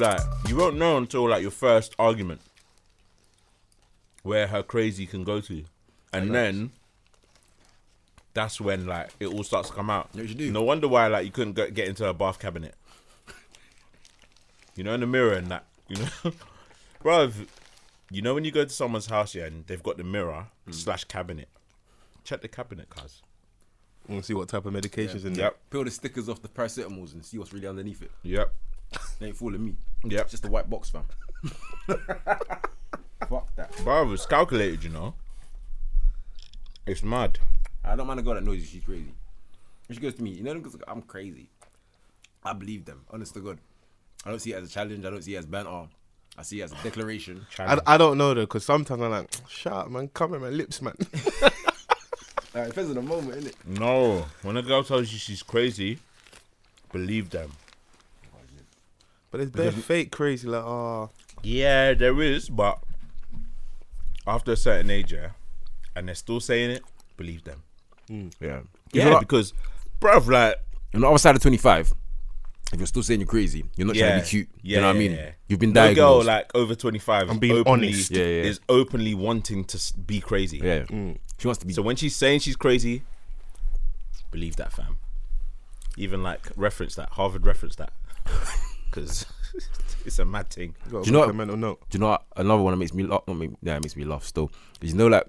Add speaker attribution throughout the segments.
Speaker 1: like you won't know until like your first argument where her crazy can go to, and then that's when like it all starts to come out.
Speaker 2: You know what you do?
Speaker 1: No wonder why like you couldn't go, get into her bath cabinet. You know, in the mirror and that. You know, bruv. You know when you go to someone's house, yeah, and they've got the mirror
Speaker 2: Hmm.
Speaker 1: slash cabinet. Check the cabinet, cuz.
Speaker 3: We'll see what type of medications in there.
Speaker 1: Yep,
Speaker 2: Peel the stickers off the paracetamols and see what's really underneath it.
Speaker 1: yep,
Speaker 2: They ain't fooling me.
Speaker 1: yep.
Speaker 2: It's just a white box, fam. Fuck that.
Speaker 1: Bruv, it's calculated, you know. It's mad.
Speaker 2: I don't mind a girl that knows you, she's crazy. And she goes to me, you know, them girls, like, I'm crazy. I believe them, honest to God. I don't see it as a challenge, I don't see it as banter. I see it as a declaration.
Speaker 3: I, I don't know though, because sometimes I'm like, shut up, man, cover my lips, man.
Speaker 2: Like, it depends on the moment, innit?
Speaker 1: No, when a girl tells you she's crazy, believe them.
Speaker 3: but it's bare fake crazy, like, oh,
Speaker 1: Yeah, there is, but after a certain age, yeah, and they're still saying it, believe them.
Speaker 2: Yeah.
Speaker 1: Yeah, because, bruv, like,
Speaker 2: on the other side of 25, if you're still saying you're crazy, you're not trying
Speaker 1: yeah,
Speaker 2: to be cute.
Speaker 1: Yeah,
Speaker 2: you know what
Speaker 1: yeah,
Speaker 2: I mean?
Speaker 1: yeah.
Speaker 2: You've been
Speaker 1: no girl
Speaker 2: diagnosed.
Speaker 1: like over twenty five.
Speaker 3: I'm being
Speaker 1: openly,
Speaker 3: honest.
Speaker 2: Yeah, yeah.
Speaker 1: Is openly wanting to s- be crazy.
Speaker 2: yeah. She wants to be.
Speaker 1: mm. So when she's saying she's crazy, believe that, fam. Even like reference that Harvard reference that because it's a mad thing.
Speaker 3: you gotta
Speaker 2: Do you know
Speaker 3: make
Speaker 2: what-
Speaker 3: a mental note.
Speaker 2: Do you know what? another one that makes me laugh? Not make, yeah, it makes me laugh still. You know, like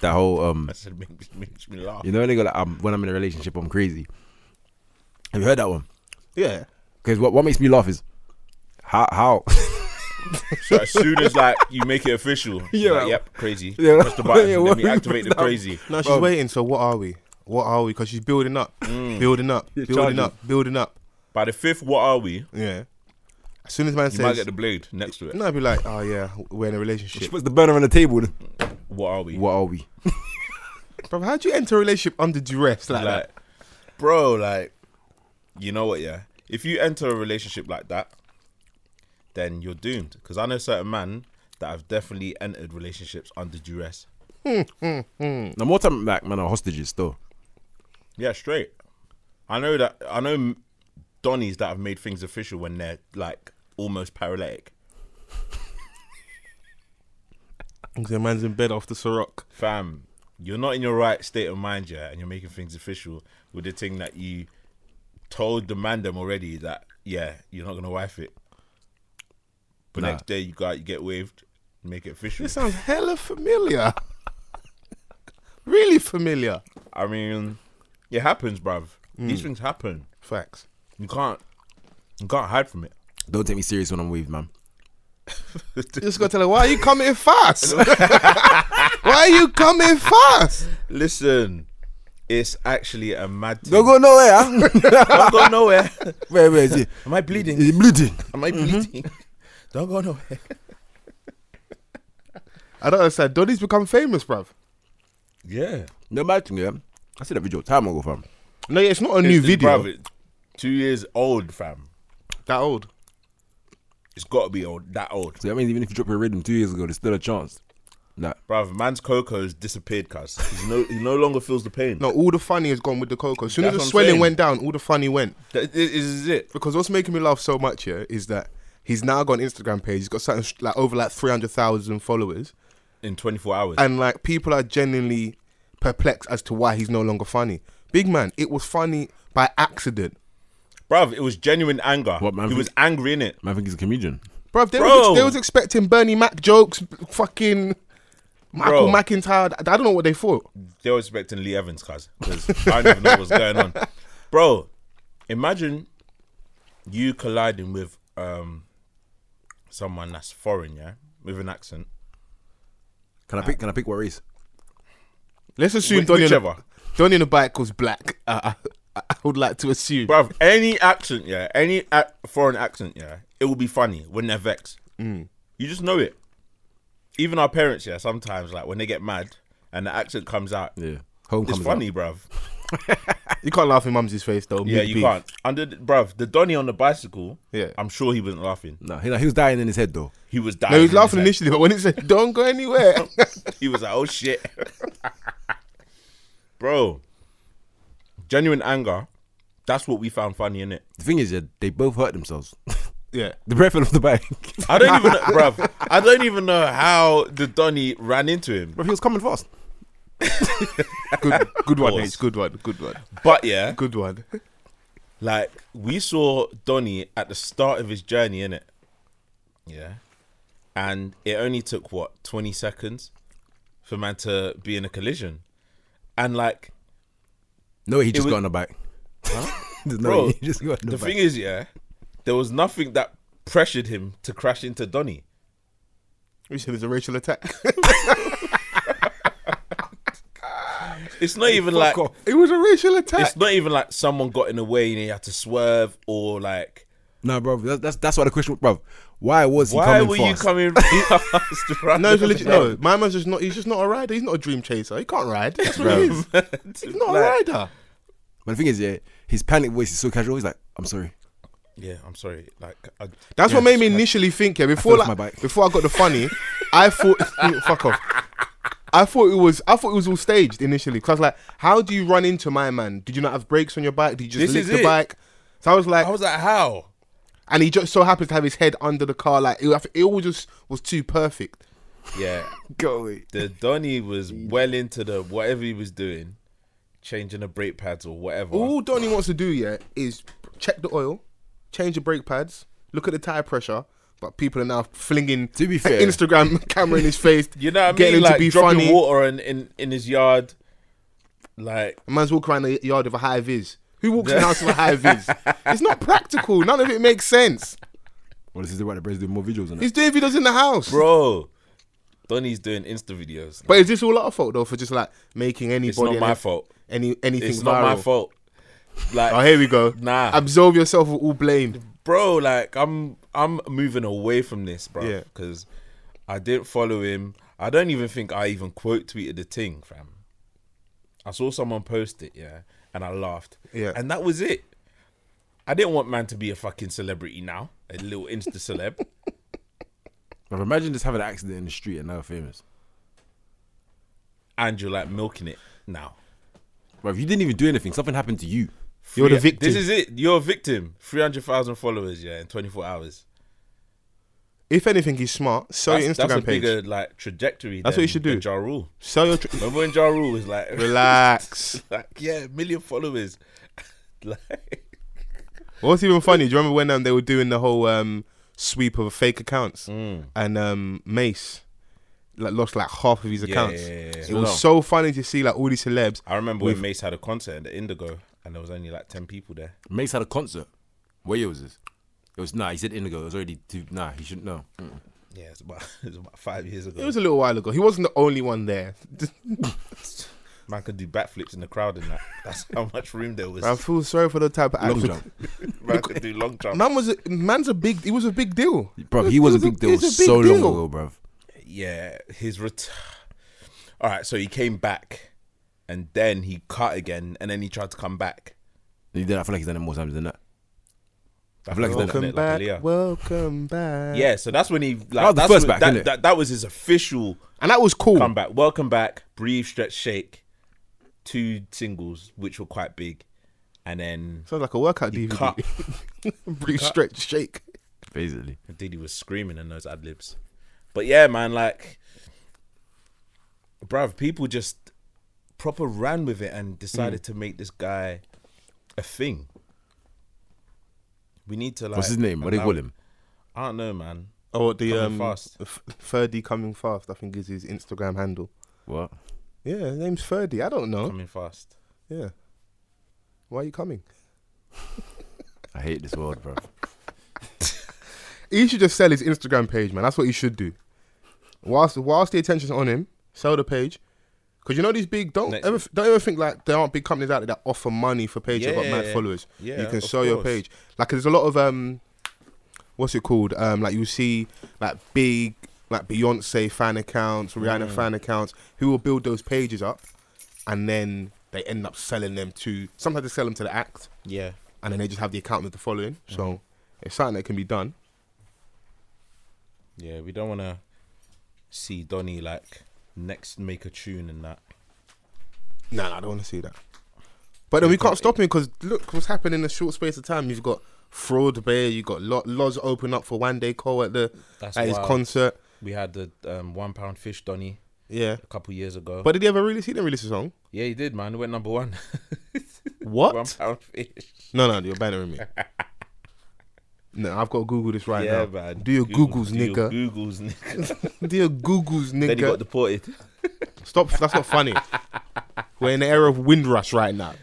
Speaker 2: that whole um,
Speaker 1: I said makes, makes me laugh.
Speaker 2: you know, when they go like, um, when I'm in a relationship, I'm crazy. Have you heard that one?
Speaker 3: Yeah,
Speaker 2: Because what what makes me laugh is how how
Speaker 1: So as soon as like you make it official, yeah,
Speaker 2: Yeah.
Speaker 1: yep, crazy.
Speaker 2: Yeah.
Speaker 1: Press the button.
Speaker 2: Yeah,
Speaker 1: let
Speaker 2: what-
Speaker 1: me activate the
Speaker 2: no.
Speaker 1: crazy.
Speaker 3: no, she's waiting. So what are we? What are we? Because she's building up, building up, building
Speaker 2: charging.
Speaker 3: up, building up.
Speaker 1: By the fifth, what are we? You
Speaker 3: Yeah. As soon as man
Speaker 1: might
Speaker 3: says,
Speaker 1: get the blade next to it.
Speaker 3: no, I'd be like, oh yeah, we're in a
Speaker 2: she
Speaker 3: relationship.
Speaker 2: puts the burner on the table.
Speaker 1: What are we?
Speaker 2: What are we?
Speaker 3: Bro, how'd you enter a relationship under duress like,
Speaker 1: like,
Speaker 3: that?
Speaker 1: bro, like, you know what? Yeah, if you enter a relationship like that, then you're doomed. Because I know certain man that have definitely entered relationships under duress. Hmm.
Speaker 2: Now more time like man are hostages still.
Speaker 1: Yeah, straight. I know that. I know Donnies that have made things official when they're like almost paralytic.
Speaker 3: Because the man's in bed off the Ciroc.
Speaker 1: fam, you're not in your right state of mind yet, and you're making things official with the thing that you told the man them already that yeah, you're not gonna wife it. But
Speaker 2: Nah.
Speaker 1: next day you got you get waved, make it official.
Speaker 3: This sounds hella familiar. really familiar.
Speaker 1: I mean, it happens, bruv. These things happen.
Speaker 3: Facts.
Speaker 1: You can't you can't hide from it.
Speaker 2: Don't take me serious when I'm waved, man.
Speaker 3: You just gotta tell her, why are you coming fast? why are you coming fast?
Speaker 1: Listen, it's actually a mad thing.
Speaker 2: Don't go nowhere.
Speaker 1: Don't go nowhere.
Speaker 2: wait, wait, is it,
Speaker 1: Am I bleeding?
Speaker 2: is it bleeding?
Speaker 1: Am I bleeding? Don't go nowhere.
Speaker 3: I don't understand. Donnie's become famous, bruv.
Speaker 1: Yeah.
Speaker 2: No matter, yeah. I see that video time ago, fam.
Speaker 3: No, yeah, it's not a new
Speaker 1: It's- it's
Speaker 3: video.
Speaker 1: bruv, it's two years old, fam.
Speaker 3: That old.
Speaker 1: It's got to be old, that old.
Speaker 2: So that means even if you drop your rhythm two years ago, there's still a chance. Nah.
Speaker 1: Bruv, man's Coco's disappeared, cuz. He's no, he no longer feels the pain.
Speaker 3: No, all the funny has gone with the cocoa. As soon
Speaker 1: That's
Speaker 3: as
Speaker 1: what
Speaker 3: the
Speaker 1: I'm
Speaker 3: swelling
Speaker 1: saying.
Speaker 3: went down, all the funny went.
Speaker 1: That is, is it.
Speaker 3: Because what's making me laugh so much here is that he's now got an Instagram page. He's got something sh- like over like three hundred thousand followers,
Speaker 1: In 24 hours.
Speaker 3: and like people are genuinely perplexed as to why he's no longer funny. Big man, it was funny by accident,
Speaker 1: Bruv, it was genuine anger.
Speaker 2: What, man?
Speaker 1: he was angry in it.
Speaker 2: Man, I think he's a comedian.
Speaker 3: bro. They,
Speaker 1: Bro.
Speaker 3: Was, they was expecting Bernie Mac jokes, fucking Michael
Speaker 1: Bro.
Speaker 3: McIntyre. I don't know what they thought.
Speaker 1: They were expecting Lee Evans, cuz. 'cause I don't even know what's going on. Bro, imagine you colliding with um someone that's foreign, yeah? With an accent.
Speaker 2: Can I pick? Can I pick what race?
Speaker 3: Let's assume
Speaker 1: Wh-
Speaker 3: Donnie in,
Speaker 1: whichever.
Speaker 3: the, Donnie in the bike was black. Uh, I, I would like to assume.
Speaker 1: Bruv, any accent, yeah? Any ac- foreign accent, yeah? It will be funny when they're vexed.
Speaker 3: Mm.
Speaker 1: You just know it. Even our parents, yeah, sometimes, like, when they get mad and the accent comes out,
Speaker 2: Yeah, home
Speaker 1: It's
Speaker 2: comes
Speaker 1: funny, bruv.
Speaker 3: You can't laugh in Mumsy's face though.
Speaker 1: Yeah,
Speaker 3: Big
Speaker 1: you
Speaker 3: beef.
Speaker 1: can't. Under the, bruv, the Donny on the bicycle.
Speaker 3: Yeah.
Speaker 1: I'm sure he wasn't laughing.
Speaker 2: No, he, he was dying in his head though.
Speaker 1: He was dying.
Speaker 3: No, he was
Speaker 1: in his
Speaker 3: laughing
Speaker 1: head.
Speaker 3: initially, but when he said, "Don't go anywhere,"
Speaker 1: He was like, "Oh shit, bro." Genuine anger. That's what we found funny in it.
Speaker 2: The thing is, yeah, they both hurt themselves.
Speaker 3: Yeah.
Speaker 2: The breath fell off the bike.
Speaker 1: I don't even, know, bruv. I don't even know how the Donny ran into him.
Speaker 2: but he was coming fast.
Speaker 3: Good, good one,
Speaker 1: course.
Speaker 3: H. Good one. Good one.
Speaker 1: But yeah,
Speaker 3: Good one.
Speaker 1: like we saw Donny at the start of his journey, innit? Yeah, and it only took what twenty seconds for man to be in a collision, and like
Speaker 2: No, he just
Speaker 1: was-
Speaker 2: got on the bike. There's no
Speaker 1: Bro,
Speaker 2: way he just got on
Speaker 1: the
Speaker 2: the,
Speaker 1: thing
Speaker 2: bike.
Speaker 1: is, yeah, there was nothing that pressured him to crash into Donny.
Speaker 3: We said it's a racial attack.
Speaker 1: It's not even like
Speaker 2: off.
Speaker 3: it was a racial attack.
Speaker 1: it's not even like someone got in the way and he had to swerve or like
Speaker 2: No, bro, that's that's, that's why the question, bro. Why was he
Speaker 1: why
Speaker 2: coming
Speaker 1: were
Speaker 2: fast?
Speaker 1: you coming fast? bruv?
Speaker 3: no, it's legit. No, my man's just not. He's just not a rider. He's not a dream chaser. He can't ride. That's what he is. He's not a
Speaker 1: Like,
Speaker 3: rider.
Speaker 2: But the thing is, yeah, his panic voice is so casual. He's like, "I'm sorry."
Speaker 1: Yeah, I'm sorry. Like I,
Speaker 3: That's what
Speaker 1: yeah.
Speaker 3: made me initially think. Yeah, before
Speaker 2: fell off
Speaker 3: like,
Speaker 2: my bike.
Speaker 3: before I got the funny, I thought fuck off. I thought it was I thought it was all staged initially because like, how do you run into my man? Did you not have brakes on your bike? Did you
Speaker 1: This
Speaker 3: just lick
Speaker 1: is
Speaker 3: the
Speaker 1: it.
Speaker 3: bike? So I was like,
Speaker 1: I was like, how?
Speaker 3: and he just so happens to have his head under the car. Like it, it all just was too perfect.
Speaker 1: Yeah,
Speaker 2: Go away.
Speaker 1: the Donny was well into the whatever he was doing, changing the brake pads or whatever.
Speaker 3: All Donny wants to do yeah is check the oil, change the brake pads, look at the tire pressure. But people are now flinging
Speaker 2: To be
Speaker 3: an
Speaker 2: fair.
Speaker 3: Instagram camera in his face.
Speaker 1: You know what I mean?
Speaker 3: getting him
Speaker 1: like
Speaker 3: to be
Speaker 1: dropping
Speaker 3: funny.
Speaker 1: water in, in in his yard. Like
Speaker 3: A man's walking around the yard with a high vis. Who walks in the house with a high vis? It's not practical. None of it makes sense.
Speaker 2: Well, this is why the president doing more videos on that.
Speaker 3: He's doing videos in the house.
Speaker 1: bro, Donny's doing Insta videos.
Speaker 3: But is this all our fault though for just like making anybody
Speaker 1: it's not my
Speaker 3: and
Speaker 1: fault.
Speaker 3: any anything
Speaker 1: It's
Speaker 3: viral?
Speaker 1: not my fault. Like
Speaker 3: Oh, here we go.
Speaker 1: Nah.
Speaker 3: Absolve yourself of all blame.
Speaker 1: bro, like I'm I'm moving away from this, bro,
Speaker 3: Yeah.
Speaker 1: because I didn't follow him. I don't even think I even quote tweeted the thing, fam. I saw someone post it, yeah, and I laughed.
Speaker 3: Yeah.
Speaker 1: And that was it. I didn't want man to be a fucking celebrity now, a little insta celeb.
Speaker 2: But imagine just having an accident in the street and now you're famous.
Speaker 1: and you're like milking it now.
Speaker 2: Bro, if you didn't even do anything, something happened to you.
Speaker 3: You're the
Speaker 1: Three-
Speaker 3: victim.
Speaker 1: This is it. You're a victim. 300,000 followers, yeah, in 24 hours.
Speaker 3: If anything, he's smart. Sell
Speaker 1: That's,
Speaker 3: your Instagram
Speaker 1: that's a
Speaker 3: page.
Speaker 1: bigger like trajectory.
Speaker 3: That's what
Speaker 1: than-
Speaker 3: you should
Speaker 1: than
Speaker 3: do.
Speaker 1: Ja Rule.
Speaker 3: Sell your. Tr-
Speaker 1: Remember when Ja Rule was like,
Speaker 3: Relax.
Speaker 1: like yeah, a million followers. like,
Speaker 3: What's even funny? Do you remember when um, they were doing the whole um, sweep of fake accounts
Speaker 1: Hmm.
Speaker 3: and um, Mace like lost like half of his accounts?
Speaker 1: yeah, yeah, yeah.
Speaker 3: It was so funny to see like all these celebs
Speaker 1: I remember when Mace had a concert in the Indigo, and there was only like ten people there.
Speaker 2: Mace had a concert. Where year was this? It was nah. He said Indigo. It was already too. Nah, he shouldn't know. Mm-mm.
Speaker 1: Yeah, it's about it's about five years ago.
Speaker 3: It was a little while ago. He wasn't the only one there.
Speaker 1: Man could do backflips in the crowd, and that that's how much room there was.
Speaker 3: I feel sorry for the type of
Speaker 2: Long
Speaker 3: attitude.
Speaker 2: jump,
Speaker 1: Man could do long jump.
Speaker 3: Man was a, man's a big. He was a big deal.
Speaker 2: bro. He was a big deal
Speaker 3: he's a big
Speaker 2: so long
Speaker 3: deal.
Speaker 2: ago, bro.
Speaker 1: yeah, his return. All right, so he came back, and then he cut again, and then he tried to come back.
Speaker 2: He did. I feel like he's done it more times than that. I feel like he's done
Speaker 1: Welcome
Speaker 2: it.
Speaker 3: Welcome
Speaker 1: like
Speaker 3: back.
Speaker 1: Aaliyah.
Speaker 3: welcome back.
Speaker 1: Yeah, so that's when he like
Speaker 2: was Oh, the
Speaker 1: that's
Speaker 2: first
Speaker 1: when-
Speaker 2: back,
Speaker 1: that,
Speaker 2: innit?
Speaker 1: that that was his official
Speaker 3: and that was cool.
Speaker 1: comeback. Welcome back, breathe, stretch, shake. Two singles which were quite big, and then
Speaker 3: Sounds like a workout DVD.
Speaker 1: cut.
Speaker 3: Breathe, stretch, shake.
Speaker 2: Basically,
Speaker 1: Diddy was screaming in those ad libs. But yeah, man, like, bruv, people just proper ran with it and
Speaker 2: Mm.
Speaker 1: decided to make this guy a thing. We need to like.
Speaker 2: what's his name? What do they call
Speaker 1: allow-
Speaker 2: him?
Speaker 1: I don't know, man.
Speaker 3: Oh, the
Speaker 1: Coming
Speaker 3: um,
Speaker 1: fast.
Speaker 3: F- Ferdy coming fast. I think is his Instagram handle.
Speaker 2: What?
Speaker 3: Yeah, his name's Ferdy. I don't know.
Speaker 1: Coming fast.
Speaker 3: Yeah. Why are you coming?
Speaker 2: I hate this world, bro.
Speaker 3: He should just sell his Instagram page, man. That's what he should do. Whilst whilst the attention's on him, sell the page. Cause you know these big don't
Speaker 1: Next-
Speaker 3: ever don't ever think like there aren't big companies out there that offer money for pages that got
Speaker 1: Yeah,
Speaker 3: mad
Speaker 1: yeah.
Speaker 3: followers.
Speaker 1: Yeah,
Speaker 3: you can
Speaker 1: of
Speaker 3: sell your
Speaker 1: course.
Speaker 3: page. Like there's a lot of um, what's it called? Um, like you see like big like Beyonce fan accounts, Rihanna
Speaker 1: Mm.
Speaker 3: fan accounts, who will build those pages up, and then they end up selling them to sometimes they sell them to the act,
Speaker 1: Yeah.
Speaker 3: and then they just have the account with the following.
Speaker 1: Mm.
Speaker 3: So it's something that can be done.
Speaker 1: Yeah, we don't want to see Donny like next make a tune and that.
Speaker 3: No, no, I don't want to see that. But then we can't stop him because look what's happened in a short space of time. You've got Fraud Bear. You got Lo- Loz open up for One Day Cole at the
Speaker 1: That's
Speaker 3: at his
Speaker 1: wild.
Speaker 3: concert.
Speaker 1: We had the um, one pound fish Donny
Speaker 3: Yeah.
Speaker 1: a couple years ago.
Speaker 3: But did he ever release? He didn't release a song.
Speaker 1: yeah, he did, man. He went number one. one
Speaker 3: What?
Speaker 1: pound fish.
Speaker 3: No, no, you're bannering me. No, I've got to Google this right
Speaker 1: yeah,
Speaker 3: now.
Speaker 1: man.
Speaker 3: Do your Googles,
Speaker 1: do your
Speaker 3: nigga.
Speaker 1: Googles, nigga.
Speaker 3: Do your Googles, nigga.
Speaker 1: then he got deported.
Speaker 3: Stop. That's not funny. We're in the era of Windrush right now.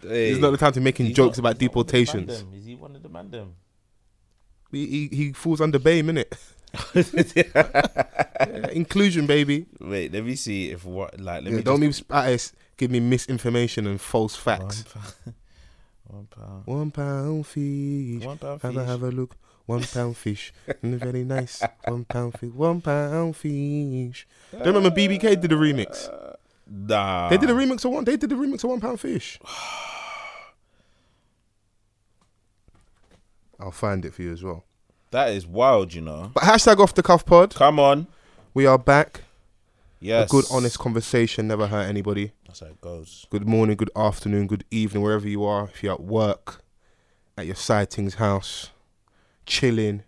Speaker 1: Hey.
Speaker 3: It's not the time to making
Speaker 1: He's
Speaker 3: jokes
Speaker 1: not-
Speaker 3: about
Speaker 1: he's not one of the man
Speaker 3: deportations.
Speaker 1: them. Is he one of the man them?
Speaker 3: He, he, he falls under BAME, innit? Yeah, inclusion, baby.
Speaker 1: Wait, let me see if what like let
Speaker 3: Yeah,
Speaker 1: me
Speaker 3: don't be at us. Give me misinformation and false facts.
Speaker 1: just, one pound.
Speaker 3: One pound fish.
Speaker 1: One pound
Speaker 3: have
Speaker 1: fish.
Speaker 3: a have a look. One pound fish. Mm, Very nice. One pound fish. One pound fish.
Speaker 1: Uh,
Speaker 3: Do you remember BBK did a remix?
Speaker 1: Nah.
Speaker 3: They did a remix of one. They did a remix of one pound fish. I'll find it for you as well.
Speaker 1: that is wild, you know.
Speaker 3: But hashtag off the cuff pod.
Speaker 1: Come on.
Speaker 3: We are back.
Speaker 1: Yes.
Speaker 3: A good, honest conversation never hurt anybody.
Speaker 1: That's how it goes.
Speaker 3: Good morning, good afternoon, good evening, wherever you are. If you're at work, at your sightings house, chilling,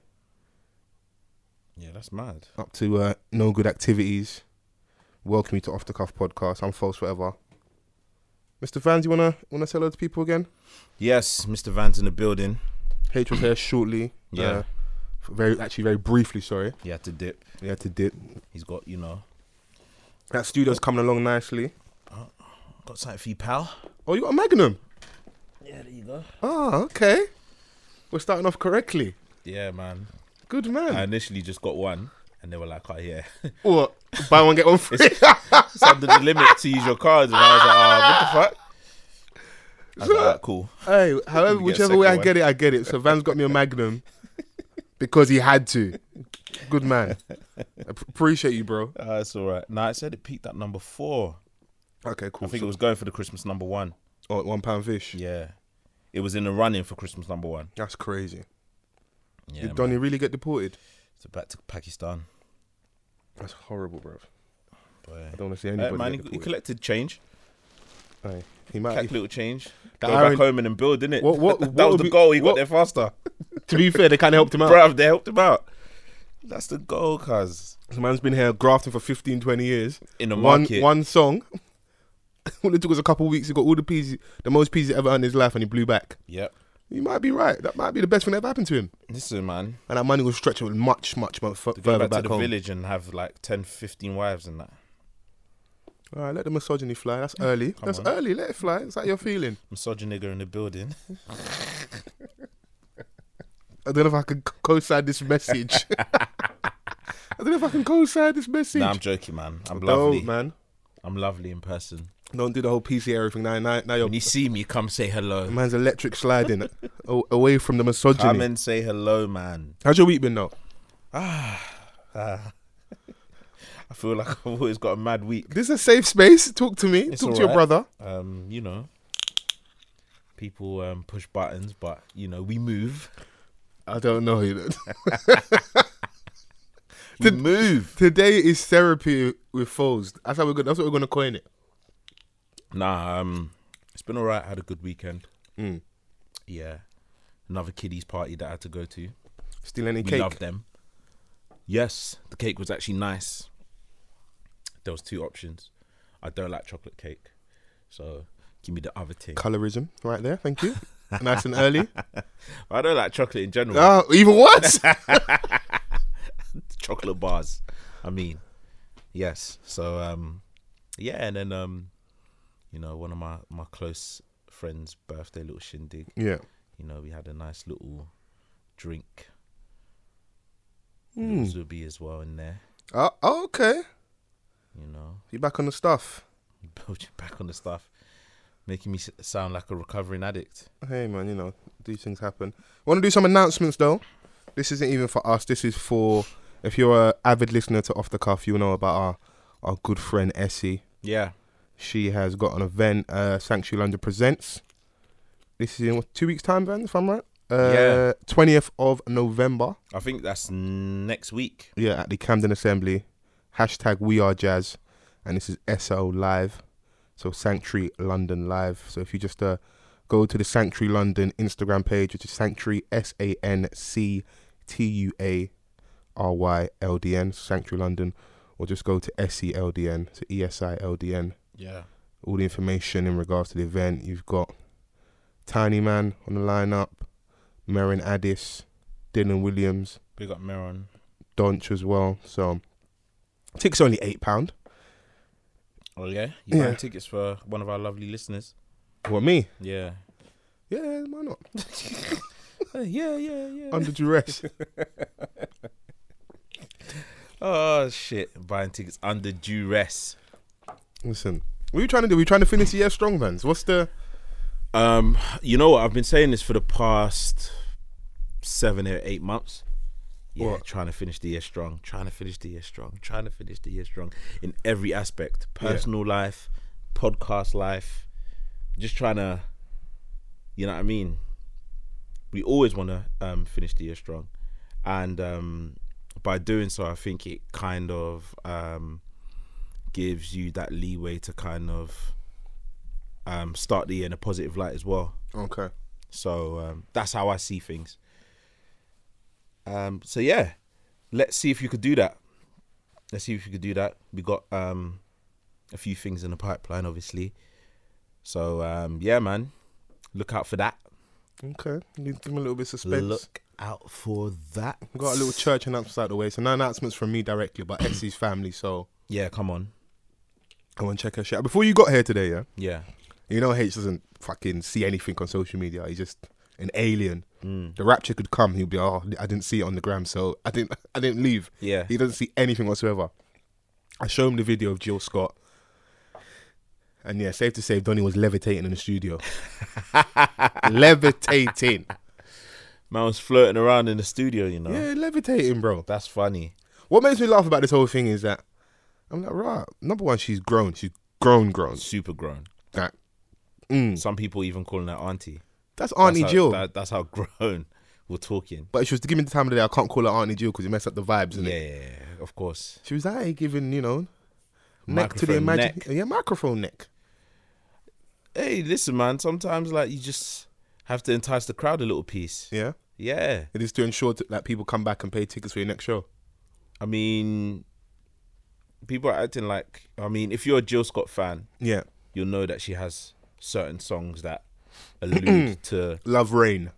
Speaker 1: Yeah, that's mad.
Speaker 3: up to uh, no good activities, welcome you to Off the Cuff Podcast. I'm False Forever. Mr. Vans, you wanna wanna tell those people again?
Speaker 1: Yes, Mr. Van's in the building.
Speaker 3: H was here shortly.
Speaker 1: Yeah.
Speaker 3: Uh, very actually very briefly. Sorry.
Speaker 1: He had to dip.
Speaker 3: We had to dip.
Speaker 1: He's got, you know,
Speaker 3: That studio's coming along nicely.
Speaker 1: got something for you, pal.
Speaker 3: Oh, you got a Magnum.
Speaker 1: Yeah, there you go.
Speaker 3: Oh, okay. We're starting off correctly.
Speaker 1: Yeah, man.
Speaker 3: Good man.
Speaker 1: I initially just got one, and they were like, "Oh yeah,
Speaker 3: What? Buy one get one free.
Speaker 1: it's under the limit to use your cards." And I was like, "Ah, what the fuck?" I was like, "Alright, "Cool."
Speaker 3: hey,
Speaker 1: Let me get
Speaker 3: however,
Speaker 1: a
Speaker 3: whichever way I
Speaker 1: second
Speaker 3: get it, I get it. So Van's got me a Magnum because he had to. Good man. App- Appreciate you, bro.
Speaker 1: Uh, it's all right. Now I said it peaked at number four.
Speaker 3: Okay, cool.
Speaker 1: I think
Speaker 3: So-
Speaker 1: it was going for the Christmas number one.
Speaker 3: oh, one pound fish.
Speaker 1: Yeah, it was in the running for Christmas number one.
Speaker 3: That's crazy.
Speaker 1: Yeah,
Speaker 3: Did
Speaker 1: man.
Speaker 3: Donny really get deported?
Speaker 1: so back to Pakistan.
Speaker 3: That's horrible, bro.
Speaker 1: Boy.
Speaker 3: I don't want to see
Speaker 1: Uh,
Speaker 3: anybody.
Speaker 1: man,
Speaker 3: get
Speaker 1: he, he
Speaker 3: deported.
Speaker 1: collected change,
Speaker 3: Aye. he might.
Speaker 1: Collect little change.
Speaker 3: The
Speaker 1: Go
Speaker 3: irony-
Speaker 1: back home and then build, didn't it?
Speaker 3: What- what-
Speaker 1: that
Speaker 3: what
Speaker 1: was
Speaker 3: would
Speaker 1: the
Speaker 3: be-
Speaker 1: goal. He
Speaker 3: what-
Speaker 1: got there faster.
Speaker 3: to be fair, they kind of helped him out.
Speaker 1: Bruv, they helped him out. That's the goal, cuz.
Speaker 3: This man's been here grafting for 15, 20 years.
Speaker 1: In the
Speaker 3: One,
Speaker 1: market.
Speaker 3: one song. all it took was a couple of weeks. He got all the P's, the most P's he ever earned in his life, and he blew back.
Speaker 1: Yep.
Speaker 3: You might be right. That might be the best thing that ever happened to him.
Speaker 1: Listen, man.
Speaker 3: And that money was stretched out much, much, much fu-
Speaker 1: Go
Speaker 3: further
Speaker 1: back,
Speaker 3: back,
Speaker 1: to the
Speaker 3: home.
Speaker 1: village and have like 10, 15 wives and that.
Speaker 3: All right, let the misogyny fly. That's early. That's
Speaker 1: on.
Speaker 3: early. Let it fly. Is that your feeling?
Speaker 1: Misogyny in the building.
Speaker 3: I don't know if I can co-sign this message. I don't know if I can co-sign this message.
Speaker 1: nah, I'm joking, man. I'm
Speaker 3: no,
Speaker 1: lovely.
Speaker 3: man.
Speaker 1: I'm lovely in person.
Speaker 3: Don't do the whole PC everything. Now, now, now your
Speaker 1: When you see me, come say hello.
Speaker 3: man's electric sliding a- away from the misogyny.
Speaker 1: Come and say hello, man.
Speaker 3: How's your week been though?
Speaker 1: I feel like I've always got a mad week.
Speaker 3: This is a safe space. Talk to me.
Speaker 1: It's
Speaker 3: Talk to
Speaker 1: all
Speaker 3: your
Speaker 1: right.
Speaker 3: brother.
Speaker 1: Um, you know, people um, push buttons, but you know we move.
Speaker 3: I don't know. You know.
Speaker 1: We move.
Speaker 3: Today is therapy with foes. That's how we're going. That's what we're going to coin it.
Speaker 1: Nah, um, it's been alright. Had a good weekend.
Speaker 3: Mm.
Speaker 1: Yeah, another kiddies party that I had to go to.
Speaker 3: Steal any
Speaker 1: We
Speaker 3: cake.
Speaker 1: love them. Yes, the cake was actually nice. There was two options. I don't like chocolate cake, so give me the other thing.
Speaker 3: Colorism, right there. Thank you. nice and early.
Speaker 1: I don't like chocolate in general.
Speaker 3: Oh, even what?
Speaker 1: chocolate bars. I mean, yes. So um, yeah, and then um, you know, one of my my close friends' birthday little shindig.
Speaker 3: yeah.
Speaker 1: You know, we had a nice little drink. Little Zubi as well in there.
Speaker 3: Oh, oh, okay.
Speaker 1: You know,
Speaker 3: You back on the stuff?
Speaker 1: build you back on the stuff, making me s- sound like a recovering addict.
Speaker 3: Hey man, you know these things happen. Want to do some announcements though. This isn't even for us. This is for if you're a avid listener to Off the Cuff, you'll know about our our good friend Essie.
Speaker 1: Yeah,
Speaker 3: She has got an event, uh, Sanctuary London Presents. This is in what, two weeks' time, then, if I'm right. Uh,
Speaker 1: Yeah.
Speaker 3: 20th of November.
Speaker 1: I think that's next week.
Speaker 3: Yeah, at the Camden Assembly. Hashtag We Are Jazz. And this is SO Live. So Sanctuary London Live. So if you just uh, go to the Sanctuary London Instagram page, which is Sanctuary S A N C T U A R Y L D N Sanctuary London, or just go to S E L D N, so E S I L D N.
Speaker 1: Yeah.
Speaker 3: All the information in regards to the event. You've got Tiny Man on the lineup, Merrin Addis, Dylan Williams,
Speaker 1: Big up Meron.
Speaker 3: Donch as well. So tickets are only eight pound.
Speaker 1: Oh yeah. You buying
Speaker 3: Yeah.
Speaker 1: tickets for one of our lovely listeners.
Speaker 3: What me?
Speaker 1: Yeah.
Speaker 3: Yeah, why not?
Speaker 1: Uh, yeah, yeah, yeah.
Speaker 3: Under duress.
Speaker 1: oh shit. Buying tickets under duress.
Speaker 3: Listen, what are you trying to do? We're trying to finish the year strong, man. So what's the?
Speaker 1: Um, you know what? I've been saying this for the past seven or eight months. Yeah,
Speaker 3: What?
Speaker 1: trying to finish the year strong, trying to finish the year strong, trying to finish the year strong in every aspect personal life, podcast life, just trying to, you know what I mean? We always want to um, finish the year strong. And um, by doing so, I think it kind of um, gives you that leeway to kind of um, start the year in a positive light as well.
Speaker 3: Okay.
Speaker 1: So um, that's how I see things. Um, so yeah, let's see if you could do that. Let's see if you could do that. We got um, a few things in the pipeline, obviously. So um, yeah, man, look out for that.
Speaker 3: Okay. You need to give him a little bit of suspense.
Speaker 1: Look out for that.
Speaker 3: We've got a little church announcement out the way, so no announcements from me directly, but Essie's family. So
Speaker 1: yeah, come on.
Speaker 3: go and check her shit out. Before you got here today, yeah,
Speaker 1: Yeah,
Speaker 3: you know H doesn't fucking see anything on social media. He's just an alien. The rapture could come. He'll be oh, I didn't see it on the gram, so I didn't. I didn't leave.
Speaker 1: yeah.
Speaker 3: He doesn't see anything whatsoever. I show him the video of Jill Scott. And yeah, safe to say, Donnie was levitating in the studio. levitating.
Speaker 1: Man was flirting around in the studio, you know.
Speaker 3: Yeah, levitating, bro.
Speaker 1: That's funny.
Speaker 3: What makes me laugh about this whole thing is that I'm like, right, number one, she's grown. She's grown, grown.
Speaker 1: Super grown.
Speaker 3: Like, mm,
Speaker 1: Some people even calling her auntie. That's
Speaker 3: that's Auntie
Speaker 1: how-
Speaker 3: Jill.
Speaker 1: that- that's how grown we're talking.
Speaker 3: But if she was to give me the time of the day, I can't call her Auntie Jill because it messed up the vibes.
Speaker 1: Yeah,
Speaker 3: innit?
Speaker 1: yeah, of course.
Speaker 3: She was like, giving, you know, neck to the
Speaker 1: Microphone
Speaker 3: imagine.
Speaker 1: neck.
Speaker 3: Yeah, microphone neck.
Speaker 1: Hey, listen, man. Sometimes like you just have to entice the crowd a little piece.
Speaker 3: Yeah.
Speaker 1: Yeah,
Speaker 3: It is to ensure that like, people come back and pay tickets for your next show.
Speaker 1: I mean, people are acting like. I mean, if you're a Jill Scott fan,
Speaker 3: Yeah.
Speaker 1: you'll know that she has certain songs that allude to
Speaker 3: Love Rain.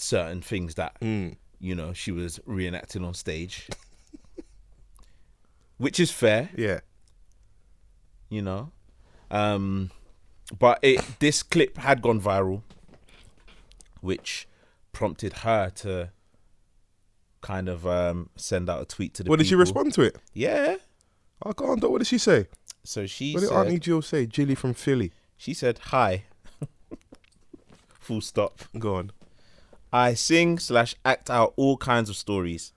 Speaker 1: certain things that you know she was reenacting on stage, which is fair.
Speaker 3: Yeah.
Speaker 1: you know. Um, but it this clip had gone viral, which prompted her to kind of um, send out a tweet to the.
Speaker 3: Well, did she
Speaker 1: people.
Speaker 3: respond to it?
Speaker 1: Yeah.
Speaker 3: I can't. What did she say?
Speaker 1: So she
Speaker 3: What did
Speaker 1: said,
Speaker 3: Auntie Jill say? Jilly from Philly.
Speaker 1: she said hi. Full stop.
Speaker 3: Go on.
Speaker 1: I sing slash act out all kinds of stories.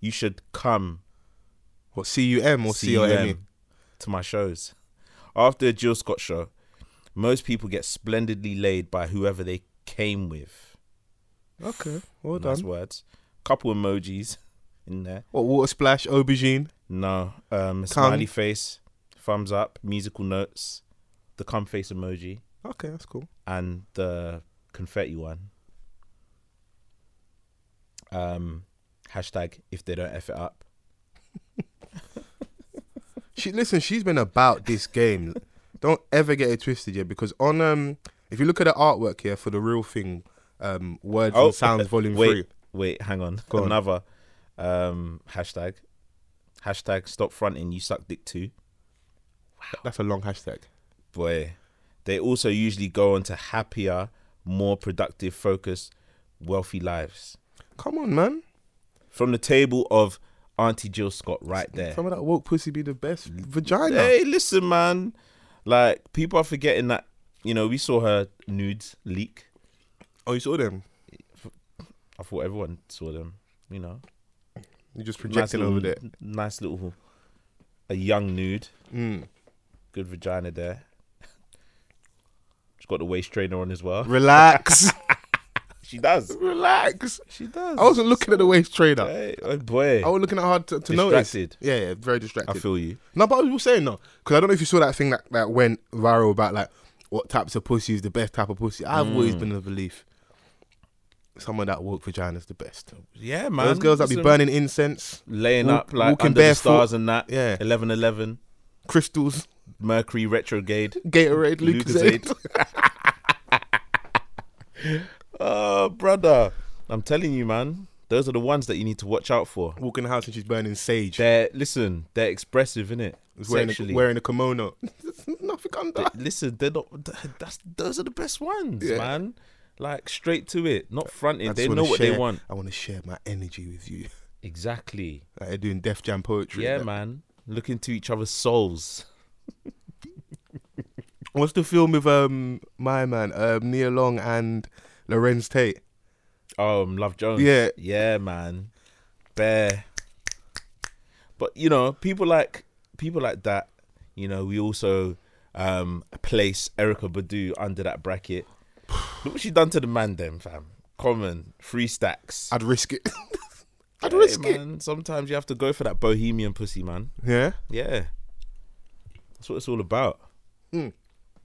Speaker 1: You should come
Speaker 3: What C U M or C O M E?
Speaker 1: COM to my shows. After a Jill Scott show, most people get splendidly laid by whoever they came with.
Speaker 3: Okay. Well
Speaker 1: nice
Speaker 3: done.
Speaker 1: words. Couple emojis in there.
Speaker 3: What water splash? Aubergine.
Speaker 1: No. Um smiley face, thumbs up, musical notes, the cum face emoji,
Speaker 3: Okay, that's cool.
Speaker 1: and the confetti one. Um hashtag if they don't F it up.
Speaker 3: She listen. She's been about this game. Don't ever get it twisted, yeah. Because on um, if you look at the artwork here for the real thing, um, words and sounds volume
Speaker 1: Oh, wait,
Speaker 3: three.
Speaker 1: Wait, hang on.
Speaker 3: Go on.
Speaker 1: Another um hashtag. Hashtag stop fronting, you suck dick too.
Speaker 3: That's a long hashtag.
Speaker 1: Boy. They also usually go on to happier, more productive, focused, wealthy lives.
Speaker 3: Come on, man.
Speaker 1: From the table of Auntie Jill Scott right there.
Speaker 3: Some of that woke pussy be the best vagina.
Speaker 1: Hey, listen, man. Like, people are forgetting that, you know, we saw her nudes leak.
Speaker 3: Oh, you saw them.
Speaker 1: I thought everyone saw them, you know.
Speaker 3: You just
Speaker 1: Nice
Speaker 3: projecting
Speaker 1: little,
Speaker 3: over there.
Speaker 1: Nice little, a young nude.
Speaker 3: Mm.
Speaker 1: Good vagina there. She's got the waist trainer on as well.
Speaker 3: Relax.
Speaker 1: She does.
Speaker 3: Relax.
Speaker 1: She does.
Speaker 3: I wasn't looking at the waist trainer.
Speaker 1: Hey, oh boy.
Speaker 3: I was looking at hard to, to notice.
Speaker 1: Distracted.
Speaker 3: Yeah, yeah, very
Speaker 1: I
Speaker 3: distracted.
Speaker 1: feel you.
Speaker 3: no, but I was saying no, because I don't know if you saw that thing that, that went viral about like what types of pussy is the best type of pussy. I've always been of the belief someone that woke vagina is the best.
Speaker 1: Yeah, man.
Speaker 3: Those girls that be
Speaker 1: Listen,
Speaker 3: burning incense,
Speaker 1: laying
Speaker 3: walk-
Speaker 1: up like
Speaker 3: walking
Speaker 1: under the
Speaker 3: barefoot.
Speaker 1: stars and that.
Speaker 3: Yeah.
Speaker 1: eleven eleven,
Speaker 3: crystals,
Speaker 1: Mercury retrograde.
Speaker 3: Gatorade, Lucasade.
Speaker 1: Oh, brother, I'm telling you, man. Those are the ones that you need to watch out for.
Speaker 3: Walking the house and she's burning sage.
Speaker 1: They're listen. They're expressive, innit?
Speaker 3: Is wearing a,
Speaker 1: Sexually.
Speaker 3: wearing a kimono. Nothing under.
Speaker 1: listen, they're not. th- That's those are the best ones,
Speaker 3: Yeah.
Speaker 1: man. Like straight to it, not fronting.
Speaker 3: I
Speaker 1: They
Speaker 3: just wanna
Speaker 1: know what they
Speaker 3: share-
Speaker 1: want.
Speaker 3: I want to share my energy with you.
Speaker 1: Exactly.
Speaker 3: Like they're doing Def Jam poetry.
Speaker 1: Yeah,
Speaker 3: Like,
Speaker 1: man. Look into each other's souls.
Speaker 3: What's the film with um my man um Nia Long and Lorenz Tate?
Speaker 1: Um, Love Jones.
Speaker 3: Yeah.
Speaker 1: yeah, man. Bear. But you know, people like people like that. You know, we also um place Erica Badu under that bracket. Look what she done to the man, then, fam. Common three stacks.
Speaker 3: I'd risk it. I'd
Speaker 1: Yeah,
Speaker 3: risk it.
Speaker 1: man. Sometimes you have to go for that bohemian pussy, man.
Speaker 3: Yeah.
Speaker 1: Yeah, that's what it's all about.
Speaker 3: Hmm.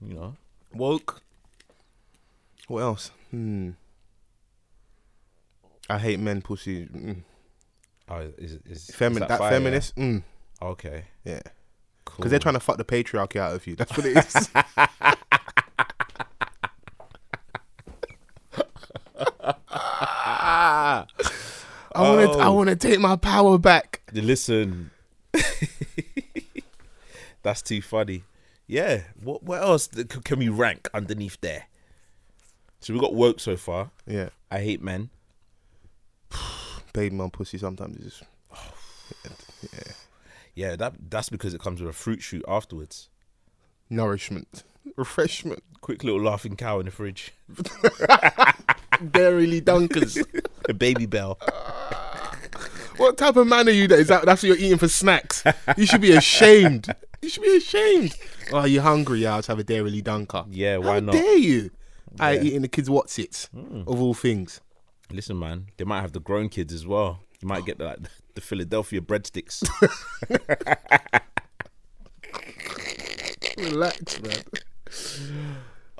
Speaker 1: You know,
Speaker 3: Woke. What else? Hmm. I hate men pussy. Mm.
Speaker 1: oh, is, is, is
Speaker 3: Femin- that,
Speaker 1: fire, yeah?
Speaker 3: feminist. Mm.
Speaker 1: Okay,
Speaker 3: Yeah.
Speaker 1: cool.
Speaker 3: Because they're trying to fuck the patriarchy out of you. That's what it is. I want to. I
Speaker 1: Oh.
Speaker 3: want to take my power back.
Speaker 1: Listen, that's too funny. Yeah. What What else th- c- can we rank underneath there? So we got woke so far.
Speaker 3: Yeah,
Speaker 1: I hate men.
Speaker 3: baby mum pussy sometimes is just.
Speaker 1: Yeah, that that's because it comes with a fruit shoot afterwards.
Speaker 3: Nourishment, refreshment,
Speaker 1: Quick little laughing cow in the fridge.
Speaker 3: dairily dunkers.
Speaker 1: A baby bell.
Speaker 3: what type of man are you? That is that? That's what you're eating for snacks. You should be ashamed. You should be ashamed. Oh, you're hungry? Yeah, I'll just have a dairily dunker.
Speaker 1: Yeah,
Speaker 3: How
Speaker 1: why not?
Speaker 3: dare you? I
Speaker 1: Yeah. Hmm.
Speaker 3: eating the kids' what's it of all things.
Speaker 1: Listen, man, they might have the grown kids as well. You might get like the Philadelphia breadsticks.
Speaker 3: Relax, man.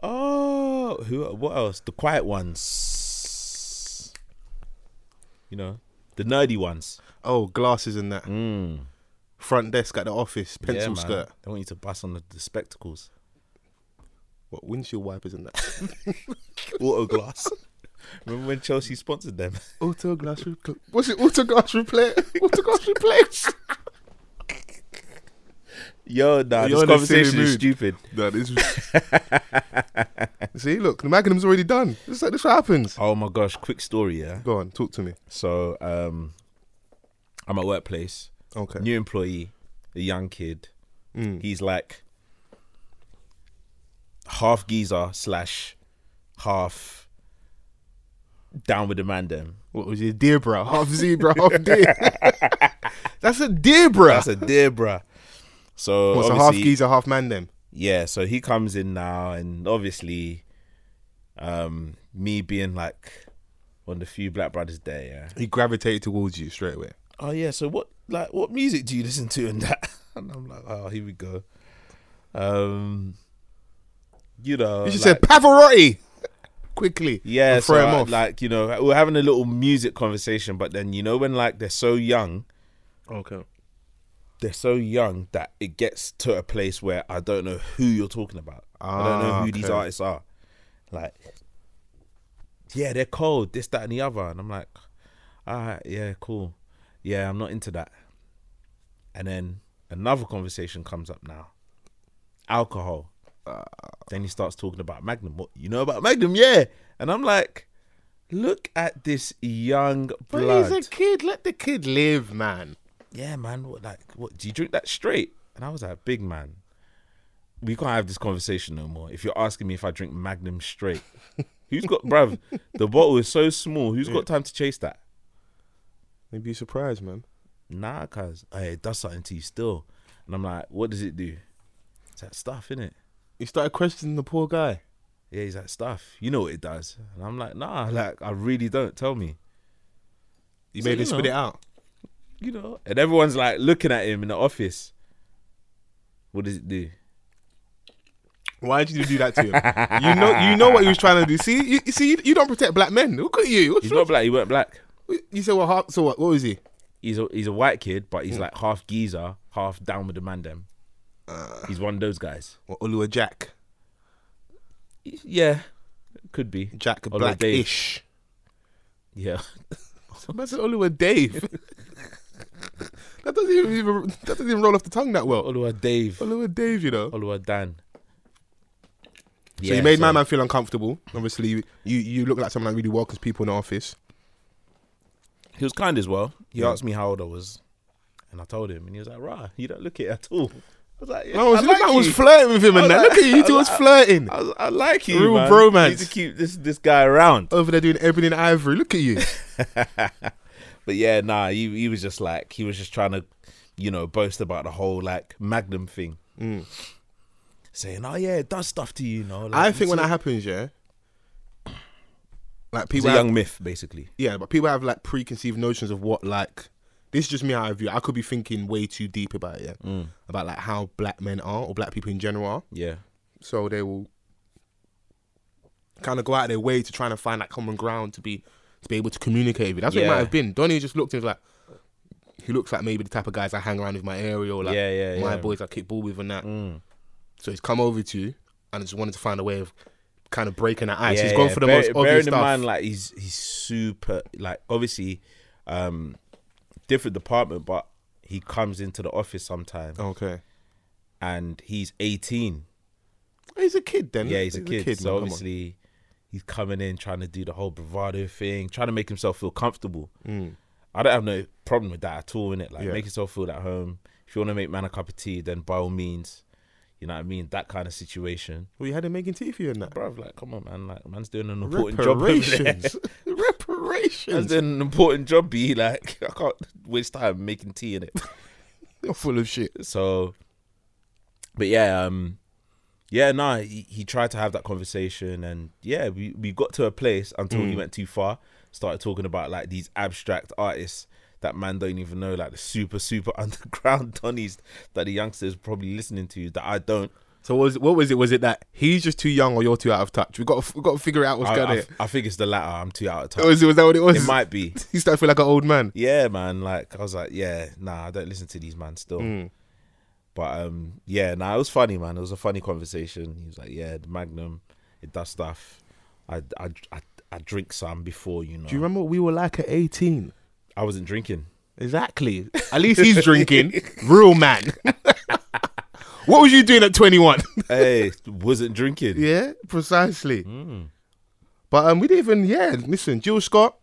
Speaker 1: oh, who? What else? The quiet ones. You know, the nerdy ones.
Speaker 3: Oh, glasses and that.
Speaker 1: Mm.
Speaker 3: Front desk at the office,
Speaker 1: Yeah,
Speaker 3: pencil
Speaker 1: man.
Speaker 3: skirt.
Speaker 1: They want you to bust on the, the spectacles.
Speaker 3: What windshield wipers and that?
Speaker 1: Auto glass. Remember when Chelsea sponsored them?
Speaker 3: auto glass repl- What's it? Auto glass replace. auto glass replace.
Speaker 1: Yo, nah,
Speaker 3: You're
Speaker 1: this
Speaker 3: in a silly
Speaker 1: conversation is
Speaker 3: mood.
Speaker 1: stupid.
Speaker 3: That is. See, look, the magnum's already done. This like this what happens.
Speaker 1: Oh my gosh, quick story, yeah.
Speaker 3: Go on, talk to me.
Speaker 1: So, um, I'm at workplace.
Speaker 3: Okay.
Speaker 1: New employee, a young kid.
Speaker 3: Mm.
Speaker 1: He's like half geezer slash half down with the man. Them
Speaker 3: What was your deer, bro? Half zebra, half deer. That's a deer, bro.
Speaker 1: that's a dear bruh. So
Speaker 3: What's a half
Speaker 1: obviously-
Speaker 3: geezer, half man? Them.
Speaker 1: yeah, so he comes in now, and obviously, um, me being like one of the few black brothers there, yeah.
Speaker 3: He gravitated towards you straight away.
Speaker 1: Oh yeah, so what like what music do you listen to and that? And I'm like, oh, here we go. Um, you know,
Speaker 3: You should
Speaker 1: like-
Speaker 3: say Pavarotti quickly.
Speaker 1: yeah,
Speaker 3: and throw
Speaker 1: so
Speaker 3: him
Speaker 1: I-
Speaker 3: off.
Speaker 1: like you know, we're having a little music conversation, but then you know when like they're so young,
Speaker 3: okay.
Speaker 1: they're so young that it gets to a place where I don't know who you're talking about. I don't know
Speaker 3: Ah,
Speaker 1: who these
Speaker 3: okay.
Speaker 1: artists are. Like, yeah, they're cold, this, that, and the other. And I'm like, all right, yeah, cool. Yeah, I'm not into that. And then another conversation comes up now alcohol.
Speaker 3: Ah.
Speaker 1: then he starts talking about Magnum. What you know about Magnum? Yeah. And I'm like, look at this young
Speaker 3: But
Speaker 1: blood.
Speaker 3: he's a kid. Let the kid live, man.
Speaker 1: yeah, man, what like what do you drink that straight? And I was like, big man, we can't have this conversation no more. If you're asking me if I drink Magnum straight, who's got bruv, the bottle is so small, Who's got time to chase that?
Speaker 3: Maybe you surprised, man.
Speaker 1: Nah, cuz hey, it does something to you still. And I'm like, what does it do? It's that stuff, innit?
Speaker 3: You started questioning the poor guy.
Speaker 1: Yeah, he's like, stuff. You know what it does. And I'm like, nah, like I really don't. Tell me.
Speaker 3: You
Speaker 1: So,
Speaker 3: made
Speaker 1: you
Speaker 3: him spit
Speaker 1: know.
Speaker 3: it out.
Speaker 1: You know. And everyone's like looking at him in the office. What does it do?
Speaker 3: Why did you do that to him? you know, you know what he was trying to do. See, you you see, you, you don't protect black men. Look at you. What's
Speaker 1: He's
Speaker 3: wrong?
Speaker 1: not black. He weren't black.
Speaker 3: You said, well, half, so what? What was he?
Speaker 1: He's a he's a white kid, but
Speaker 3: Hmm.
Speaker 1: he's like half geezer, half down with the man. Them.
Speaker 3: Uh.
Speaker 1: he's one of those guys.
Speaker 3: Well, Olua Jack,
Speaker 1: Yeah, could be
Speaker 3: Jack
Speaker 1: Olua Dave.
Speaker 3: Blackish.
Speaker 1: Yeah,
Speaker 3: That's Olua Dave. that doesn't even, even that doesn't even roll off the tongue that well.
Speaker 1: Olua Dave,
Speaker 3: Olua Dave, you know.
Speaker 1: Olua Dan.
Speaker 3: So
Speaker 1: Yeah,
Speaker 3: you made my
Speaker 1: so-
Speaker 3: man feel uncomfortable. Obviously, you you look like someone that really welcomes people in the office.
Speaker 1: He was kind as well. He
Speaker 3: Hmm.
Speaker 1: asked me how old I was, and I told him, and he was like, "Rah, you don't look it at all." I was like, yeah,
Speaker 3: No,
Speaker 1: I
Speaker 3: was,
Speaker 1: like
Speaker 3: Oh, man
Speaker 1: you.
Speaker 3: was flirting with him, and
Speaker 1: I
Speaker 3: that.
Speaker 1: like-
Speaker 3: look at you, you two was flirting
Speaker 1: I, was- I like you,
Speaker 3: Real
Speaker 1: man.
Speaker 3: bromance.
Speaker 1: Need to keep this this guy around.
Speaker 3: over there doing everything ivory. Look at you.
Speaker 1: But yeah, nah, he he was just like he was just trying to, you know, boast about the whole like Magnum thing,
Speaker 3: Mm.
Speaker 1: saying, "Oh yeah, it does stuff to you." You know, like,
Speaker 3: I think
Speaker 1: it's
Speaker 3: when
Speaker 1: a-
Speaker 3: that happens, yeah, like
Speaker 1: it's
Speaker 3: people,
Speaker 1: a
Speaker 3: have,
Speaker 1: young myth, basically.
Speaker 3: yeah, but people have like preconceived notions of what like this is just me how I view. it. I could be thinking way too deep about it, yeah,
Speaker 1: Mm.
Speaker 3: about like how black men are or black people in general are.
Speaker 1: Yeah,
Speaker 3: So they will kind of go out of their way to try and find that common ground to be to be able to communicate with. That's what it
Speaker 1: Yeah.
Speaker 3: might have been. Donnie just looked and was like. He looks like maybe the type of guys I hang around with my area or like
Speaker 1: Yeah, yeah,
Speaker 3: my
Speaker 1: yeah. Mm.
Speaker 3: boys I kick ball with and that. So he's come over to you and just wanted to find a way of kind of breaking that ice.
Speaker 1: yeah,
Speaker 3: he's gone for the
Speaker 1: Bear-
Speaker 3: most obvious
Speaker 1: Bearing
Speaker 3: stuff.
Speaker 1: in mind, like he's he's super like obviously, um, different department, but he comes into the office sometime
Speaker 3: okay.
Speaker 1: and he's eighteen.
Speaker 3: He's a kid then.
Speaker 1: Yeah, he's a kid. so
Speaker 3: man, come on.
Speaker 1: obviously, he's coming in trying to do the whole bravado thing, trying to make himself feel comfortable. I don't have no problem with that at all. In it, like
Speaker 3: Mm. Yeah.
Speaker 1: make yourself feel at home. If you want to make man a cup of tea, then by all means, you know what I mean. That kind of situation,
Speaker 3: Well, you had him making tea for you and that.
Speaker 1: bruv. Like, come on, man. Like, man's doing an important job. over there.
Speaker 3: Reparations.
Speaker 1: Man's
Speaker 3: Reparations.
Speaker 1: doing an important job. Be like, I can't waste time making tea in it.
Speaker 3: You're full of shit.
Speaker 1: So, but yeah, um, yeah, no, he, he tried to have that conversation, and yeah, we, we got to a place until
Speaker 3: Mm.
Speaker 1: he went too far. Started talking about like these abstract artists that man don't even know, like the super super underground Donnies that the youngsters probably listening to that I don't.
Speaker 3: So what was, what was it? Was it that he's just too young or you're too out of touch? We got to, we got to figure out what's
Speaker 1: I,
Speaker 3: going on.
Speaker 1: I, I think it's the latter. I'm too out of touch.
Speaker 3: Was, it- was that what it was?
Speaker 1: it might be.
Speaker 3: He started to feel like an old man.
Speaker 1: Yeah, man. Like I was like, yeah, nah, I don't listen to these man still.
Speaker 3: Mm.
Speaker 1: But um, yeah, nah, it was funny, man. It was a funny conversation. He was like, yeah, the Magnum, it does stuff. I I I, I drink some before, you know.
Speaker 3: Do you remember what we were like at 18?
Speaker 1: I wasn't drinking.
Speaker 3: Exactly. At least he's drinking. Real man. what was you doing at 21?
Speaker 1: hey, wasn't drinking.
Speaker 3: yeah, precisely.
Speaker 1: Mm.
Speaker 3: But um, we didn't even, yeah, listen, Jill Scott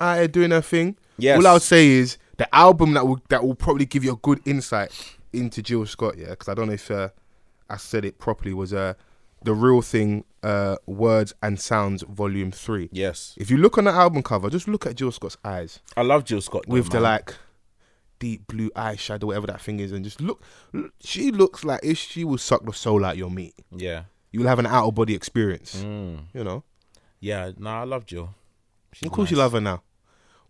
Speaker 3: out here doing her thing.
Speaker 1: Yes.
Speaker 3: All I would say is the album that will, that will probably give you a good insight into Jill Scott, yeah, because I don't know if uh, I said it properly, was uh, The Real Thing, uh, Words and Sounds, Volume 3.
Speaker 1: Yes,
Speaker 3: If you look on the album cover, just look at Jill Scott's eyes
Speaker 1: I love Jill Scott though,
Speaker 3: with the
Speaker 1: man.
Speaker 3: like deep blue eyeshadow, whatever that thing is, and just look. look- She looks like if she will suck the soul out your meat,
Speaker 1: Yeah,
Speaker 3: you'll have an out of body experience.
Speaker 1: Mm.
Speaker 3: You know,
Speaker 1: yeah. Nah, I love Jill. She's
Speaker 3: of course you
Speaker 1: nice.
Speaker 3: love her now.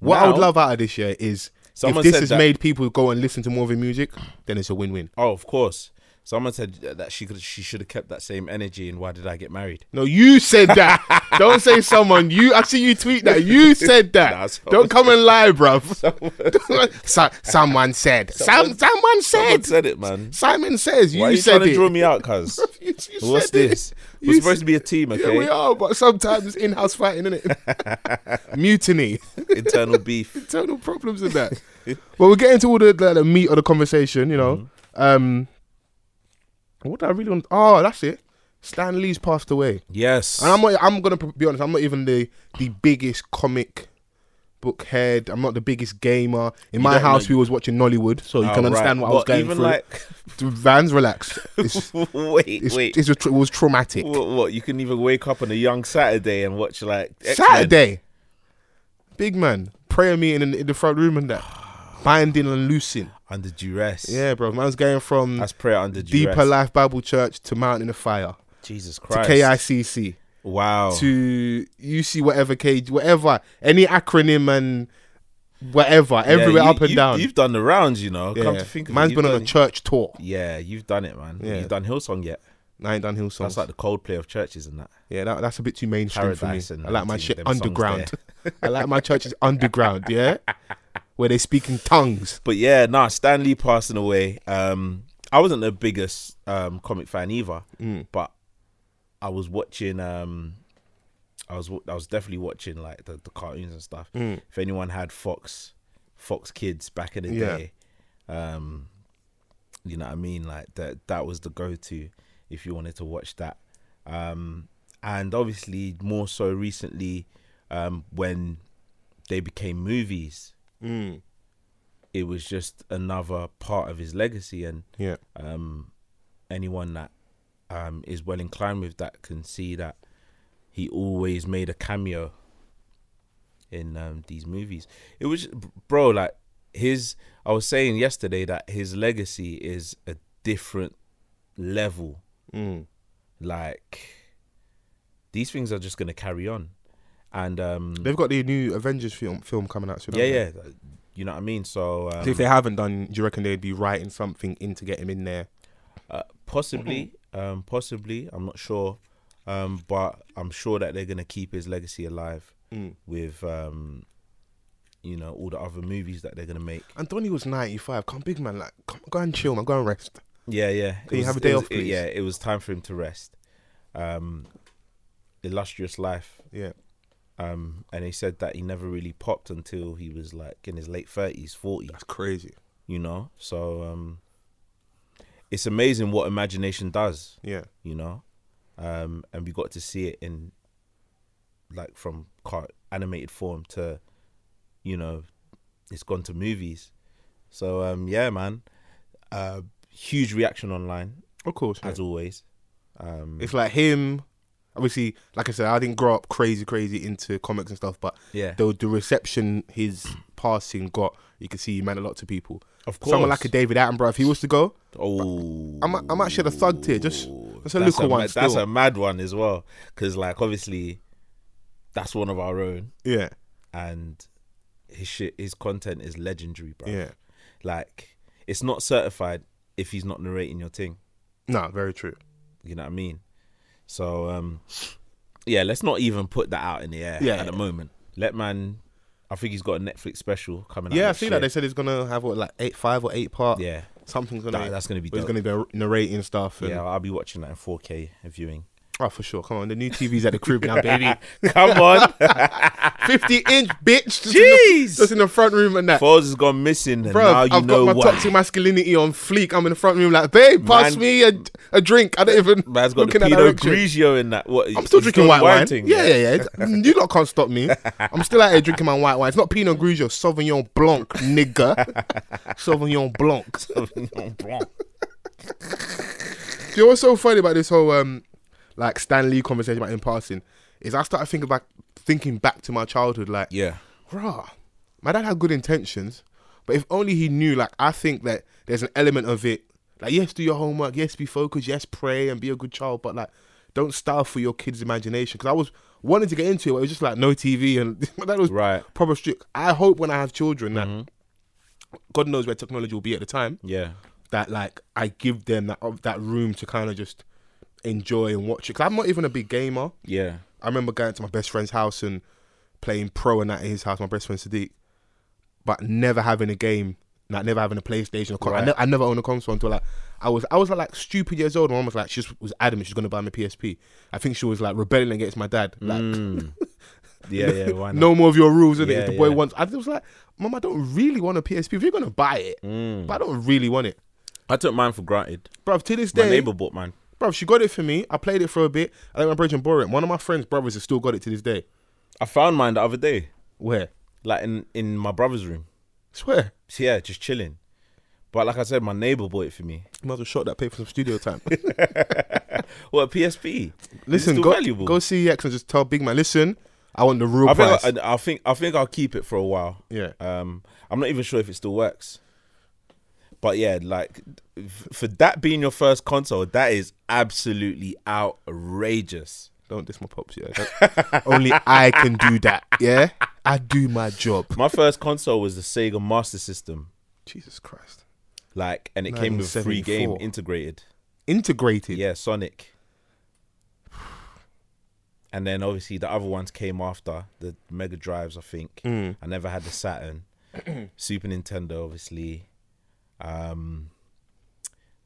Speaker 3: What I would
Speaker 1: Now?
Speaker 3: love out of this year is
Speaker 1: Someone
Speaker 3: if this
Speaker 1: said
Speaker 3: has
Speaker 1: that-
Speaker 3: made people go and listen to more of her music, then it's a win-win.
Speaker 1: Oh, of course. Someone said that she could, she should have kept that same energy. And why did I get married?
Speaker 3: No, you said that. Don't say someone. You, I see you tweet that. You said that.
Speaker 1: Nah, someone
Speaker 3: Don't come and lie, bruv.
Speaker 1: Someone
Speaker 3: So- someone said. Some,
Speaker 1: Someone-
Speaker 3: someone said.
Speaker 1: said it, man.
Speaker 3: Simon says. You
Speaker 1: Why are you
Speaker 3: said
Speaker 1: trying
Speaker 3: it.
Speaker 1: to draw me out, cuz?
Speaker 3: You- you
Speaker 1: What's
Speaker 3: said it.
Speaker 1: this?
Speaker 3: You
Speaker 1: We're supposed
Speaker 3: said-
Speaker 1: to be a team,
Speaker 3: Yeah, we
Speaker 1: okay?
Speaker 3: are, but sometimes in-house fighting, isn't it? Mutiny,
Speaker 1: Internal beef.
Speaker 3: internal problems in that. but we'll get into all the, the, the meat of the conversation, you know. Um, what did I really want? Oh, that's it. Stan Lee's passed away,
Speaker 1: Yes.
Speaker 3: and I'm not, I'm gonna be honest. I'm not even the the biggest comic book head. I'm not the biggest gamer. In my
Speaker 1: don't know-
Speaker 3: house, we was watching Nollywood, so you
Speaker 1: Oh,
Speaker 3: can understand
Speaker 1: right.
Speaker 3: what I was
Speaker 1: But
Speaker 3: going
Speaker 1: even
Speaker 3: through.
Speaker 1: like,
Speaker 3: Vans, relax. It's,
Speaker 1: wait,
Speaker 3: it's,
Speaker 1: wait.
Speaker 3: it's a tra- it was traumatic.
Speaker 1: what, what? You can even wake up on a young Saturday and watch like X-Men.
Speaker 3: Saturday. Big man. Prayer meeting in the, in the front room and that. Binding and loosing.
Speaker 1: under duress.
Speaker 3: Yeah, bro. Man's going from
Speaker 1: That's prayer under
Speaker 3: Deeper
Speaker 1: duress.
Speaker 3: Life Bible Church to Mountain of Fire
Speaker 1: Jesus
Speaker 3: to
Speaker 1: Christ. Oh.
Speaker 3: KICC
Speaker 1: Wow.
Speaker 3: to UC whatever cage whatever any acronym and whatever
Speaker 1: Yeah,
Speaker 3: everywhere
Speaker 1: you-
Speaker 3: up and
Speaker 1: you-
Speaker 3: down.
Speaker 1: You've done the rounds, you know.
Speaker 3: yeah.
Speaker 1: Come to think of
Speaker 3: Man's
Speaker 1: it,
Speaker 3: been
Speaker 1: you've
Speaker 3: on a
Speaker 1: done-
Speaker 3: church tour.
Speaker 1: Yeah, you've done it, man.
Speaker 3: Yeah.
Speaker 1: You've done Hillsong yet?
Speaker 3: And I ain't done Hill songs.
Speaker 1: That's like the Coldplay of churches and that.
Speaker 3: yeah, that, that's a bit too mainstream for me.
Speaker 1: Paradise and
Speaker 3: I like my
Speaker 1: 19,
Speaker 3: shit
Speaker 1: them songs
Speaker 3: underground. I like my churches underground. Yeah, where they speak in tongues.
Speaker 1: But yeah, nah, Stanley passing away. Um, I wasn't the biggest um comic fan either, but I was watching. Um, I was wa- I was definitely watching like the, the cartoons and stuff. If anyone had Fox, Fox Kids back in the
Speaker 3: Yeah.
Speaker 1: day, um, you know what I mean. Like that that was the go to if you wanted to watch that. Um, and obviously more so recently, um, when they became movies it was just another part of his legacy and
Speaker 3: Yeah,
Speaker 1: um anyone that um is well inclined with that can see that he always made a cameo in um these movies it was bro like his i was saying yesterday that his legacy is a different level like these things are just going to carry on and um
Speaker 3: they've got the new Avengers film film coming out soon.
Speaker 1: yeah
Speaker 3: haven't they?
Speaker 1: yeah you know what i mean so um,
Speaker 3: So if they haven't done, do you reckon they'd be writing something in to get him in there?
Speaker 1: Uh, possibly, um, possibly. I'm not sure, um, but I'm sure that they're gonna keep his legacy alive
Speaker 3: Mm.
Speaker 1: with, um, you know, all the other movies that they're gonna make.
Speaker 3: And Donnie was ninety five. Come, big man, like come, go and chill, man. Go and rest.
Speaker 1: Yeah, yeah. It
Speaker 3: Can you
Speaker 1: was-
Speaker 3: have a day
Speaker 1: it was-
Speaker 3: off,
Speaker 1: it-
Speaker 3: please?
Speaker 1: yeah, it was time for him to rest. Um, illustrious life,
Speaker 3: Yeah,
Speaker 1: um, and he said that he never really popped until he was like in his late thirties, forties.
Speaker 3: that's crazy.
Speaker 1: You know, so um, it's amazing what imagination does.
Speaker 3: Yeah,
Speaker 1: you know, um, and we got to see it in like from car- animated form to, you know, it's gone to movies. So um, yeah, man, uh, huge reaction online
Speaker 3: of course.
Speaker 1: as always. Um,
Speaker 3: It's like him. Obviously, like I said, I didn't grow up crazy, crazy into comics and stuff, but
Speaker 1: Yeah.
Speaker 3: the, the reception his passing got, you can see he meant a lot to people.
Speaker 1: Of
Speaker 3: Someone
Speaker 1: course.
Speaker 3: like a David Attenborough, if he was to go,
Speaker 1: oh,
Speaker 3: I might, I might shed a thug tear. Just that's a
Speaker 1: that's
Speaker 3: little
Speaker 1: a,
Speaker 3: one.
Speaker 1: ma-
Speaker 3: still.
Speaker 1: That's a mad one as well, because like obviously, that's one of our own,
Speaker 3: yeah,
Speaker 1: and his shit, his content is legendary, bro.
Speaker 3: yeah.
Speaker 1: like it's not certified if he's not narrating your thing.
Speaker 3: No, very true.
Speaker 1: You know what I mean? So um yeah, let's not even put that out in the air
Speaker 3: Yeah,
Speaker 1: at the
Speaker 3: yeah.
Speaker 1: moment. Let man I think he's got a Netflix special coming out.
Speaker 3: Yeah, I
Speaker 1: next
Speaker 3: see
Speaker 1: year.
Speaker 3: that they said he's gonna have what like eight, five or eight part.
Speaker 1: Yeah.
Speaker 3: something's gonna.
Speaker 1: That- that's gonna be
Speaker 3: where He's
Speaker 1: dope.
Speaker 3: gonna be narrating stuff. And,
Speaker 1: Yeah, I'll be watching that in 4K and viewing.
Speaker 3: Oh, for sure. Come on, the new TV's at the crib now, baby.
Speaker 1: Come on.
Speaker 3: Fifty inch, bitch. Just In the,
Speaker 1: Jeez.
Speaker 3: just in the front room and that.
Speaker 1: Foles has gone missing and
Speaker 3: Bro,
Speaker 1: now you
Speaker 3: I've
Speaker 1: know
Speaker 3: got my
Speaker 1: why.
Speaker 3: toxic masculinity on fleek. I'm in the front room like, babe, pass
Speaker 1: Man-
Speaker 3: me a, a drink. I don't even.
Speaker 1: Man's got the
Speaker 3: look in that
Speaker 1: Pinot
Speaker 3: direction.
Speaker 1: Grigio in that. What,
Speaker 3: I'm still drinking white wine. yeah,
Speaker 1: yeah.
Speaker 3: yeah, yeah. you lot can't stop me. I'm still out here drinking my white wine. It's not Pinot Grigio, Sauvignon Blanc, nigga. Sauvignon Blanc. Do you know what's so funny about this whole um like Stan Lee conversation about him passing is I started thinking back thinking back to my childhood like
Speaker 1: yeah.
Speaker 3: bruh, my dad had good intentions, but if only he knew like I think that there's an element of it like yes do your homework, yes be focused, yes pray and be a good child, but like don't starve for your kids' imagination because I was wanting to get into it, but it was just like no TV and my dad was
Speaker 1: Right.
Speaker 3: proper strict. I hope when I have children that God knows where technology will be at the time
Speaker 1: Yeah.
Speaker 3: that like I give them that uh, that room to kind of just enjoy and watch it. Cause I'm not even a big gamer.
Speaker 1: Yeah.
Speaker 3: I remember going to my best friend's house and playing pro and that at his house. My best friend Sadiq, but never having a game, like never having a PlayStation. Or con- I,
Speaker 1: Right.
Speaker 3: ne- I never owned a console until like I was I was like stupid years old. My mom was like she just was adamant she's gonna buy me a PSP. I think she was like rebelling against my dad. Like
Speaker 1: Yeah, yeah. Why not?
Speaker 3: no more of your rules, innit?
Speaker 1: Mm. Yeah,
Speaker 3: if the boy
Speaker 1: yeah.
Speaker 3: wants, I was like, Mom, I don't really want a PSP. If you're gonna buy it,
Speaker 1: Mm.
Speaker 3: but I don't really want it,
Speaker 1: I took mine for granted.
Speaker 3: bruv. To this
Speaker 1: My
Speaker 3: day,
Speaker 1: neighbor bought mine.
Speaker 3: Bro, she got it for me. I played it for a bit. I let my brethren borrow it. One of my friends' brothers has still got it to this day.
Speaker 1: I found mine the other day,
Speaker 3: Where?
Speaker 1: like in in my brother's room.
Speaker 3: Swear.
Speaker 1: So yeah, just chilling. But like I said, my neighbor bought it for me.
Speaker 3: Might as well shot that pay for some studio time.
Speaker 1: Well, a PSP.
Speaker 3: listen,
Speaker 1: it's
Speaker 3: go,
Speaker 1: still valuable.
Speaker 3: go see X and just tell Big Man, listen, I want the real
Speaker 1: I
Speaker 3: price.
Speaker 1: think I, I think I think I'll keep it for a while.
Speaker 3: Yeah.
Speaker 1: Um, I'm not even sure if it still works. But yeah, like f- for that being your first console, that is absolutely outrageous.
Speaker 3: Don't diss my pops, yeah. Don't- Only I can do that, yeah? I do my job.
Speaker 1: My first console was the Sega Master System,
Speaker 3: Jesus Christ.
Speaker 1: like, and it came with free game
Speaker 3: 1974.
Speaker 1: integrated.
Speaker 3: integrated.
Speaker 1: Yeah, Sonic. And then obviously the other ones came after the Mega Drives. I think I never had the Saturn, Super Nintendo, obviously. Um,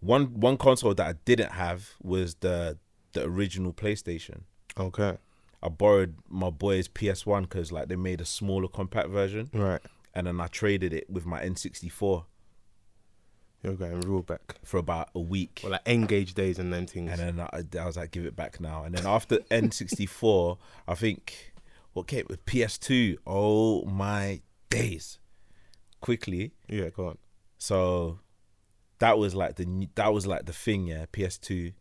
Speaker 1: one one console that I didn't have was the the original PlayStation.
Speaker 3: Okay.
Speaker 1: I borrowed my boy's PS One because like they made a smaller compact version,
Speaker 3: Right.
Speaker 1: and then I traded it with my N sixty four
Speaker 3: You're going real back.
Speaker 1: for about a week.
Speaker 3: Or like engage days and them things.
Speaker 1: And uh, then I, I was like, give it back now. And then after N64, I think what came with PS2. Oh my days! Quickly,
Speaker 3: yeah, go on.
Speaker 1: so that was like the new- that was like the thing. Yeah, PS2.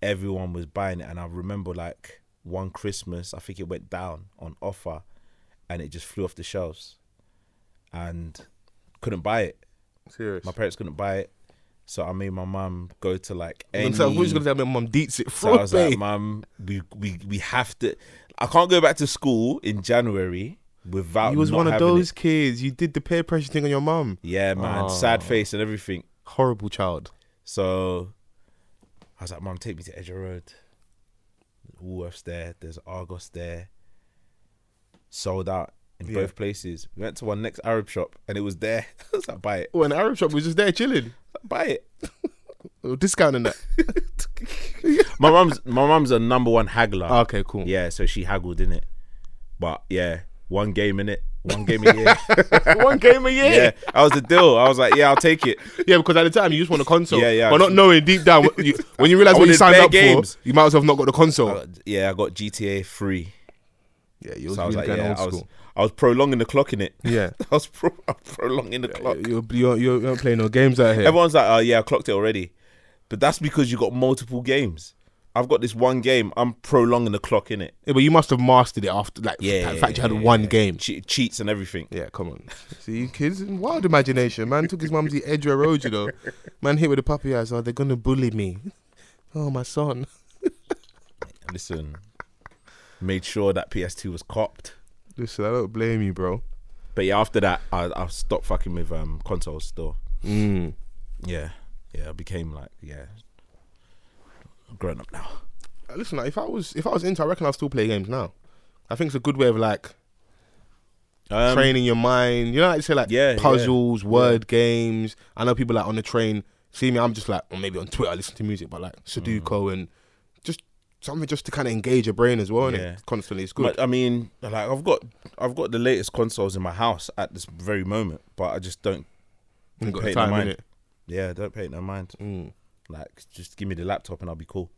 Speaker 1: Everyone was buying it, and I remember like one Christmas, I think it went down on offer, and it just flew off the shelves, and couldn't buy it.
Speaker 3: Serious.
Speaker 1: My parents couldn't buy it, so I made my mum go to like any.
Speaker 3: so who's gonna tell me mum deets it
Speaker 1: So I
Speaker 3: from
Speaker 1: was like,
Speaker 3: me?
Speaker 1: Mum, we, we we have to. I can't go back to school in January without.
Speaker 3: You was
Speaker 1: not
Speaker 3: one of
Speaker 1: having
Speaker 3: those
Speaker 1: it."
Speaker 3: kids. You did the peer pressure thing on your mum.
Speaker 1: Yeah, man, sad face and everything.
Speaker 3: Horrible child.
Speaker 1: So I was like, Mum, take me to Edger Road. Woolworths there. There's Argos there. Sold out in
Speaker 3: Yeah.
Speaker 1: both places. We went to one next Arab shop and it was there. I was like, buy it,
Speaker 3: Well, an Arab shop was just there chilling,
Speaker 1: buy it.
Speaker 3: We were discounting that.
Speaker 1: My mum's my mum's a number one haggler.
Speaker 3: Ah, okay, cool.
Speaker 1: Yeah, so she haggled in it. Oh, But yeah, one game in it, one game a year.
Speaker 3: one game a year.
Speaker 1: yeah, that was the deal. I was like, yeah, I'll take it.
Speaker 3: Yeah, because at the time you just want a console.
Speaker 1: Yeah, yeah.
Speaker 3: But not knowing deep down, what you, when you realize what you
Speaker 1: wanted
Speaker 3: signed
Speaker 1: bare
Speaker 3: up
Speaker 1: games.
Speaker 3: for, you might as well have not got the console.
Speaker 1: Yeah, I got GTA free.
Speaker 3: yeah, you was
Speaker 1: So I was
Speaker 3: really
Speaker 1: like,
Speaker 3: going
Speaker 1: yeah,
Speaker 3: old
Speaker 1: I was,
Speaker 3: school.
Speaker 1: I was prolonging the clock in it.
Speaker 3: Yeah.
Speaker 1: I was pro- I was prolonging the clock.
Speaker 3: You're, you're, you're not playing no games out here.
Speaker 1: Everyone's like, oh yeah, I clocked it already, but that's because you got multiple games. I've got this one game. I'm prolonging the clock in it.
Speaker 3: Yeah, but you must have mastered it after, like,
Speaker 1: Yeah,
Speaker 3: the fact you had
Speaker 1: yeah,
Speaker 3: one game.
Speaker 1: Che- cheats and everything.
Speaker 3: Yeah, come on. See, you kids, wild imagination. Man took his mum to Edra Road, you know. Man hit with the puppy eyes. Oh, they're going to bully me. Oh, my son.
Speaker 1: Listen, made sure that PS2 was copped.
Speaker 3: Listen, I don't blame you, bro.
Speaker 1: But yeah, after that, I I stopped fucking with um consoles still.
Speaker 3: Mm.
Speaker 1: Yeah, yeah, I became like yeah, grown up now.
Speaker 3: Uh, Listen, like, if I was if I was into, I reckon I'll still play games now. I think it's a good way of like
Speaker 1: Um,
Speaker 3: training your mind. You know, like say like
Speaker 1: Yeah, yeah.
Speaker 3: puzzles, word games. I know people like on the train see me. I'm just like, or maybe on Twitter, I listen to music, but like Sudoku
Speaker 1: Mm.
Speaker 3: and just something just to kind of engage your brain as well.
Speaker 1: Yeah.
Speaker 3: Yeah. Constantly, it's good.
Speaker 1: But, I mean, like I've got I've got the latest consoles in my house at this very moment, but I just don't.
Speaker 3: Ain't got
Speaker 1: pay
Speaker 3: the
Speaker 1: it
Speaker 3: time,
Speaker 1: no mind.
Speaker 3: innit?
Speaker 1: Yeah, don't pay it no mind.
Speaker 3: Mm,
Speaker 1: Like, just give me the laptop and I'll be cool.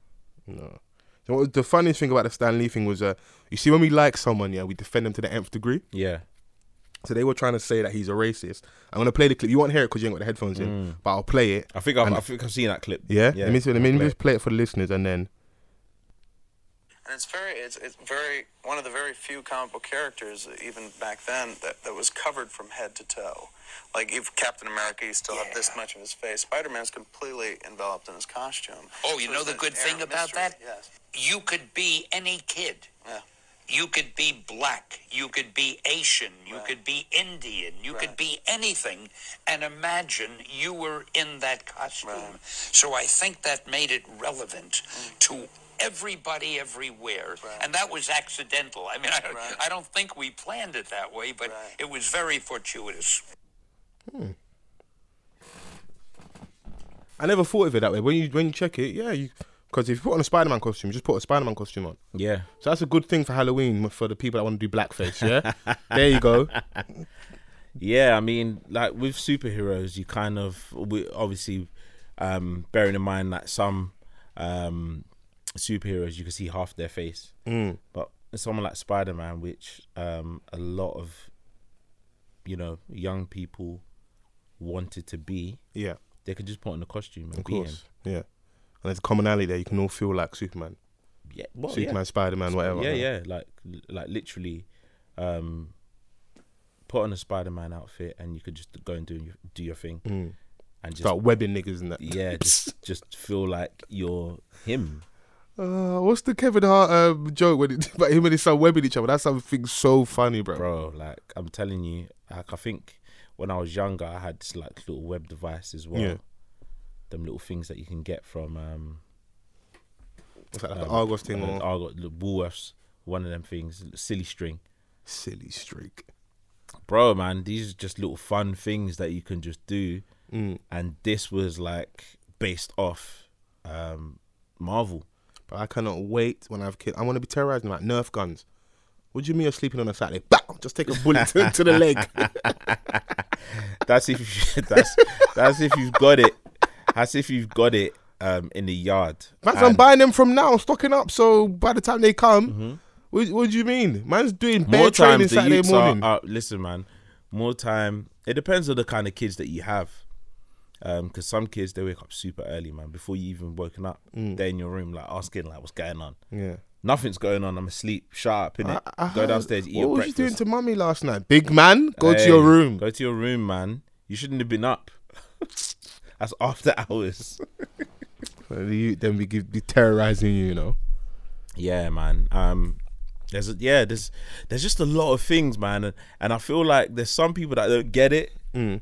Speaker 3: no. So what was the funniest thing about the Stan Lee thing was, uh, you see, when we like someone, yeah, we defend them to the nth degree.
Speaker 1: Yeah,
Speaker 3: So they were trying to say that he's a racist. I'm gonna play the clip. You won't hear it because you ain't got the headphones in, but I'll play it.
Speaker 1: I think I've, I think I've seen that clip.
Speaker 3: Yeah, let me,
Speaker 1: Mm. I'll
Speaker 3: let me
Speaker 1: play
Speaker 3: just play it for the listeners and then.
Speaker 4: And it's very, it's, it's very, one of the very few comic book characters, even back then, that, that was covered from head to toe. Like, if Captain America, you still have this much of his face. Spider Man's completely enveloped in his costume.
Speaker 5: Oh, you
Speaker 4: So
Speaker 5: know
Speaker 4: there's
Speaker 5: the
Speaker 4: an
Speaker 5: good
Speaker 4: air
Speaker 5: thing
Speaker 4: of
Speaker 5: about
Speaker 4: mystery,
Speaker 5: that?
Speaker 4: Yes.
Speaker 5: You could be any kid.
Speaker 4: Yeah.
Speaker 5: You could be black. You could be Asian. You
Speaker 4: Right.
Speaker 5: could be Indian. You could
Speaker 4: Right.
Speaker 5: be anything. And imagine you were in that costume.
Speaker 4: Right. Mm.
Speaker 5: So I think that made it relevant to everybody everywhere.
Speaker 4: Right.
Speaker 5: And that was accidental. I mean, I,
Speaker 4: Right.
Speaker 5: I don't think we planned it that way, but
Speaker 4: Right.
Speaker 5: it was very fortuitous.
Speaker 3: I never thought of it that way. When you when you check it, yeah, you because if you put on a Spider Man costume, just put a Spider Man costume on.
Speaker 1: it. Yeah.
Speaker 3: So that's a good thing for Halloween for the people that want to do blackface. Yeah, there you go.
Speaker 1: Yeah, I mean, like with superheroes, you kind of we, obviously um, bearing in mind that some um, superheroes you can see half their face, mm. but someone like Spider Man, which um, a lot of you know young people wanted to be,
Speaker 3: Yeah,
Speaker 1: they could just put on a costume and
Speaker 3: of
Speaker 1: be
Speaker 3: course. Yeah, and there's a commonality there. You can all feel like Superman,
Speaker 1: him. Oh, Yeah, well,
Speaker 3: Superman, Spider Man, whatever.
Speaker 1: yeah, yeah, like like literally, um, put on a Spider Man outfit and you could just go and do your, do your thing, and just
Speaker 3: Mm. Start webbing niggas and that.
Speaker 1: yeah, just just feel like you're him.
Speaker 3: Uh, what's the Kevin Hart um, joke when it, about him and his son webbing each other? That's something so funny, bro.
Speaker 1: bro. Like I'm telling you, like I think when I was younger, I had this like little web device as well,
Speaker 3: Yeah.
Speaker 1: them little things that you can get from um,
Speaker 3: It's like, like the Argos thing
Speaker 1: uh,
Speaker 3: or
Speaker 1: Argo, the Woolworths, one of them things, silly string.
Speaker 3: silly streak.
Speaker 1: Bro, man, these are just little fun things that you can just do. And this was like based off um, Marvel.
Speaker 3: But I cannot wait when I have kids. I want to be terrorized like Nerf guns. What do you mean you're sleeping on a Saturday? Bam! Just take a bullet to, to the leg.
Speaker 1: That's if you, that's that's if you've got it. That's if you've got it um, in the yard.
Speaker 3: Man's I'm
Speaker 1: And
Speaker 3: buying them from now, stocking up. So by the time they come, what, what do you mean? Man's doing
Speaker 1: Mm-hmm.
Speaker 3: bear
Speaker 1: more time
Speaker 3: training
Speaker 1: the
Speaker 3: Saturday
Speaker 1: youths are
Speaker 3: morning.
Speaker 1: out. Listen, man, more time. It depends on the kind of kids that you have. Because some kids they wake up super early, man. Before you even woken up,
Speaker 3: Mm.
Speaker 1: they're in your room like asking like, "What's going on?"
Speaker 3: yeah.
Speaker 1: Nothing's going on. I'm asleep. Shut up, innit?
Speaker 3: I- I
Speaker 1: go
Speaker 3: heard-
Speaker 1: downstairs, eat
Speaker 3: What
Speaker 1: your
Speaker 3: was
Speaker 1: breakfast.
Speaker 3: you doing to mummy last night, big man? Go to
Speaker 1: Hey,
Speaker 3: your room.
Speaker 1: Go to your room, man. You shouldn't have been up. That's after hours.
Speaker 3: Well, you- then we give be terrorizing you, you know.
Speaker 1: Yeah, man. Um, there's a, yeah, there's there's just a lot of things, man, and, and I feel like there's some people that don't get it,
Speaker 3: Mm.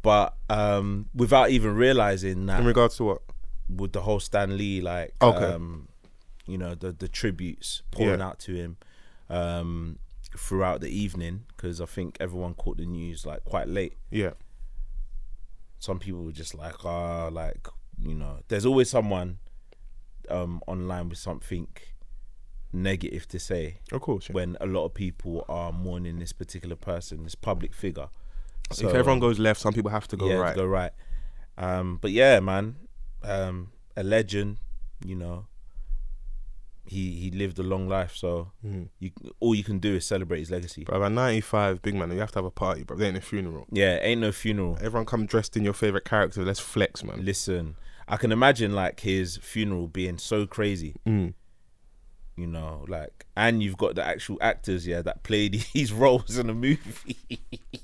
Speaker 1: but um, without even realizing that
Speaker 3: In regards to what?
Speaker 1: with the whole Stan Lee, like,
Speaker 3: Okay.
Speaker 1: um, you know, the the tributes pouring
Speaker 3: Yeah.
Speaker 1: out to him um, throughout the evening, because I think everyone caught the news like quite late.
Speaker 3: Yeah.
Speaker 1: some people were just like, ah, like you know, there's always someone um online with something negative to say.
Speaker 3: Of course, yeah.
Speaker 1: When a lot of people are mourning this particular person, this public figure. So,
Speaker 3: if everyone goes left, some people have to go
Speaker 1: yeah,
Speaker 3: right.
Speaker 1: go right. Um, but yeah, man, um, a legend. You know, he he lived a long life, so
Speaker 3: Hmm.
Speaker 1: you all you can do is celebrate his legacy.
Speaker 3: Brother, 95, big man, you have to have a party, bro. They ain't a funeral.
Speaker 1: Yeah, ain't no funeral.
Speaker 3: Everyone come dressed in your favorite character. Let's flex, man.
Speaker 1: listen i can imagine like his funeral being so crazy
Speaker 3: Mm.
Speaker 1: you know like and you've got the actual actors yeah that played his roles in the movie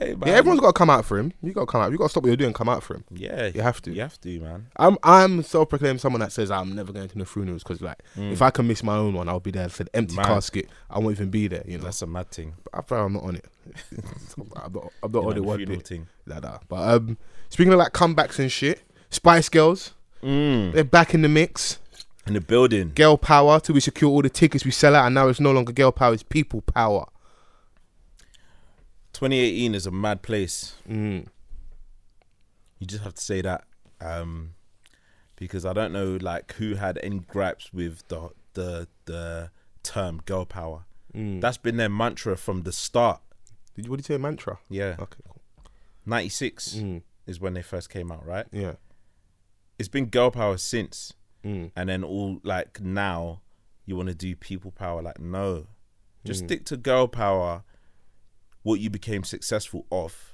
Speaker 1: hey, man.
Speaker 3: Yeah, everyone's got to come out for him. You got to come out. You got to stop what you're doing. and Come out for him.
Speaker 1: yeah
Speaker 3: you have to.
Speaker 1: you have to man
Speaker 3: I'm I'm self-proclaimed someone that says I'm never going to the funerals because like if I can miss my own one, I'll be there. It's an empty
Speaker 1: Mm. Man.
Speaker 3: casket. I won't even be there. You know,
Speaker 1: that's a mad thing
Speaker 3: I feel I'm not on it. I'm not, I'm
Speaker 1: You
Speaker 3: not on
Speaker 1: know,
Speaker 3: it
Speaker 1: the
Speaker 3: one
Speaker 1: funeral
Speaker 3: bit.
Speaker 1: thing.
Speaker 3: Nah, nah. But um, speaking of like comebacks and shit, Spice Girls,
Speaker 1: Mm.
Speaker 3: they're back in the mix.
Speaker 1: in the building
Speaker 3: Girl power till we secure all the tickets we sell out, and now it's no longer girl power, it's people power.
Speaker 1: 2018 is a mad place you just have to say that um because i don't know like who had any gripes with the the the term girl power that's been their mantra from the start
Speaker 3: Did you what did you say mantra?
Speaker 1: Yeah.
Speaker 3: Okay. Cool.
Speaker 1: 96 is when they first came out, right?
Speaker 3: Yeah.
Speaker 1: It's been girl power since. And then all like now you want to do people power. Like, no. Just stick to girl power, what you became successful of.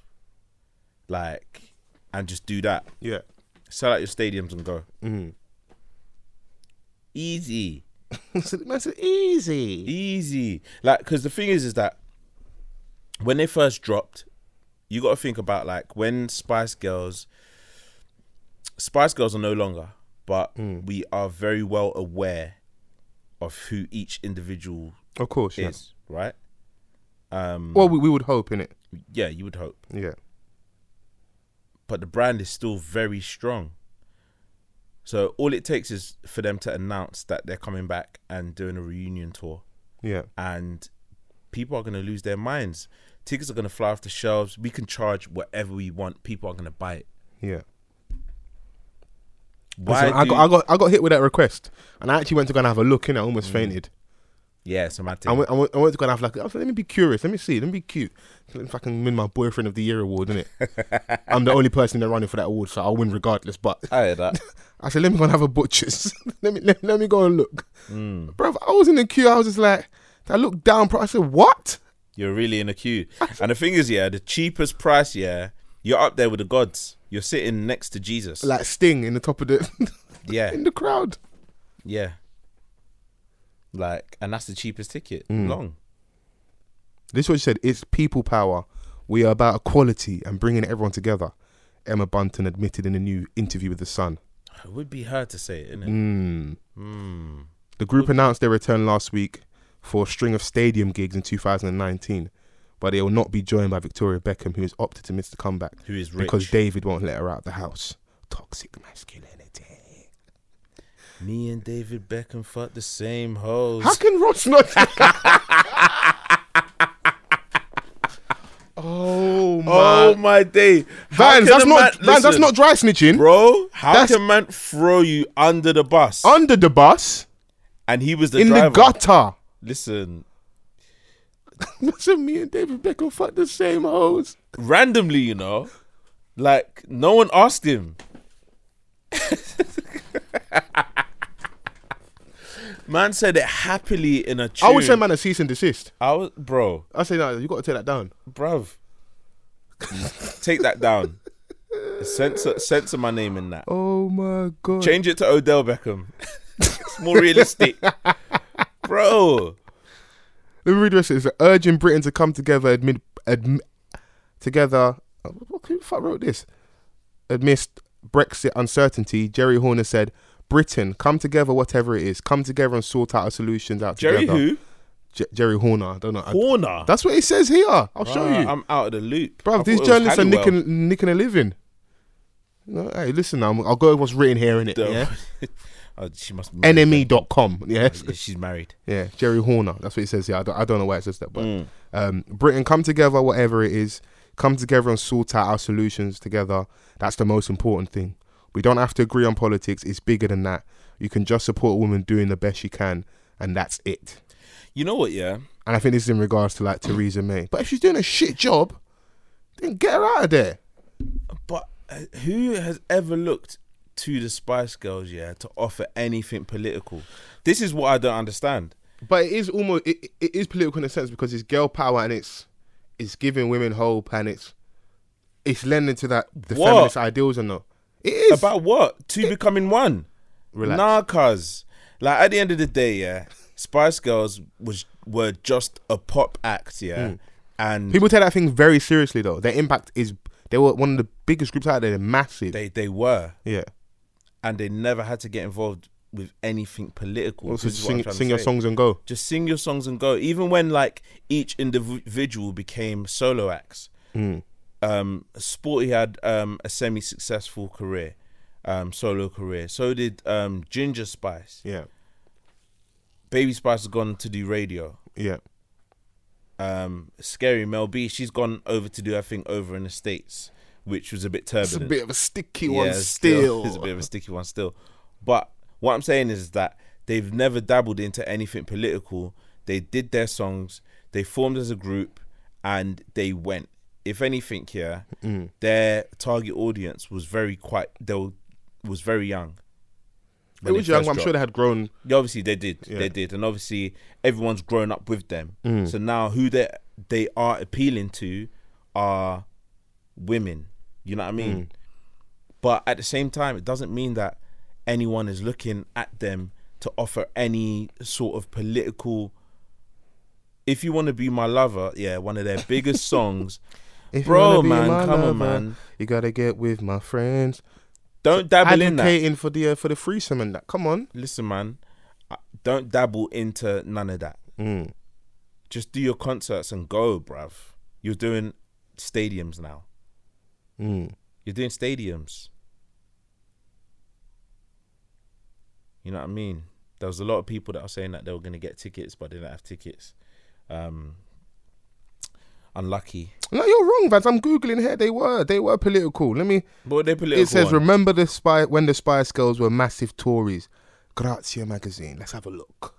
Speaker 1: Like, and just do that.
Speaker 3: Yeah.
Speaker 1: Sell out your stadiums and go. Easy.
Speaker 3: so, man, it's easy.
Speaker 1: Easy. Like, because the thing is, is that when they first dropped, you got to think about like when Spice Girls, Spice Girls are no longer, but we are very well aware of who each individual
Speaker 3: Of course. Yeah. Mm.
Speaker 1: is, right?
Speaker 3: Well, we, we would hope in it.
Speaker 1: Yeah, you would hope.
Speaker 3: Yeah.
Speaker 1: but the brand is still very strong. So all it takes is for them to announce that they're coming back and doing a reunion tour,
Speaker 3: Yeah.
Speaker 1: and people are going to lose their minds. Tickets are going to fly off the shelves. We can charge whatever we want. People are going to buy it.
Speaker 3: Yeah.
Speaker 1: Why?
Speaker 3: Listen, I,
Speaker 1: do-
Speaker 3: got, I got I got hit with that request, and I actually went to go and have a look, and I almost fainted.
Speaker 1: Mm. yeah, it's a mad
Speaker 3: I
Speaker 1: thing.
Speaker 3: went, I, went, I went to go and have like, I was like, let me be curious, let me see, let me be cute. Let me fucking win my boyfriend of the year award, innit? I'm the only person they're running for that award, so I'll win regardless. But
Speaker 1: I heard that.
Speaker 3: I said, let me go and have a butcher's. let me let, let me go and look,
Speaker 1: Mm.
Speaker 3: bro. I was in the queue. I was just like, I looked down, bro. I said, what?
Speaker 1: You're really in a queue. And the thing is, yeah, the cheapest price, yeah, you're up there with the gods. You're sitting next to Jesus.
Speaker 3: Like Sting in the top of the
Speaker 1: yeah.
Speaker 3: in the crowd.
Speaker 1: Yeah. Like, and that's the cheapest ticket.
Speaker 3: Mm.
Speaker 1: Long.
Speaker 3: This is what she said. It's people power. We are about equality and bringing everyone together. Emma Bunton admitted in a new interview with The Sun.
Speaker 1: It would be her to say it, innit?
Speaker 3: Mm.
Speaker 1: Mm.
Speaker 3: The group announced their return last week for a string of stadium gigs in 2019, but they will not be joined by Victoria Beckham, who has opted to miss the comeback.
Speaker 1: Who is
Speaker 3: Because
Speaker 1: rich.
Speaker 3: David won't let her out the house. Toxic masculinity.
Speaker 1: Me and David Beckham fucked the same hoes.
Speaker 3: How can Ross not? oh my.
Speaker 1: Oh my day, How
Speaker 3: Vans,
Speaker 1: can
Speaker 3: that's
Speaker 1: a
Speaker 3: not
Speaker 1: man-
Speaker 3: Vans, that's
Speaker 1: Listen,
Speaker 3: not dry snitching.
Speaker 1: bro. How
Speaker 3: That's-
Speaker 1: can man throw you under the bus?
Speaker 3: Under the bus,
Speaker 1: and he was the
Speaker 3: in
Speaker 1: driver.
Speaker 3: the gutter.
Speaker 1: Listen,
Speaker 3: Listen, me and David Beckham fuck the same hoes.
Speaker 1: randomly, you know, like no one asked him. man said it happily in a tune.
Speaker 3: I would say man a cease and desist.
Speaker 1: I was, bro,
Speaker 3: I say no, you got to take that down.
Speaker 1: bruv. Take that down. Censor, censor my name in that.
Speaker 3: Oh my god.
Speaker 1: Change it to Odell Beckham. it's more realistic, bro.
Speaker 3: Let me read the rest. It's uh, urging Britain to come together admit adm- together. Uh, What who the fuck wrote this? Amidst Brexit uncertainty, Jerry Horner said, "Britain, come together, whatever it is, come together and sort out our solutions out
Speaker 1: Jerry
Speaker 3: together."
Speaker 1: who?
Speaker 3: J- Jerry Horner. I don't know. I-
Speaker 1: Horner.
Speaker 3: that's what it says here. I'll show
Speaker 1: Ah,
Speaker 3: you,
Speaker 1: I'm out of the loop, I
Speaker 3: bro.
Speaker 1: thought
Speaker 3: These
Speaker 1: it was
Speaker 3: journalists are
Speaker 1: Halliwell.
Speaker 3: nicking, nicking a living. No, hey, listen, now, I'll go with what's written here in it.
Speaker 1: The-
Speaker 3: Yeah?
Speaker 1: oh, she must. be married
Speaker 3: NME.com. Yes.
Speaker 1: then. Yeah, She's married.
Speaker 3: Yeah, Jerry Horner. That's what it says. Yeah, I don't, I don't know why it says that, but
Speaker 1: Mm.
Speaker 3: um, Britain, come together, whatever it is, come together and sort out our solutions together. That's the most important thing. We don't have to agree on politics. It's bigger than that. You can just support a woman doing the best she can, and that's it.
Speaker 1: You know what? Yeah,
Speaker 3: And I think this is in regards to like Theresa May. But if she's doing a shit job, then get her out of there.
Speaker 1: but uh, who has ever looked to the Spice Girls? Yeah, to offer anything political. This is what I don't understand.
Speaker 3: But it is almost it, it- it is political in a sense because it's girl power and it's it's giving women hope and it's it's lending to that the
Speaker 1: What?
Speaker 3: feminist ideals and not. It is
Speaker 1: About what? Two becoming one.
Speaker 3: Relax.
Speaker 1: Nah, cuz. Like at the end of the day, yeah, Spice Girls was were just a pop act, yeah.
Speaker 3: Hmm.
Speaker 1: And
Speaker 3: people take that thing very seriously though. Their impact is they were one of the biggest groups out there. They're massive.
Speaker 1: they they were.
Speaker 3: yeah.
Speaker 1: And they never had to get involved with anything political.
Speaker 3: Also,
Speaker 1: This is
Speaker 3: just
Speaker 1: what I'm
Speaker 3: sing
Speaker 1: trying to
Speaker 3: sing your
Speaker 1: say.
Speaker 3: songs and go.
Speaker 1: Just sing your songs and go. Even when like each individual became solo acts.
Speaker 3: Hmm.
Speaker 1: Um Sporty had um a semi successful career, um, solo career. So did um Ginger Spice.
Speaker 3: Yeah.
Speaker 1: Baby Spice has gone to do radio.
Speaker 3: Yeah. Hmm.
Speaker 1: um, scary Mel B. She's gone over to do her thing over in the states, which was a bit turbulent.
Speaker 3: It's a bit of a sticky
Speaker 1: Yeah,
Speaker 3: one
Speaker 1: it's
Speaker 3: still.
Speaker 1: it's a bit of a sticky one still. But what I'm saying is that they've never dabbled into anything political. They did their songs, they formed as a group, and they went. If anything, here
Speaker 3: Mm.
Speaker 1: their target audience was very quite. They were, was very young.
Speaker 3: It
Speaker 1: when
Speaker 3: was
Speaker 1: they
Speaker 3: young.
Speaker 1: first
Speaker 3: I'm sure
Speaker 1: dropped.
Speaker 3: they had grown.
Speaker 1: Yeah, obviously they did, they did, and obviously everyone's grown up with them.
Speaker 3: Mm.
Speaker 1: So now who they they are appealing to are women. You know what I
Speaker 3: Mm.
Speaker 1: mean? But at the same time, it doesn't mean that anyone is looking at them to offer any sort of political. If you want to be my lover, yeah, one of their biggest songs.
Speaker 3: If you
Speaker 1: Bro,
Speaker 3: wanna be
Speaker 1: man,
Speaker 3: my
Speaker 1: come on,
Speaker 3: lover,
Speaker 1: man.
Speaker 3: You gotta get with my friends.
Speaker 1: Don't dabble in that.
Speaker 3: Advocating for the uh, for the threesome and that. Come on.
Speaker 1: listen, man, I- don't dabble into none of that.
Speaker 3: Mm.
Speaker 1: Just do your concerts and go, bruv. You're doing stadiums now.
Speaker 3: Mm.
Speaker 1: You're doing stadiums. You know what I mean? There was a lot of people that are saying that they were going to get tickets, but they didn't have tickets. Um, unlucky.
Speaker 3: No, you're wrong, Vance. I'm googling here. They were, they were political. Let me.
Speaker 1: But what they political
Speaker 3: it says,
Speaker 1: on?
Speaker 3: "Remember the spy when the Spice Girls were massive Tories." Grazia magazine. Let's have a look.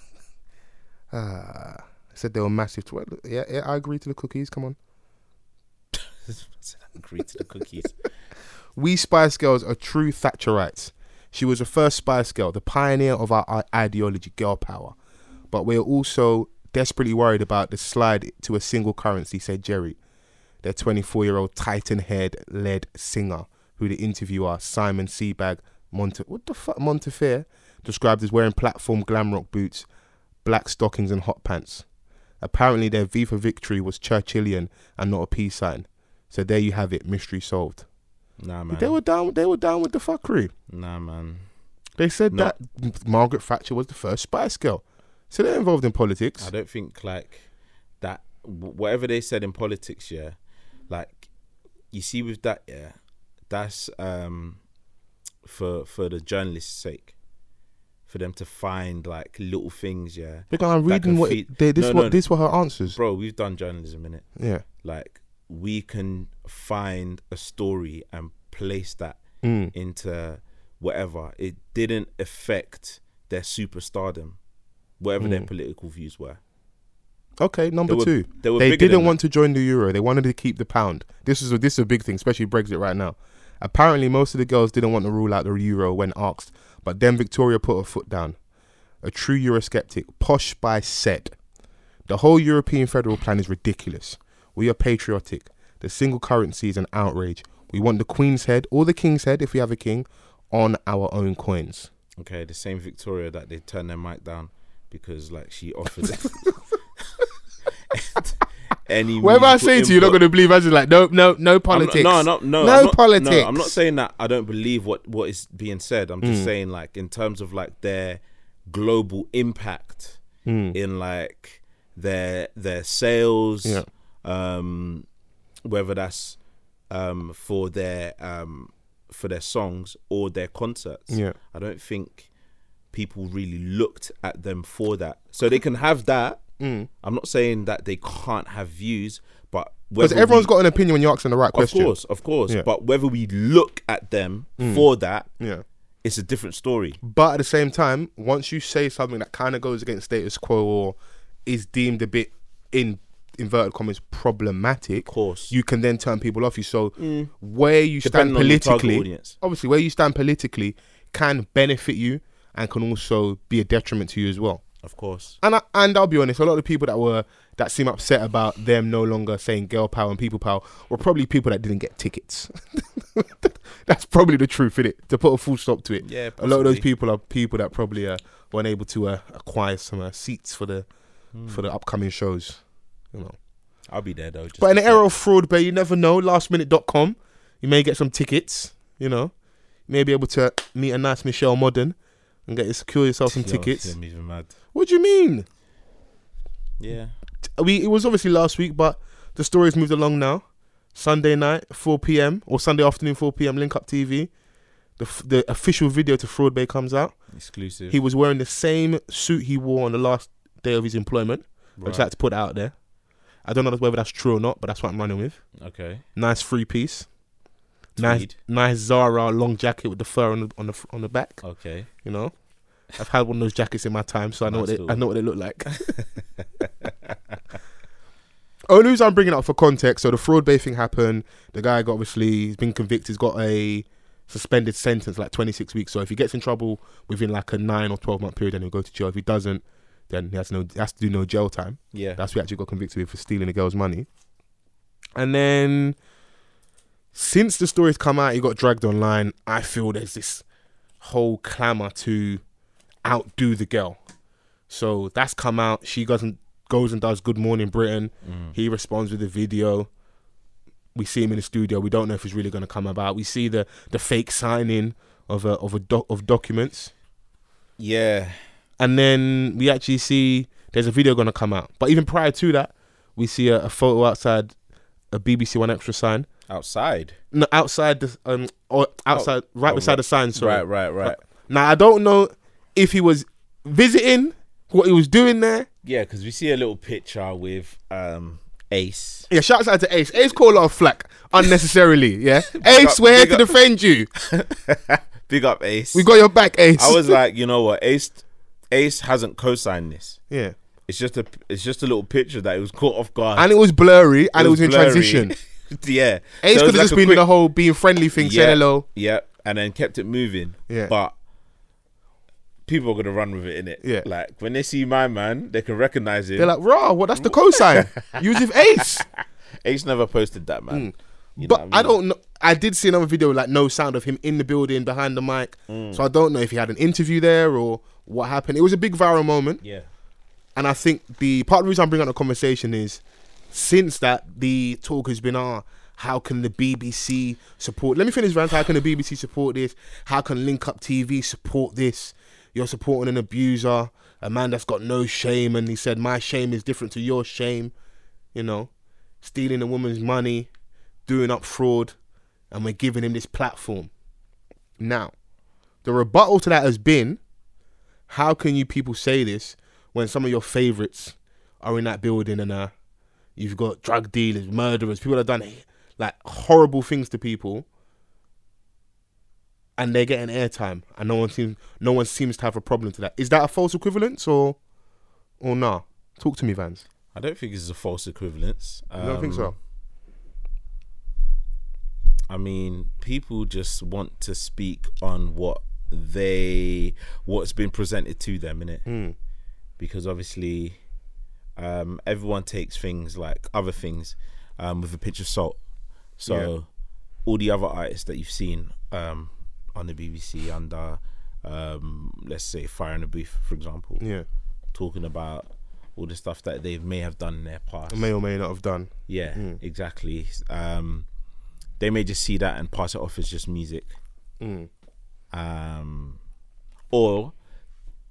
Speaker 3: ah, it said they were massive. Tor- yeah, yeah, I agree to the cookies. Come on.
Speaker 1: Agree to the cookies.
Speaker 3: We Spice Girls are true Thatcherites. She was the first Spice Girl, the pioneer of our i- ideology, girl power. But we're also desperately worried about the slide to a single currency, said Jerry, their 24 year old Titan haired led singer, who the interviewer, Simon Sebag Monte- what the fuck, Montefiore, described as wearing platform glam rock boots, black stockings, and hot pants. Apparently, their V for victory was Churchillian and not a peace sign. So there you have it, mystery solved.
Speaker 1: nah, man.
Speaker 3: They were down. They were down with the fuckery.
Speaker 1: nah, man.
Speaker 3: They said that Margaret Thatcher was the first Spice Girl, so they're involved in politics.
Speaker 1: I don't think like that wh- whatever they said in politics, yeah, like you see with that, yeah, that's um for for the journalists' sake, for them to find like little things, yeah.
Speaker 3: Because I'm
Speaker 1: that
Speaker 3: reading
Speaker 1: can
Speaker 3: what
Speaker 1: feed-
Speaker 3: it, they, this
Speaker 1: No,
Speaker 3: what
Speaker 1: no,
Speaker 3: this were her answers.
Speaker 1: bro. We've done journalism in it.
Speaker 3: Yeah,
Speaker 1: Like we can find a story and place that into whatever. It didn't affect their superstardom, whatever their political views were.
Speaker 3: Okay, number
Speaker 1: They were-
Speaker 3: two.
Speaker 1: they were bigger
Speaker 3: didn't
Speaker 1: than
Speaker 3: want to join the euro. They wanted to keep the pound. This is a, this is a big thing, especially Brexit right now. Apparently, most of the girls didn't want to rule out the euro when asked, but then Victoria put her foot down. A true Eurosceptic, posh by set. The whole European federal plan is ridiculous. We are patriotic. The single currency is an outrage. We want the Queen's head or the King's head, if we have a king, on our own coins.
Speaker 1: Okay, the same Victoria that they turned their mic down because like she offered any.
Speaker 3: Whatever I
Speaker 1: meaningful
Speaker 3: say to you, you're not
Speaker 1: input.
Speaker 3: going to believe. I just like, no, no, no
Speaker 1: I'm
Speaker 3: politics.
Speaker 1: Not, no, no, no,
Speaker 3: no
Speaker 1: I'm not-
Speaker 3: politics. Mm.
Speaker 1: No, I'm not saying that I don't believe what what is being said. I'm just saying like in terms of like their global impact
Speaker 3: Mm.
Speaker 1: in like their their sales,
Speaker 3: Yeah.
Speaker 1: um, whether that's um for their um for their songs or their concerts.
Speaker 3: Yeah.
Speaker 1: I don't think people really looked at them for that. So they can have that.
Speaker 3: Mm.
Speaker 1: I'm not saying that they can't have views, but
Speaker 3: Because
Speaker 1: whether
Speaker 3: everyone's
Speaker 1: we-
Speaker 3: got an opinion when you're asking the right
Speaker 1: of
Speaker 3: question.
Speaker 1: course, of course.
Speaker 3: Yeah.
Speaker 1: But whether we look at them for that,
Speaker 3: Yeah.
Speaker 1: it's a different story.
Speaker 3: But at the same time, once you say something that kind of goes against status quo or is deemed a bit in inverted commas problematic, of
Speaker 1: course. Mm.
Speaker 3: you can then turn people off you. So where you
Speaker 1: Depending on your
Speaker 3: stand
Speaker 1: target
Speaker 3: politically,
Speaker 1: audience.
Speaker 3: obviously where you stand politically can benefit you and can also be a detriment to you as well.
Speaker 1: Of course.
Speaker 3: And I, and I'll be honest, a lot of people that were that seem upset about them no longer saying girl power and people power were probably people that didn't get tickets. That's probably the truth, is it? To put a full stop to it.
Speaker 1: Yeah,
Speaker 3: a lot of those
Speaker 1: possibly.
Speaker 3: people are people that probably uh, weren't able to uh, acquire some uh, seats for the
Speaker 1: Hmm.
Speaker 3: for the upcoming shows. You know,
Speaker 1: I'll be there though. Just
Speaker 3: but in
Speaker 1: to
Speaker 3: the era of fraud, but you never know. Lastminute.com, you may get some tickets. You know, you may be able to meet a nice Michelle Modern and get secure yourself some
Speaker 1: see- Yo,
Speaker 3: tickets.
Speaker 1: I'm even mad.
Speaker 3: What do you mean?
Speaker 1: Yeah.
Speaker 3: we it was obviously last week, but the story's moved along now. Sunday night, 4 p.m. or Sunday afternoon, 4 p.m. Link Up TV. The f- the official video to Fraud Bay comes out.
Speaker 1: Exclusive.
Speaker 3: He was wearing the same suit he wore on the last day of his employment. I just
Speaker 1: Right.
Speaker 3: like to put that out there. I don't know whether that's true or not, but that's what I'm running with.
Speaker 1: okay.
Speaker 3: Nice free piece. Nice,
Speaker 1: Tweed.
Speaker 3: nice Zara long jacket with the fur on the on the f- on the back.
Speaker 1: Okay.
Speaker 3: You know, I've had one of those jackets in my time, so I
Speaker 1: Nice
Speaker 3: know what they, I
Speaker 1: little-
Speaker 3: know what they look like. Only reason Oh, I'm bringing it up for context, so the fraud bay thing happened. The guy got obviously he's been convicted. He's got a suspended sentence, like 26 weeks. So if he gets in trouble within like a nine or 12 month period, then he'll go to jail. If he doesn't, then he has no has to do no jail time.
Speaker 1: Yeah.
Speaker 3: That's what he actually got convicted with for stealing the girl's money. And then since the story's come out, he got dragged online. I feel there's this whole clamor to outdo the girl. So that's come out. She goes and goes and does Good Morning Britain. He responds with a video. We see him in the studio. We don't know if it's really going to come about. We see the the fake signing of a of a doc, of documents
Speaker 1: yeah.
Speaker 3: and then we actually see there's a video gonna come out. But even prior to that, we see a, a photo outside a BBC One Extra sign.
Speaker 1: Outside.
Speaker 3: No, outside the um, or outside, right
Speaker 1: oh,
Speaker 3: beside
Speaker 1: right.
Speaker 3: the sign. Sorry.
Speaker 1: Right, right, right.
Speaker 3: Now I don't know if he was visiting, what he was doing there.
Speaker 1: Yeah, because we see a little picture with um Ace.
Speaker 3: Yeah, shouts out to Ace. Ace caught a lot of flack unnecessarily. Yeah, Ace,
Speaker 1: up,
Speaker 3: we're here
Speaker 1: big
Speaker 3: to
Speaker 1: up.
Speaker 3: defend you.
Speaker 1: Big up Ace.
Speaker 3: We got your back, Ace.
Speaker 1: I was like, you know what, Ace Ace hasn't co signed this.
Speaker 3: yeah,
Speaker 1: It's just a it's just a little picture that it was caught off guard.
Speaker 3: and it was blurry, and it was, in
Speaker 1: blurry.
Speaker 3: transition.
Speaker 1: yeah.
Speaker 3: Ace
Speaker 1: So it was
Speaker 3: could have
Speaker 1: like
Speaker 3: just
Speaker 1: a
Speaker 3: been
Speaker 1: quick-
Speaker 3: the whole being friendly thing, saying hello.
Speaker 1: Yeah, and then kept it moving.
Speaker 3: Yeah.
Speaker 1: But people are gonna run with it, innit?
Speaker 3: Yeah.
Speaker 1: Like when they see my man, they can recognize it.
Speaker 3: They're like, raw, what? That's the cosign. Use with Ace.
Speaker 1: Ace never posted that man. You know
Speaker 3: mm. But
Speaker 1: what
Speaker 3: I
Speaker 1: mean?
Speaker 3: don't know. I did see another video with, like no sound of him in the building behind the mic.
Speaker 1: Mm.
Speaker 3: So I don't know if he had an interview there or what happened. It was a big viral moment.
Speaker 1: Yeah.
Speaker 3: And I think the part of the reason I'm bringing up the conversation is since that, the talk has been, ah, how can the BBC support? Let me finish, rant. How can the BBC support this? How can Link Up TV support this? You're supporting an abuser, a man that's got no shame. And he said, my shame is different to your shame. you know, stealing a woman's money, doing up fraud, and we're giving him this platform. Now, the rebuttal to that has been, how can you people say this when some of your favorites are in that building and uh, you've got drug dealers, murderers, people that have done like horrible things to people, and they're getting airtime, and no one seems no one seems to have a problem to that. Is that a false equivalence or or nah? Talk to me, Vans.
Speaker 1: I don't think this is a false equivalence.
Speaker 3: I don't think so.
Speaker 1: I mean, people just want to speak on what they what's been presented to them, innit?
Speaker 3: Hmm.
Speaker 1: Because obviously, um, everyone takes things like other things um, with a pinch of salt. So, all the other artists that you've seen um, on the BBC under, um, let's say, Fire in the Booth, for example,
Speaker 3: Um, Yeah,
Speaker 1: talking about all the stuff that they may have done in their past.
Speaker 3: may or may not have done.
Speaker 1: Yeah, exactly. Um, they may just see that and pass it off as just music. Um, or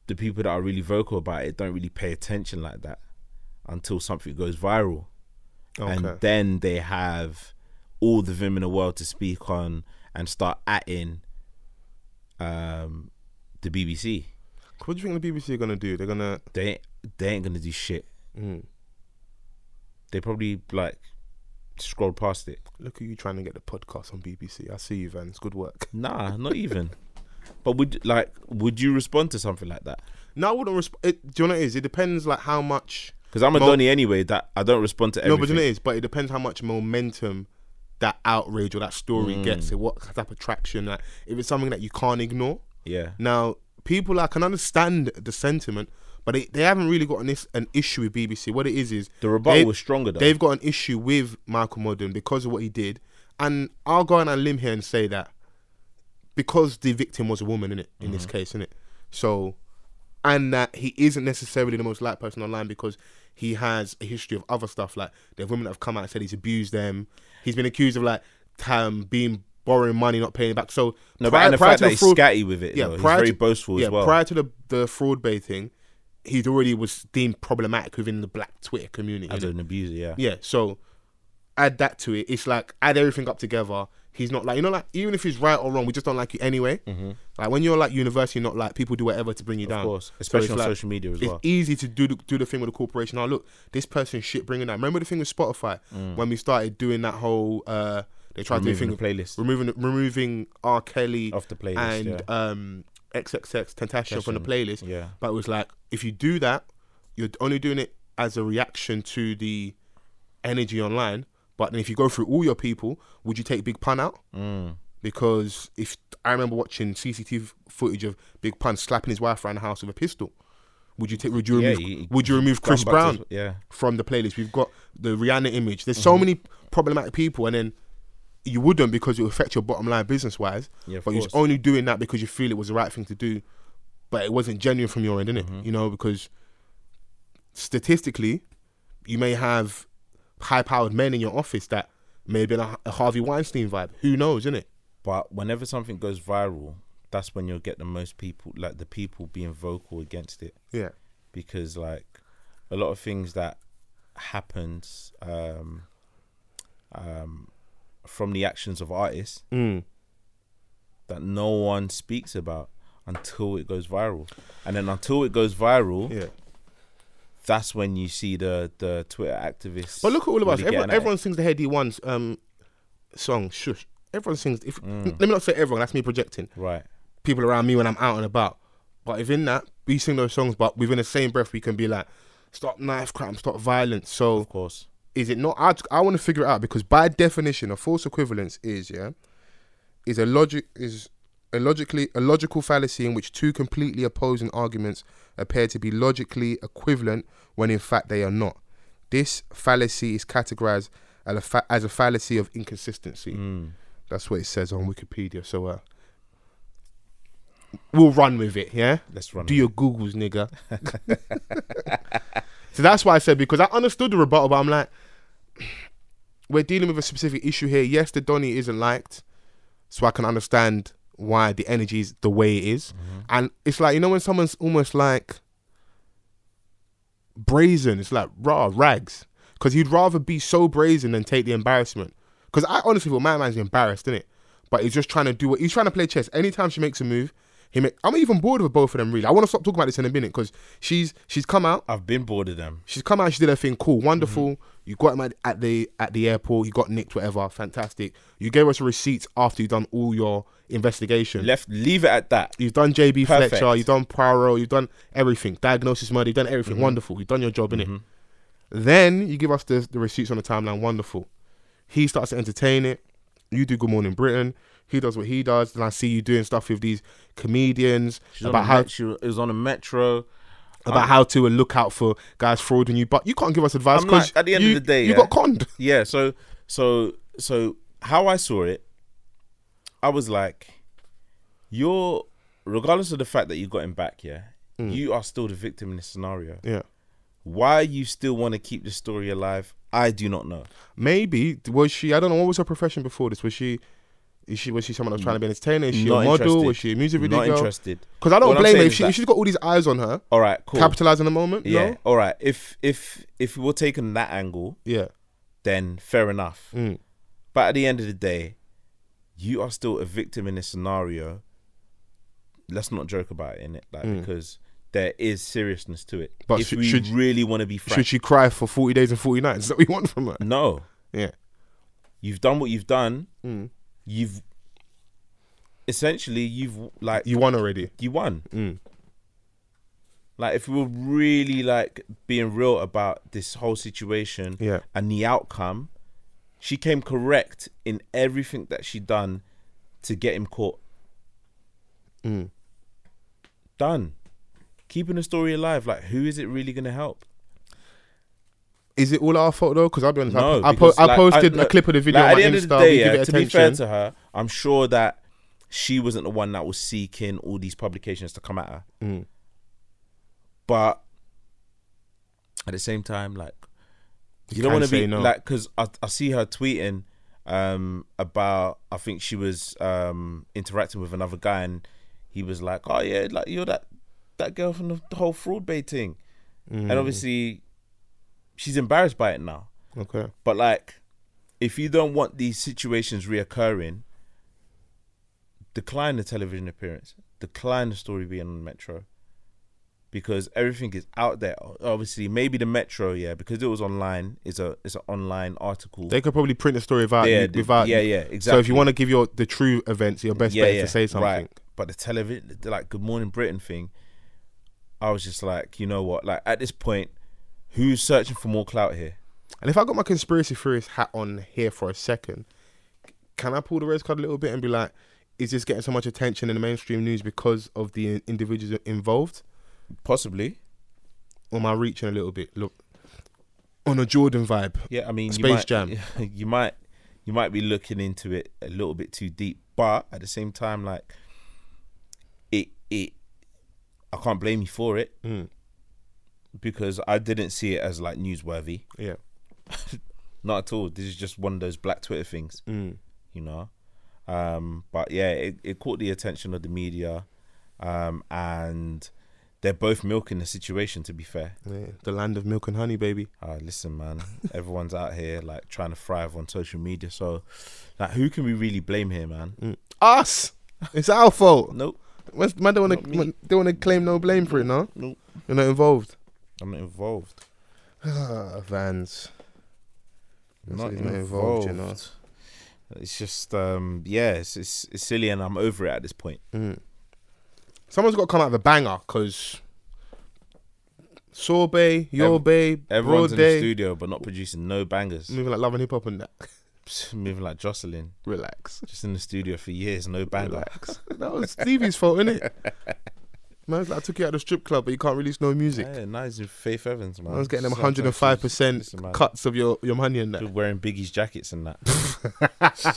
Speaker 1: the people that are really vocal about it don't really pay attention like that until something goes viral.
Speaker 3: Okay.
Speaker 1: And then they have all the vim in the world to speak on and start atting um, the BBC.
Speaker 3: What do you think the BBC are gonna do? They're gonna
Speaker 1: They ain't, they ain't gonna do shit. They probably like scroll past it.
Speaker 3: look at you trying to get the podcast on BBC. I see you, Vans. Good work.
Speaker 1: Nah, not even. but would like would you respond to something like that?
Speaker 3: No, I wouldn't respond. Do you know what it is? It depends like how much.
Speaker 1: Because I'm a
Speaker 3: Mo-
Speaker 1: Donny anyway. That I don't respond to
Speaker 3: No,
Speaker 1: everything.
Speaker 3: but do you know what it is. But it depends how much momentum that outrage or that story
Speaker 1: Mm.
Speaker 3: gets. It what type of traction? Like if it's something that you can't ignore.
Speaker 1: Yeah.
Speaker 3: Now people, I can understand the sentiment, but they, they haven't really got an, is- an issue with BBC. What it is is
Speaker 1: The rebuttal
Speaker 3: they-
Speaker 1: was stronger, though.
Speaker 3: They've got an issue with Michael Modern because of what he did, and I'll go on a limb here and say that because the victim was a woman in it in
Speaker 1: Mm-hmm.
Speaker 3: this case, in it. So, and that he isn't necessarily the most liked person online because he has a history of other stuff. Like there are women that have come out and said he's abused them. He's been accused of like um, being borrowing money, not paying it back. So
Speaker 1: No, but and the fact that he's scatty with it, though. He's very boastful as
Speaker 3: yeah,
Speaker 1: well.
Speaker 3: Prior to the the fraud bay thing, he'd already was deemed problematic within the black Twitter community.
Speaker 1: as
Speaker 3: innit?
Speaker 1: an abuser. Yeah.
Speaker 3: Yeah, so add that to it. It's like add everything up together. He's not like you know, like even if he's right or wrong, we just don't like you anyway. Like when you're like university, not like people do whatever to bring you down.
Speaker 1: Mm-hmm. course, especially
Speaker 3: it's
Speaker 1: on social media as
Speaker 3: it's
Speaker 1: well.
Speaker 3: easy to do the, do the thing with the corporation. Oh look, this person shit bringing that. Remember the thing with Spotify when we started doing that whole. uh they tried to
Speaker 1: Mm. Removing
Speaker 3: do
Speaker 1: the playlist.
Speaker 3: removing removing R. Kelly
Speaker 1: Off the playlist,
Speaker 3: and
Speaker 1: yeah.
Speaker 3: um XXX Tentacion from the playlist.
Speaker 1: yeah.
Speaker 3: But it was like if you do that, you're only doing it as a reaction to the energy online. But then if you go through all your people, would you take Big Pun out? Mm. Because if I remember watching CCTV footage of Big Pun slapping his wife around the house with a pistol, would you take? Would you
Speaker 1: Yeah,
Speaker 3: remove?
Speaker 1: he-
Speaker 3: would you remove Chris
Speaker 1: gone back to
Speaker 3: Brown?
Speaker 1: his- yeah.
Speaker 3: from the playlist. We've got the Rihanna image. There's
Speaker 1: Mm-hmm.
Speaker 3: so many problematic people, and then you wouldn't because it would affect your bottom line business wise.
Speaker 1: Yeah, of
Speaker 3: but you're
Speaker 1: course.
Speaker 3: only doing that because you feel it was the right thing to do, but it wasn't genuine from your end, innit?
Speaker 1: Mm-hmm.
Speaker 3: You know, because statistically, you may have high powered men in your office that may have been a, a Harvey Weinstein vibe. Who knows, innit?
Speaker 1: But whenever something goes viral, that's when you'll get the most people, like the people being vocal against it.
Speaker 3: Yeah.
Speaker 1: because like a lot of things that happens um, um, from the actions of artists
Speaker 3: Mm.
Speaker 1: that no one speaks about until it goes viral, and then until it goes viral,
Speaker 3: Yeah.
Speaker 1: that's when you see the the Twitter activists.
Speaker 3: But look at all of us.
Speaker 1: really
Speaker 3: Everyone,
Speaker 1: getting at it.
Speaker 3: everyone sings the Heady One's um, song, Shush. Everyone sings. If,
Speaker 1: Mm.
Speaker 3: Let me not say everyone, that's me projecting.
Speaker 1: right?
Speaker 3: people around me when I'm out and about. But within that, we sing those songs, but within the same breath, we can be like, stop knife crime, stop violence. So
Speaker 1: Of course,
Speaker 3: is it not? I, I want to figure it out because by definition, a false equivalence is yeah, is a logic is a logically a logical fallacy in which two completely opposing arguments appear to be logically equivalent when in fact they are not. This fallacy is categorized as a, fa- as a fallacy of inconsistency.
Speaker 1: Mm.
Speaker 3: That's what it says on Wikipedia. So uh, we'll run with it. Yeah,
Speaker 1: Let's run
Speaker 3: Do
Speaker 1: with
Speaker 3: your Googles, nigga. So that's why I said because I understood the rebuttal, but I'm like, we're dealing with a specific issue here. Yes, the Donny isn't liked, so I can understand why the energy is the way it is. And it's like you know when someone's almost like brazen, it's like raw rags. because he'd rather be so brazen than take the embarrassment. Because I honestly feel my man's embarrassed, innit? But he's just trying to do what he's trying to play chess. Anytime she makes a move, he make, I'm even bored with both of them. Really, I want to stop talking about this in a minute because she's she's come out
Speaker 1: I've been bored of them.
Speaker 3: she's come out. She did her thing.
Speaker 1: Mm-hmm.
Speaker 3: Cool, wonderful. You got him at, at the at the airport. You got nicked, whatever. Fantastic. You gave us receipts after you done all your investigation.
Speaker 1: Left, leave it at that.
Speaker 3: you've done JB
Speaker 1: Perfect.
Speaker 3: Fletcher. You've done Poirot. You've done everything. Diagnosis murder. You've done
Speaker 1: Mm-hmm.
Speaker 3: everything. Wonderful. You've done your job in it. Then you give us the, the receipts on the timeline. Wonderful. He starts to entertain it. You do Good Morning Britain. He does what he does. Then I see you doing stuff with these comedians
Speaker 1: She's
Speaker 3: about
Speaker 1: on a
Speaker 3: how
Speaker 1: met- she was on a metro.
Speaker 3: about how to look out for guys frauding you, but you can't give us advice
Speaker 1: I'm like,
Speaker 3: because
Speaker 1: at the end
Speaker 3: you,
Speaker 1: of the day,
Speaker 3: you
Speaker 1: yeah.
Speaker 3: got conned.
Speaker 1: Yeah. So so so how I saw it, I was like, you're regardless of the fact that you got him back, yeah,
Speaker 3: Mm.
Speaker 1: you are still the victim in this scenario.
Speaker 3: Yeah,
Speaker 1: Why you still want to keep the story alive? I do not know.
Speaker 3: maybe was she? I don't know. What was her profession before this? Was she? Is she was she someone that was trying to be an entertainer? Is she
Speaker 1: Not
Speaker 3: a model?
Speaker 1: interested.
Speaker 3: Was she a music video
Speaker 1: Not
Speaker 3: girl?
Speaker 1: interested.
Speaker 3: Because I don't
Speaker 1: What I'm
Speaker 3: blame her.
Speaker 1: saying
Speaker 3: If,
Speaker 1: is
Speaker 3: she,
Speaker 1: that-
Speaker 3: if she's got all these eyes on her,
Speaker 1: All right, cool.
Speaker 3: capitalize on the moment.
Speaker 1: Yeah.
Speaker 3: No?
Speaker 1: All right. If if if we're taking that angle,
Speaker 3: yeah,
Speaker 1: then fair enough.
Speaker 3: Mm.
Speaker 1: But at the end of the day, you are still a victim in this scenario. Let's not joke about it in it, like because there is seriousness to it.
Speaker 3: Mm. But
Speaker 1: But if
Speaker 3: should-
Speaker 1: we
Speaker 3: should-
Speaker 1: really want to be frank,
Speaker 3: should she cry for forty days and forty nights? Is that what you want from her?
Speaker 1: no,
Speaker 3: Yeah,
Speaker 1: you've done what you've done.
Speaker 3: Mm.
Speaker 1: You've essentially you've like
Speaker 3: you won already.
Speaker 1: you won. Like if we were really like being real about this whole situation
Speaker 3: Yeah.
Speaker 1: and the outcome, she came correct in everything that she done to get him caught. Done. Keeping the story alive, like who is it really gonna help?
Speaker 3: Is it all our fault though? Because I'll be honest, I
Speaker 1: No,
Speaker 3: po- I, po-
Speaker 1: because,
Speaker 3: I
Speaker 1: like,
Speaker 3: posted a
Speaker 1: I- no,
Speaker 3: clip of the video
Speaker 1: like,
Speaker 3: on my Insta. we give
Speaker 1: yeah,
Speaker 3: it
Speaker 1: to be fair
Speaker 3: attention.
Speaker 1: to her, I'm sure that she wasn't the one that was seeking all these publications to come at her.
Speaker 3: Mm.
Speaker 1: But at the same time, like you, don't
Speaker 3: can't
Speaker 1: want to
Speaker 3: say
Speaker 1: be
Speaker 3: no.
Speaker 1: like because I, I see her tweeting um about I think she was um interacting with another guy and he was like, oh yeah, like you're that that girl from the, the whole fraud bait thing, and
Speaker 3: Mm.
Speaker 1: obviously she's embarrassed by it now.
Speaker 3: Okay.
Speaker 1: But like, if you don't want these situations reoccurring, decline the television appearance, decline the story being on Metro, because everything is out there. Obviously, maybe the Metro, yeah, because it was online. It's a it's an online article.
Speaker 3: They could probably print the story without
Speaker 1: Yeah,
Speaker 3: you,
Speaker 1: the-
Speaker 3: without
Speaker 1: yeah,
Speaker 3: you.
Speaker 1: yeah,
Speaker 3: So if
Speaker 1: exactly.
Speaker 3: you want to give your the true events, your best bet is to say something.
Speaker 1: But the television, like Good Morning Britain thing, I was just like, you know what? Like at this point, who's searching for more clout here?
Speaker 3: And if I got my conspiracy theorist hat on here for a second, can I pull the red card a little bit and be like, is this getting so much attention in the mainstream news because of the individuals involved?
Speaker 1: Possibly.
Speaker 3: Or am I reaching a little bit? Look, on a Jordan vibe.
Speaker 1: Yeah, I mean,
Speaker 3: Space
Speaker 1: you might,
Speaker 3: Jam.
Speaker 1: You might, you might be looking into it a little bit too deep, but at the same time, like, it, it, I can't blame you for it
Speaker 3: Mm.
Speaker 1: because I didn't see it as like newsworthy,
Speaker 3: Yeah.
Speaker 1: not at all. This is just one of those black Twitter things,
Speaker 3: Mm.
Speaker 1: you know. Um, but yeah, it, it caught the attention of the media, um, and they're both milking the situation. To be fair,
Speaker 3: yeah. The land of milk and honey, baby.
Speaker 1: uh, listen, man, everyone's out here like trying to thrive on social media. So, like, who can we really blame here, man?
Speaker 3: Mm. Us! It's our fault.
Speaker 1: Nope,
Speaker 3: Man, man don't want to don't want to claim no blame for it, no?
Speaker 1: Nope.
Speaker 3: You're not involved.
Speaker 1: I'm not involved.
Speaker 3: Ah, Vans.
Speaker 1: I'm
Speaker 3: That's
Speaker 1: not
Speaker 3: what he's
Speaker 1: involved.
Speaker 3: involved, you know.
Speaker 1: It's just, um, yeah, it's, it's it's silly, and I'm over it at this point.
Speaker 3: Mm. Someone's got to come out with a banger because Sorbet, Your Bay,
Speaker 1: Everyone's
Speaker 3: Broad
Speaker 1: in the
Speaker 3: Day, Mm.
Speaker 1: studio, but not producing no bangers.
Speaker 3: moving like Love and Hip Hop and that.
Speaker 1: Psst, Moving like Jocelyn,
Speaker 3: Relax.
Speaker 1: just in the studio for years, no banger.
Speaker 3: that was Stevie's fault, innit? Man's like, I took you out of the strip club, but you can't release no music.
Speaker 1: Yeah, now he's with Faith Evans, man.
Speaker 3: I was getting them
Speaker 1: So I'm trying to-
Speaker 3: 105%
Speaker 1: listen, man,
Speaker 3: cuts of your, your money and that.
Speaker 1: Wearing Biggie's jackets and that.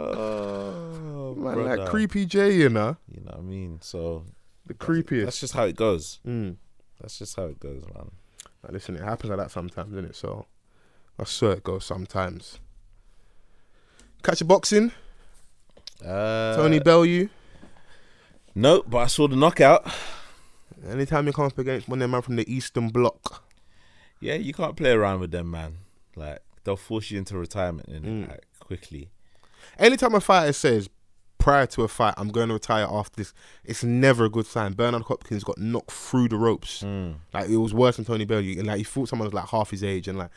Speaker 1: oh,
Speaker 3: Man,
Speaker 1: brother.
Speaker 3: like Creepy J, you know?
Speaker 1: You know what I mean? So
Speaker 3: The
Speaker 1: that's
Speaker 3: creepiest.
Speaker 1: just how it goes.
Speaker 3: Mm.
Speaker 1: That's just how it goes, man.
Speaker 3: Like, listen, it happens like that sometimes, innit? So I swear it goes sometimes. Catch a boxing,
Speaker 1: Uh,
Speaker 3: Tony Bellew.
Speaker 1: Nope, but I saw the knockout.
Speaker 3: Anytime you come up against one of them man from the Eastern Bloc,
Speaker 1: Yeah, you can't play around with them, man. Like they'll force you into retirement and
Speaker 3: Mm.
Speaker 1: like, quickly.
Speaker 3: anytime a fighter says prior to a fight, I'm going to retire after this, it's never a good sign. Bernard Hopkins got knocked through the ropes.
Speaker 1: Mm.
Speaker 3: Like it was worse than Tony Bellew. Like he fought someone who was like half his age, and like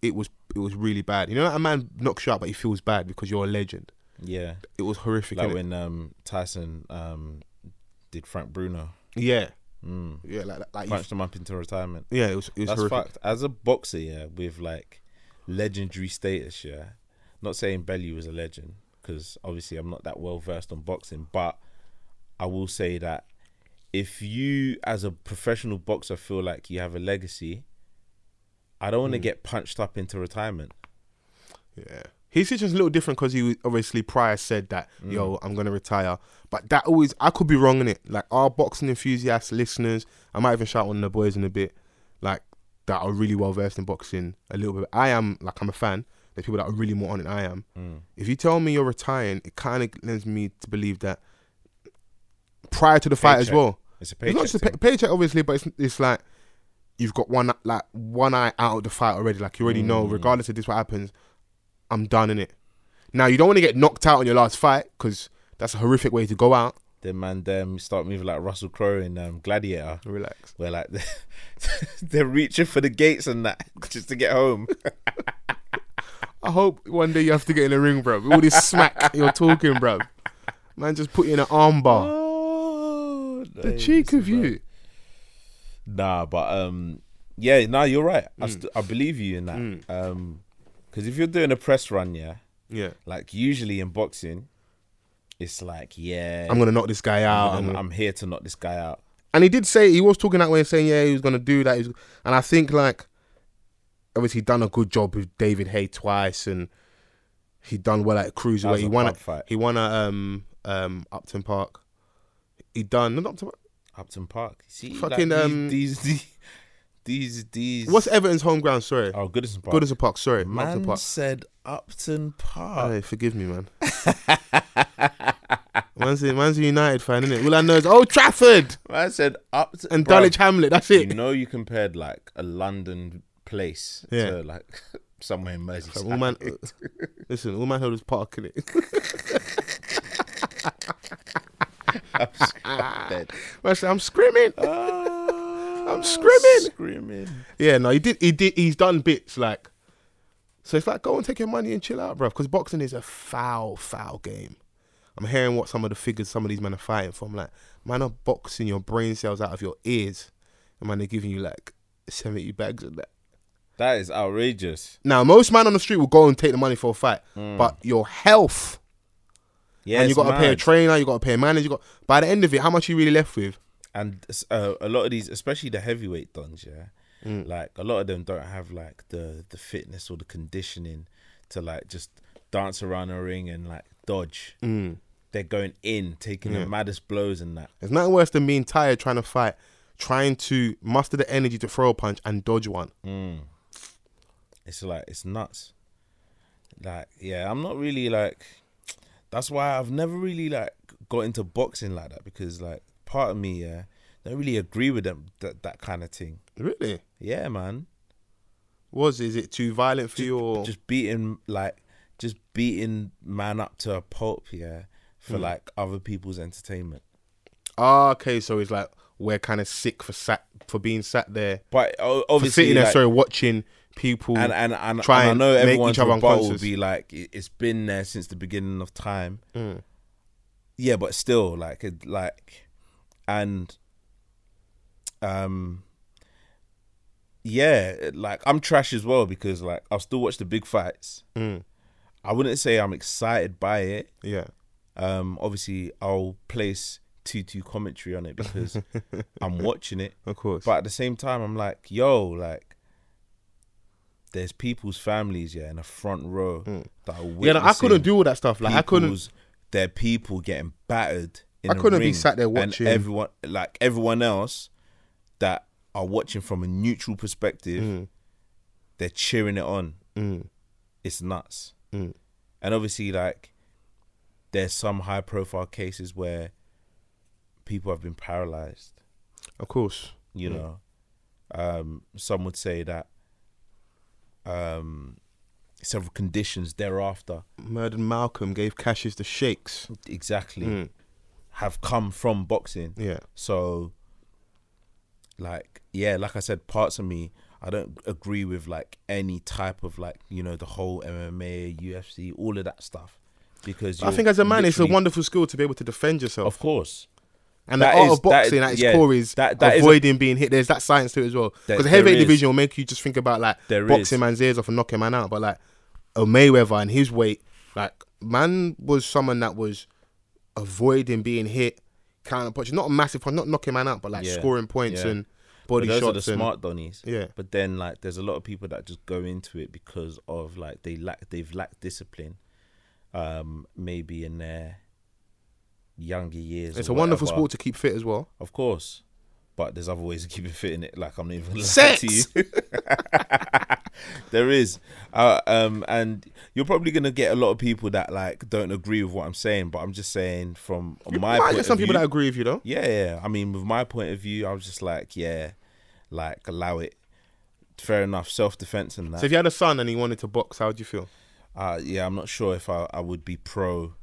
Speaker 3: it was it was really bad. You know, like a man knocks you out, but he feels bad because you're a legend.
Speaker 1: Yeah,
Speaker 3: It was horrific.
Speaker 1: like
Speaker 3: innit?
Speaker 1: when um, Tyson um, did Frank Bruno
Speaker 3: yeah, yeah, like like you,
Speaker 1: punched him up into retirement.
Speaker 3: yeah, it was it
Speaker 1: Mm.
Speaker 3: was
Speaker 1: That's
Speaker 3: horrific.
Speaker 1: fucked. As a boxer, yeah, with like legendary status, yeah. Not saying Belly was a legend because obviously I'm not that well versed on boxing, but I will say that if you, as a professional boxer, feel like you have a legacy, I don't want to get punched up into retirement.
Speaker 3: Yeah. His situation's a little different because he was- obviously prior said that, yo, I'm gonna retire. But that always I could be wrong in it. Like our boxing enthusiasts, listeners, I might even shout on the boys in a bit, like that are really well versed in boxing a little bit. I am like I'm a fan. There's people that are really more on it than I am. If you tell me you're retiring, it kind of lends me to believe that prior to the fight as
Speaker 1: Paycheck.
Speaker 3: well.
Speaker 1: It's a
Speaker 3: It's not
Speaker 1: paycheck
Speaker 3: just a pay-
Speaker 1: thing.
Speaker 3: paycheck, obviously, but it's it's like you've got one like one eye out of the fight already. Like you already
Speaker 1: Mm.
Speaker 3: know, regardless of this what happens, I'm done in it. Now you don't want to get knocked out on your last fight because that's a horrific way to go out.
Speaker 1: Then man, them start moving like Russell Crowe in um, Gladiator,
Speaker 3: Relax.
Speaker 1: where like they're reaching for the gates and that just to get home.
Speaker 3: I hope one day you have to get in the ring, bro. All this smack you're talking, bro. Man, just put you in an armbar.
Speaker 1: oh,
Speaker 3: The cheek of you.
Speaker 1: Nah, but um, yeah, nah, you're right.
Speaker 3: Hmm.
Speaker 1: I, st- I believe you in that. Um, because if you're doing a press run, yeah,
Speaker 3: Yeah.
Speaker 1: like usually in boxing, it's like, yeah,
Speaker 3: I'm gonna knock this guy out. I'm
Speaker 1: I'm,
Speaker 3: gonna-
Speaker 1: I'm here to knock this guy out.
Speaker 3: and he did say he was talking that way, saying yeah, he was gonna do that. He was- and I think like obviously he done a good job with David Hay twice, and he done well at
Speaker 1: That
Speaker 3: cruiserweight.
Speaker 1: was
Speaker 3: He
Speaker 1: a
Speaker 3: won
Speaker 1: pub
Speaker 3: at
Speaker 1: fight.
Speaker 3: he won at um um Upton Park. He done not Upton Park.
Speaker 1: Upton Park. See, like,
Speaker 3: Fucking,
Speaker 1: these-
Speaker 3: um,
Speaker 1: these, these these these.
Speaker 3: What's Everton's home ground? Sorry,
Speaker 1: oh Goodison Park?
Speaker 3: Goodison Park. Sorry, not
Speaker 1: Man
Speaker 3: Upton Park.
Speaker 1: said Upton Park.
Speaker 3: Hey, forgive me, man. man's, a, man's a United fan, innit? All I know is Old Trafford
Speaker 1: Man said Upton
Speaker 3: and
Speaker 1: Bruv,
Speaker 3: Dulwich Hamlet. That's
Speaker 1: You
Speaker 3: it.
Speaker 1: know, you compared like a London place
Speaker 3: Yeah.
Speaker 1: to like somewhere in Merseyside.
Speaker 3: all man, uh, listen, all man held was Park, innit?
Speaker 1: Dead.
Speaker 3: Man said, I'm screaming.
Speaker 1: I'm
Speaker 3: screaming.
Speaker 1: Screaming.
Speaker 3: Yeah, no, he did. He did. He's done bits like. So it's like go and take your money and chill out, bruv. Because boxing is a foul, foul game. I'm hearing what some of the figures some of these men are fighting for. I'm like, man, are boxing your brain cells out of your ears, and man, they're giving you like seventy bags of that.
Speaker 1: That is outrageous.
Speaker 3: Now, most man on the street will go and take the money for a fight, but your health
Speaker 1: Yeah,
Speaker 3: and you
Speaker 1: it's
Speaker 3: got to pay a
Speaker 1: mad.
Speaker 3: trainer, you got to pay a manager. You got by the end of it, how much you really left with?
Speaker 1: and uh, a lot of these, especially the heavyweight dons, yeah,
Speaker 3: Mm.
Speaker 1: like a lot of them don't have like the the fitness or the conditioning to like just dance around a ring and like dodge.
Speaker 3: Mm.
Speaker 1: They're going in, taking the maddest blows and that.
Speaker 3: There's nothing worse than being tired trying to fight, trying to muster the energy to throw a punch and dodge one.
Speaker 1: It's like it's nuts. Like yeah, I'm not really like. That's why I've never really like got into boxing like that because like part of me yeah don't really agree with them that that kind of thing.
Speaker 3: Really.
Speaker 1: Yeah, man.
Speaker 3: was is it too violent for you or
Speaker 1: Just beating like just beating man up to a pulp, yeah,
Speaker 3: Hmm.
Speaker 1: for like other people's entertainment.
Speaker 3: Ah, okay so it's like we're kind of sick for sat for being sat there
Speaker 1: But o-
Speaker 3: for
Speaker 1: obviously,
Speaker 3: sitting there
Speaker 1: like,
Speaker 3: sorry watching people
Speaker 1: and and and,
Speaker 3: try
Speaker 1: and I
Speaker 3: and
Speaker 1: know
Speaker 3: make
Speaker 1: everyone's
Speaker 3: each other
Speaker 1: rebuttal will
Speaker 3: unconscious.
Speaker 1: be like "It- it's been there since the beginning of time.
Speaker 3: Hmm.
Speaker 1: Yeah, but still, like it, like, and um, yeah, it- like I'm trash as well because like I'll still watch the big fights.
Speaker 3: Hmm.
Speaker 1: I wouldn't say I'm excited by it.
Speaker 3: yeah
Speaker 1: Um, obviously, I'll place two commentary on it because I'm watching it.
Speaker 3: Of course.
Speaker 1: But at the same time, I'm like, yo, like, there's people's families, yeah, in the front row that are
Speaker 3: Hmm. yeah no, I couldn't
Speaker 1: witnessing
Speaker 3: do all that stuff like I couldn't
Speaker 1: people's- their people getting battered. In
Speaker 3: I
Speaker 1: the
Speaker 3: couldn't be
Speaker 1: ring,
Speaker 3: sat there
Speaker 1: and
Speaker 3: watching-
Speaker 1: everyone, like everyone else, that are watching from a neutral perspective.
Speaker 3: Mm.
Speaker 1: They're cheering it on. It's nuts.
Speaker 3: Mm.
Speaker 1: And obviously, like there's some high-profile cases where people have been paralyzed.
Speaker 3: Of course.
Speaker 1: you know um some would say that um several conditions thereafter
Speaker 3: Murdered Malcolm gave Cassius the shakes.
Speaker 1: exactly have come from boxing
Speaker 3: Mm. Yeah.
Speaker 1: so like yeah like i said parts of me i don't agree with like any type of like you know the whole mma ufc all of that stuff because
Speaker 3: I
Speaker 1: you're
Speaker 3: think as a man, it's a
Speaker 1: literally-
Speaker 3: wonderful skill to be able to defend yourself.
Speaker 1: of course
Speaker 3: And the
Speaker 1: That
Speaker 3: art
Speaker 1: is-
Speaker 3: of boxing
Speaker 1: that-
Speaker 3: at its
Speaker 1: yeah,
Speaker 3: core is
Speaker 1: that- that is a-
Speaker 3: avoiding being hit. There's that science to it as well.
Speaker 1: There-
Speaker 3: Because the heavyweight
Speaker 1: there is.
Speaker 3: division will make you just think about like
Speaker 1: There
Speaker 3: boxing
Speaker 1: is.
Speaker 3: man's ears off and knocking man out. But like a Mayweather and his weight, like man was someone that was avoiding being hit, counter punch, not a massive punch, not knocking man out, but like
Speaker 1: Yeah,
Speaker 3: scoring points
Speaker 1: yeah.
Speaker 3: and body
Speaker 1: But those
Speaker 3: shots.
Speaker 1: are the
Speaker 3: and,
Speaker 1: smart donnies.
Speaker 3: Yeah.
Speaker 1: But then like there's a lot of people that just go into it because of like they lack they've lacked discipline, um, maybe in their younger years.
Speaker 3: It's
Speaker 1: or
Speaker 3: a wonderful
Speaker 1: whatever.
Speaker 3: sport to keep fit as well.
Speaker 1: Of course. But there's other ways to keep it fit in it. Like I'm not even gonna lie
Speaker 3: Sex!
Speaker 1: to you. there is, uh, um, and you're probably gonna get a lot of people that like don't agree with what I'm saying. But I'm just saying from my
Speaker 3: Might
Speaker 1: point
Speaker 3: get
Speaker 1: of
Speaker 3: some people
Speaker 1: view-
Speaker 3: that agree with you though.
Speaker 1: yeah, yeah. I mean, with my point of view, I was just like, yeah, like allow it. Fair enough. Self defense and that.
Speaker 3: So if you had a son and he wanted to box, how would you feel?
Speaker 1: uh, yeah, I'm not sure if I, I would be pro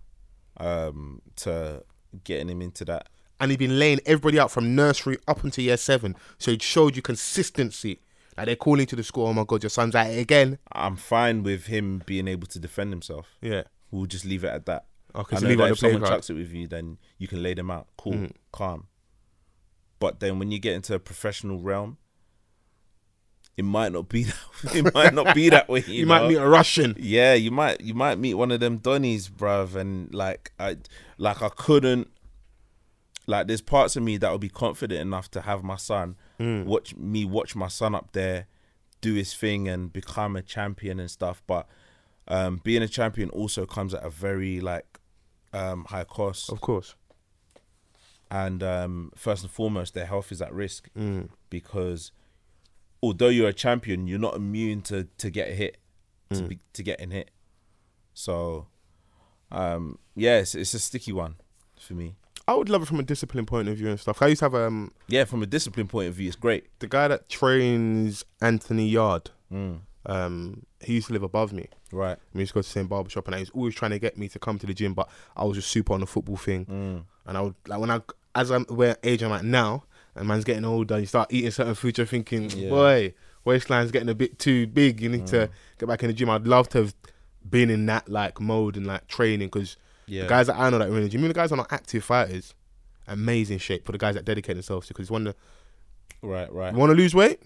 Speaker 1: um, to getting him into that.
Speaker 3: and he'd been laying everybody out from nursery up until year seven. So it showed you consistency. Like they're calling to the school, oh my god, your son's at it again.
Speaker 1: I'm fine with him being able to defend himself.
Speaker 3: Yeah.
Speaker 1: We'll just leave it at that.
Speaker 3: Okay,
Speaker 1: I
Speaker 3: so
Speaker 1: know
Speaker 3: leave it
Speaker 1: that
Speaker 3: on
Speaker 1: if
Speaker 3: the
Speaker 1: someone
Speaker 3: playground. Mm.
Speaker 1: chucks it with you, then you can lay them out. Cool, calm. But then when you get into a professional realm, it might not be that. It might not be that way. You,
Speaker 3: You, might
Speaker 1: know?
Speaker 3: meet a Russian.
Speaker 1: Yeah, you might you might meet one of them Donnies, bruv, and like I like I couldn't like there's parts of me that would be confident enough to have my son watch me watch my son up there do his thing and become a champion and stuff. But um being a champion also comes at a very like um high cost
Speaker 3: Of course.
Speaker 1: and um, first and foremost, their health is at risk because although you're a champion, you're not immune to to get hit, to be, to getting hit. So, um, yeah, it's, it's a sticky one for me.
Speaker 3: I would love it from a discipline point of view and stuff. I used to have um
Speaker 1: Yeah, from a discipline point of view, it's great.
Speaker 3: the guy that trains Anthony Yard. Um, he used to live above me.
Speaker 1: Right.
Speaker 3: We used to go to the same barber shop, and he was always trying to get me to come to the gym, but I was just super on the football thing. And I would like when I as I'm where age I'm at now, and man's getting older, you start eating certain foods, you're thinking, boy, waistline's getting a bit too big. You need to get back in the gym. I'd love to have been in that like mode and like training because
Speaker 1: Yeah.
Speaker 3: the guys that I know that are in the gym, even the guys that are not active fighters, amazing shape for the guys that dedicate themselves to because you want to
Speaker 1: Right. Right.
Speaker 3: want to lose weight,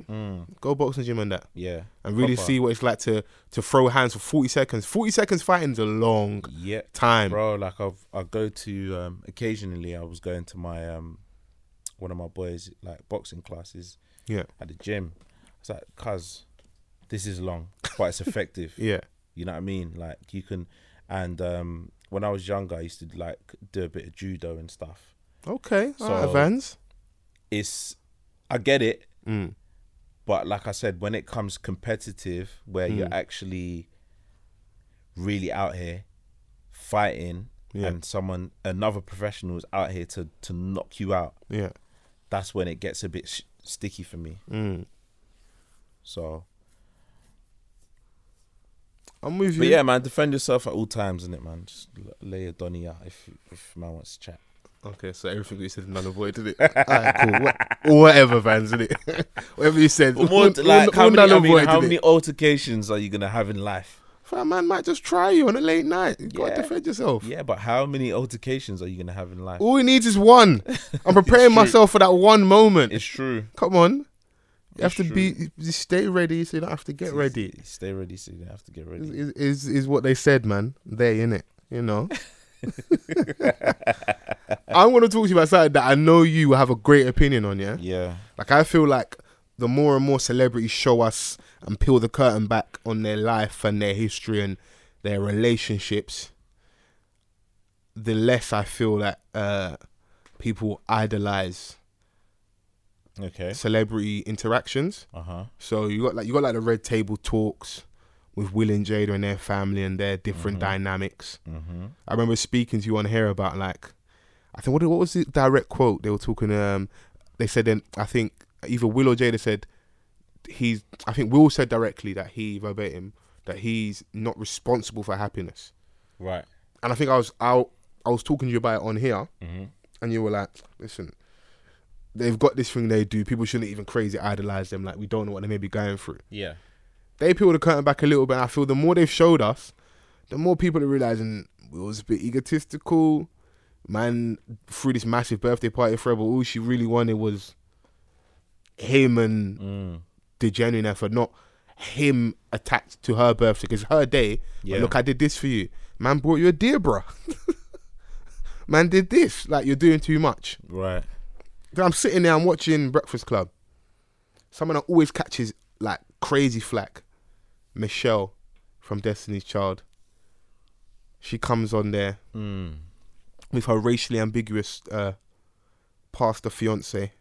Speaker 3: go boxing gym and that
Speaker 1: yeah.
Speaker 3: and really
Speaker 1: Proper.
Speaker 3: see what it's like to to throw hands for 40 seconds. 40 seconds fighting's a long
Speaker 1: yeah
Speaker 3: time.
Speaker 1: bro like i've i go to um occasionally i was going to my um one of my boys like boxing classes
Speaker 3: Yeah.
Speaker 1: at the gym i was like cuz this is long but it's effective
Speaker 3: Yeah.
Speaker 1: you know what i mean like you can and um when i was younger i used to like do a bit of judo and stuff
Speaker 3: Okay. all right,
Speaker 1: So-
Speaker 3: Vans.
Speaker 1: it's i get it but like i said when it comes competitive where you're actually really out here fighting
Speaker 3: Yeah.
Speaker 1: and someone another professional is out here to to knock you out
Speaker 3: Yeah.
Speaker 1: that's when it gets a bit sh- sticky for me so
Speaker 3: I'm with you.
Speaker 1: but yeah man defend yourself at all times in it man just l- lay a donny out if if man wants to chat
Speaker 3: Okay, so everything we said is null and void, isn't it? Alright, cool. Wha- or whatever, Vans, isn't it? whatever you said.
Speaker 1: But more
Speaker 3: all-
Speaker 1: to, like
Speaker 3: all-
Speaker 1: how
Speaker 3: all
Speaker 1: many,
Speaker 3: null
Speaker 1: I
Speaker 3: and
Speaker 1: mean,
Speaker 3: void,
Speaker 1: how
Speaker 3: innit?
Speaker 1: many altercations are you gonna have in life
Speaker 3: Fam, man might just try you on a late night. You gotta
Speaker 1: Yeah.
Speaker 3: defend yourself.
Speaker 1: yeah but how many altercations are you gonna have in life
Speaker 3: All he needs is one. I'm preparing myself for that one moment.
Speaker 1: it's true
Speaker 3: Come on. You have
Speaker 1: It's
Speaker 3: to be you stay ready so you don't have to get ready.
Speaker 1: Stay ready, so you don't have to get ready.
Speaker 3: is, is is what they said, man. They in it, you know. I want to talk to you about something that I know you have a great opinion on. Yeah,
Speaker 1: Yeah,
Speaker 3: like I feel like the more and more celebrities show us and peel the curtain back on their life and their history and their relationships, the less I feel that uh, people idolize
Speaker 1: okay.
Speaker 3: celebrity interactions.
Speaker 1: Uh huh.
Speaker 3: So you got like you got like the red table talks with Will and Jada and their family and their different dynamics.
Speaker 1: Mm-hmm.
Speaker 3: I remember speaking to you on here about like, I think what what was the direct quote they were talking um they said then I think either Will or Jada said he's I think Will said directly that he verbatim that he's not responsible for happiness.
Speaker 1: Right.
Speaker 3: And I think I was out I was talking to you about it on here and you were like, listen, they've got this thing they do, people shouldn't even crazy idolize them, like we don't know what they may be going through.
Speaker 1: Yeah.
Speaker 3: They peeled the curtain back a little bit and I feel the more they've showed us, the more people are realizing Will's a bit egotistical. Man, through this massive birthday party for her, but all she really wanted was him and the genuine effort, not him attached to her birthday because her day. but
Speaker 1: Yeah.
Speaker 3: look, I did this for you. Man brought you a deer, bruh. Man did this. Like you're doing too much.
Speaker 1: Right.
Speaker 3: Then I'm sitting there, I'm watching Breakfast Club. Someone that always catches like crazy flack, Michelle from Destiny's Child. She comes on there with her racially ambiguous uh, pastor fiance.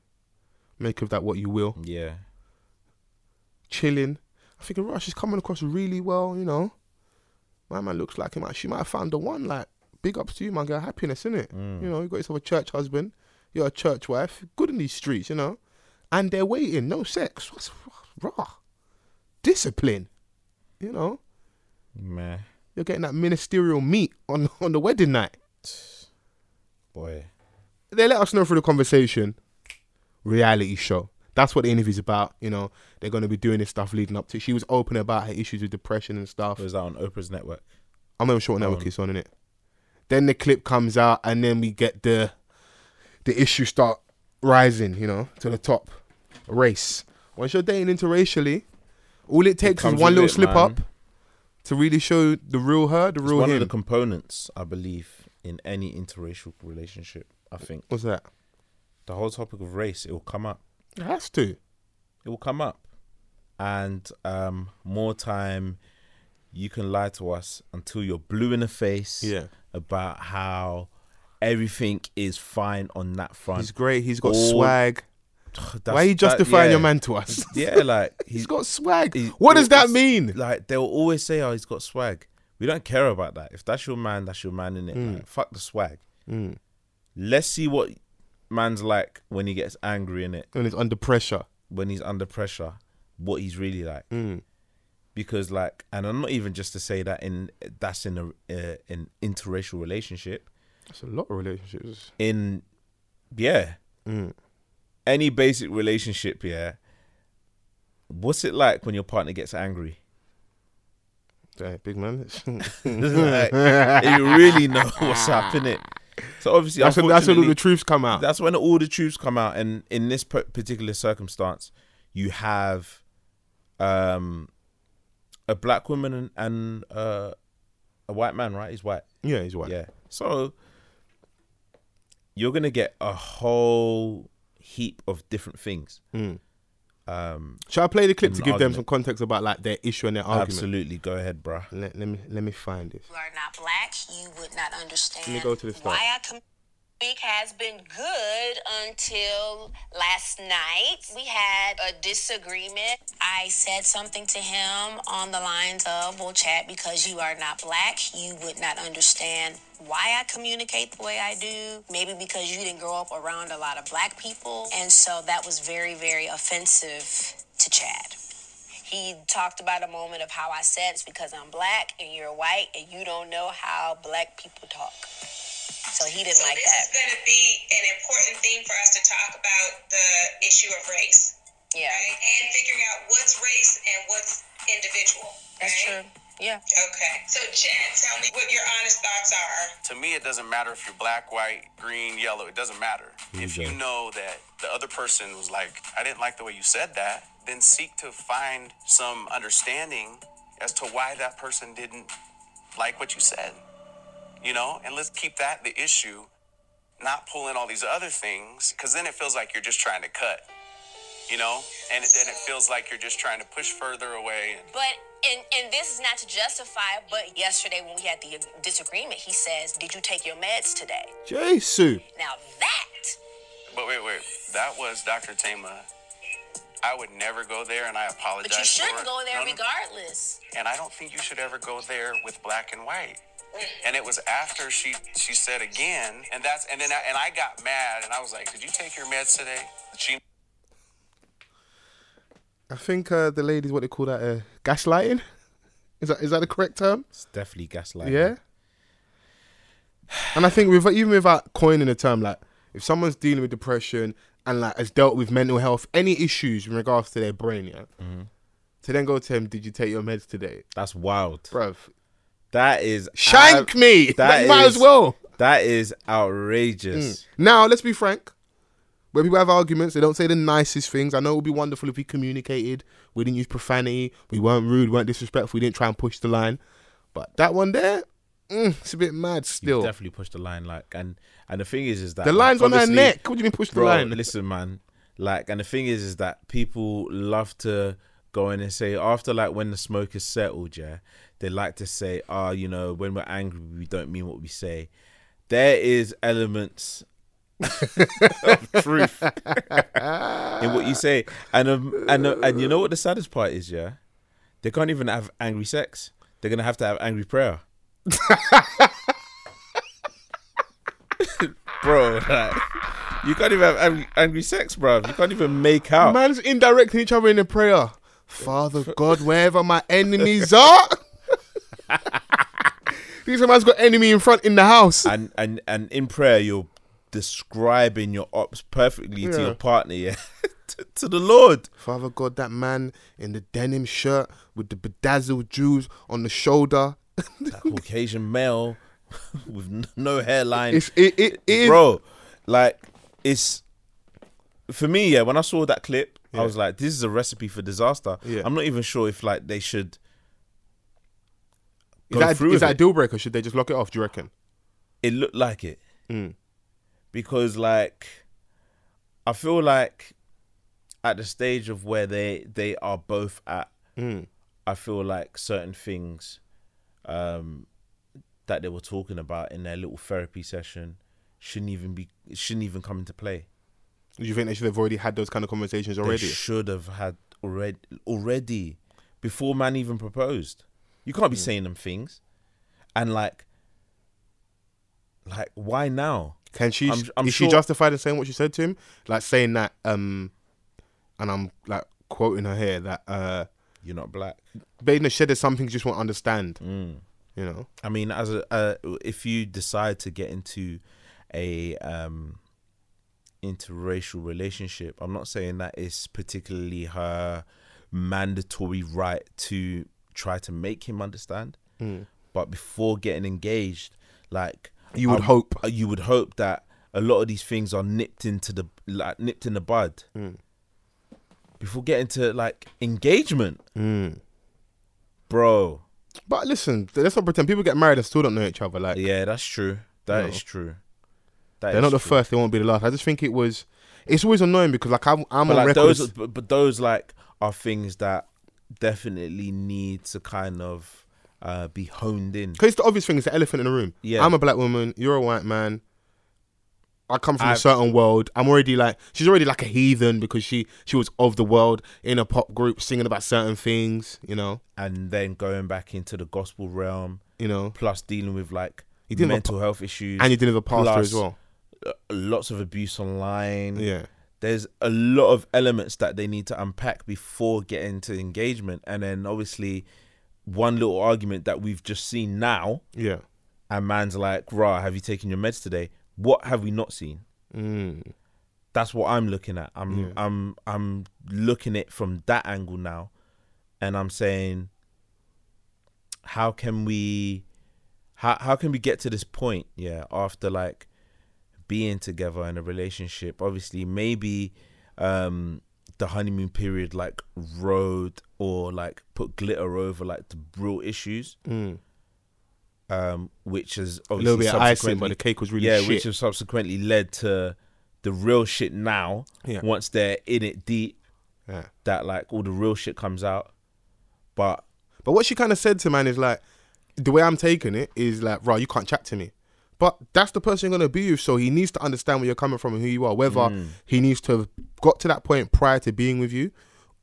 Speaker 3: Make of that what you will
Speaker 1: Yeah.
Speaker 3: chilling. I think right, she's coming across really well, you know. My man looks like him. Like, she might have found the one. Like, big ups to you, my girl. Happiness, innit? You know, you got yourself a church husband. You're a church wife. Good in these streets, you know. And they're waiting. No sex. What's raw? Discipline. You know,
Speaker 1: Man.
Speaker 3: you're getting that ministerial meat on on the wedding night.
Speaker 1: Boy.
Speaker 3: they let us know through the conversation. Reality show. That's what the interview's about. You know, they're going to be doing this stuff leading up to. She was open about her issues with depression and stuff.
Speaker 1: Was that on Oprah's network?
Speaker 3: I'm not even sure what
Speaker 1: Oh.
Speaker 3: network it's on, innit? Then the clip comes out, and then we get the the issues start rising. You know, to the top. Race. Once you're dating interracially, all it takes is
Speaker 1: comes
Speaker 3: one
Speaker 1: with
Speaker 3: little
Speaker 1: it,
Speaker 3: slip
Speaker 1: man.
Speaker 3: up to really show the real her, the
Speaker 1: It's
Speaker 3: real
Speaker 1: one
Speaker 3: him.
Speaker 1: of the components, I believe, in any interracial relationship. I think
Speaker 3: What's that?
Speaker 1: the whole topic of race it will come up.
Speaker 3: It has to.
Speaker 1: It will come up, and um, more time, you can lie to us until you're blue in the face.
Speaker 3: Yeah.
Speaker 1: About how everything is fine on that front.
Speaker 3: He's great. He's got
Speaker 1: All-
Speaker 3: swag.
Speaker 1: That's-
Speaker 3: Why are you
Speaker 1: that-
Speaker 3: justifying
Speaker 1: yeah.
Speaker 3: your man to us?
Speaker 1: Yeah, like
Speaker 3: He's got swag.
Speaker 1: He-
Speaker 3: what does
Speaker 1: it's-
Speaker 3: that mean?
Speaker 1: Like they'll always say, "Oh, he's got swag." We don't care about that. If that's your man, that's your man in it.
Speaker 3: Mm.
Speaker 1: fuck the swag. Let's see what man's like when he gets angry in it,
Speaker 3: When it's under pressure.
Speaker 1: when he's under pressure, what he's really like. Because like, and I'm not even just to say that in that's in a uh, an interracial relationship.
Speaker 3: That's a lot of relationships.
Speaker 1: In yeah, any basic relationship, yeah. What's it like when your partner gets angry?
Speaker 3: Yeah, big man. That's,
Speaker 1: like, you really know what's happening. So obviously, that's,
Speaker 3: when, that's when all the truths come out.
Speaker 1: that's when all the truths come out. And in this par- particular circumstance, you have um, a black woman and, and uh, a white man, right? He's white.
Speaker 3: yeah, he's white.
Speaker 1: Yeah. So you're gonna get a whole heap of different things.
Speaker 3: Shall I play the clip to
Speaker 1: An
Speaker 3: give them
Speaker 1: argument.
Speaker 3: some context about like their issue and their argument?
Speaker 1: Absolutely, go ahead, bruh.
Speaker 3: Let, let me let me find this.
Speaker 6: you are not black, you would not understand
Speaker 3: Let me go to the start.
Speaker 6: why I com- week has been good until last night. We had a disagreement. I said something to him on the lines of, "Well, chat because you are not black, you would not understand why I communicate the way I do. Maybe because you didn't grow up around a lot of black people." And so that was very very offensive to Chad. He talked about a moment of how I said it's because I'm black and you're white and you don't know how black people talk. So he didn't
Speaker 7: So
Speaker 6: like
Speaker 7: this
Speaker 6: that.
Speaker 7: is going to be an important thing for us to talk about the issue of race,
Speaker 6: Yeah.
Speaker 7: right? And figuring out what's race and what's individual.
Speaker 6: That's true.
Speaker 7: right?
Speaker 6: Yeah.
Speaker 7: Okay. So, Chad, tell me what your honest thoughts are.
Speaker 4: To me, it doesn't matter if you're black, white, green, yellow. It doesn't matter. If you know that the other person was like, I didn't like the way you said that, then seek to find some understanding as to why that person didn't like what you said. You know, and let's keep that the issue, not pull in all these other things, because then it feels like you're just trying to cut. You know, and then it feels like you're just trying to push further away.
Speaker 6: But and and this is not to justify, but yesterday when we had the disagreement, he says, "Did you take your meds today?"
Speaker 3: Jesu.
Speaker 6: Now that
Speaker 4: But wait, wait, that was Dr. Tama. I would never go there, and I apologize.
Speaker 6: but you
Speaker 4: for
Speaker 6: shouldn't
Speaker 4: it.
Speaker 6: go there
Speaker 4: No, no.
Speaker 6: regardless.
Speaker 4: And I don't think you should ever go there with black and white. and it was after she she said again, and that's and then I, and I got mad, and I was like, "Did you take your meds today?" She
Speaker 3: I think uh, the ladies what they call that uh, gaslighting. Is that is that the correct term?
Speaker 1: It's definitely gaslighting.
Speaker 3: Yeah. And I think with even without coining a term, like if someone's dealing with depression and like has dealt with mental health, any issues in regards to their brain, yeah.
Speaker 1: Mm-hmm.
Speaker 3: To then go to him, did you take your meds today,
Speaker 1: That's wild.
Speaker 3: bruv?
Speaker 1: That is
Speaker 3: Shank
Speaker 1: ab-
Speaker 3: me.
Speaker 1: That
Speaker 3: might
Speaker 1: is-
Speaker 3: as well. Mm.
Speaker 1: That is outrageous.
Speaker 3: Now let's be frank. When people have arguments, they don't say the nicest things. I know it would be wonderful if we communicated. We didn't use profanity. We weren't rude. weren't disrespectful. We didn't try and push the line. But that one there, mm, it's a bit
Speaker 1: You
Speaker 3: mad. Still,
Speaker 1: definitely pushed the line, like, and and the thing is, is that
Speaker 3: the
Speaker 1: like,
Speaker 3: line's on her
Speaker 1: obviously-
Speaker 3: neck. What do you mean push the
Speaker 1: Bro,
Speaker 3: line?
Speaker 1: listen, man. Like, and the thing is, is that people love to go in and say after, like, when the smoke is settled, yeah, they like to say, ah, you know, when we're angry, we don't mean what we say. There is elements of truth in what you say, and um, and um, and you know what the saddest part is, yeah, they can't even have angry sex. They're gonna have to have angry prayer. bro. Like, you can't even have angry, angry sex, bro. You can't even make out.
Speaker 3: Man's indirecting each other in a prayer. Father God, wherever my enemies are. These man's got enemy in front in the house.
Speaker 1: And and and in prayer, you're describing your ops perfectly to
Speaker 3: Yeah.
Speaker 1: your partner, yeah, to, to the Lord.
Speaker 3: Father God, that man in the denim shirt with the bedazzled jewels on the shoulder.
Speaker 1: That Caucasian male with n- no hairline,
Speaker 3: It's it it, it is
Speaker 1: bro. Like it's for me, yeah. When I saw that clip, I was like, this is a recipe for disaster.
Speaker 3: Yeah.
Speaker 1: I'm not even sure if like they should.
Speaker 3: Is
Speaker 1: go
Speaker 3: that,
Speaker 1: through
Speaker 3: is
Speaker 1: with
Speaker 3: that a
Speaker 1: it.
Speaker 3: deal breaker? Should they just lock it off? Do you reckon?
Speaker 1: it looked like it because like i feel like at the stage of where they they are both at i feel like certain things um that they were talking about in their little therapy session shouldn't even be shouldn't even come into play
Speaker 3: Do you think they should have already had those kind of conversations already?
Speaker 1: they should have had already already before man even proposed. You can't be saying them things, and like, like why now?
Speaker 3: Can she?
Speaker 1: I'm- I'm
Speaker 3: is she
Speaker 1: sure-
Speaker 3: justified in saying what she said to him? Like saying that, um, and I'm like quoting her here that uh,
Speaker 1: You're not black.
Speaker 3: but, you know, she said there's some things you just won't understand.
Speaker 1: Mm.
Speaker 3: You know,
Speaker 1: I mean, as a uh, if you decide to get into a um interracial relationship, I'm not saying that it's particularly her mandatory right to try to make him understand.
Speaker 3: Hmm.
Speaker 1: But before getting engaged, like
Speaker 3: You would hope.
Speaker 1: uh, you would hope that a lot of these things are nipped into the like nipped in the bud
Speaker 3: Hmm.
Speaker 1: before getting to like engagement,
Speaker 3: Hmm.
Speaker 1: bro.
Speaker 3: but listen, let's not pretend people get married and still don't know each other. Like
Speaker 1: Yeah, that's true. That is true. That
Speaker 3: they're
Speaker 1: is
Speaker 3: not the
Speaker 1: true.
Speaker 3: first, they won't be the last. I just think it was. It's always annoying because like I'm, I'm
Speaker 1: But
Speaker 3: on
Speaker 1: like
Speaker 3: record.
Speaker 1: those, but, but those like are things that definitely need to kind of uh, be honed in.
Speaker 3: Because the obvious thing is the elephant in the room.
Speaker 1: Yeah.
Speaker 3: I'm a black woman. You're a white man. I come from a
Speaker 1: I've-
Speaker 3: certain world. I'm already like she's already like a heathen because she she was of the world in a pop group singing about certain things. You know,
Speaker 1: and then going back into the gospel realm,
Speaker 3: you know,
Speaker 1: plus dealing with like
Speaker 3: You didn't have a
Speaker 1: mental health issues,
Speaker 3: and you did with a pastor
Speaker 1: plus,
Speaker 3: as well.
Speaker 1: uh, Lots of abuse online.
Speaker 3: Yeah.
Speaker 1: there's a lot of elements that they need to unpack before getting to engagement, and then obviously one little argument that we've just seen now,
Speaker 3: Yeah.
Speaker 1: and man's like, "Rah, have you taken your meds today? What have we not seen?" That's what I'm looking at. I'm I'm I'm looking at from that angle now, and I'm saying, how can we, how how can we get to this point? Yeah, after like being together in a relationship, obviously maybe um the honeymoon period like rode or like put glitter over like the real issues um, which is obviously
Speaker 3: Mm. little bit of icing,
Speaker 1: subsequently-
Speaker 3: but the cake was really
Speaker 1: yeah,
Speaker 3: shit.
Speaker 1: which has subsequently led to the real shit now.
Speaker 3: Yeah.
Speaker 1: Once they're in it deep,
Speaker 3: Yeah.
Speaker 1: that like all the real shit comes out. But
Speaker 3: But what she kind of said to man is like, the way I'm taking it is like, right, you can't chat to me. But that's the person you're gonna be with, so he needs to understand where you're coming from and who you are. Whether he needs to have got to that point prior to being with you,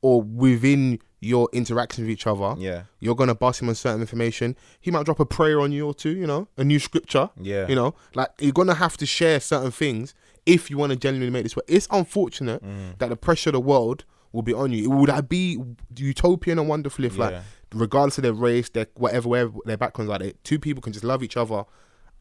Speaker 3: or within your interactions with each other.
Speaker 1: Yeah.
Speaker 3: You're gonna bust him on certain information. He might drop a prayer on you or two, you know, a new scripture.
Speaker 1: Yeah.
Speaker 3: You know, like you're gonna have to share certain things if you wanna genuinely make this work. It's unfortunate
Speaker 1: Mm.
Speaker 3: that the pressure of the world will be on you. It would I be utopian and wonderful if like
Speaker 1: Yeah.
Speaker 3: regardless of their race, their whatever wherever their backgrounds are, they, two people can just love each other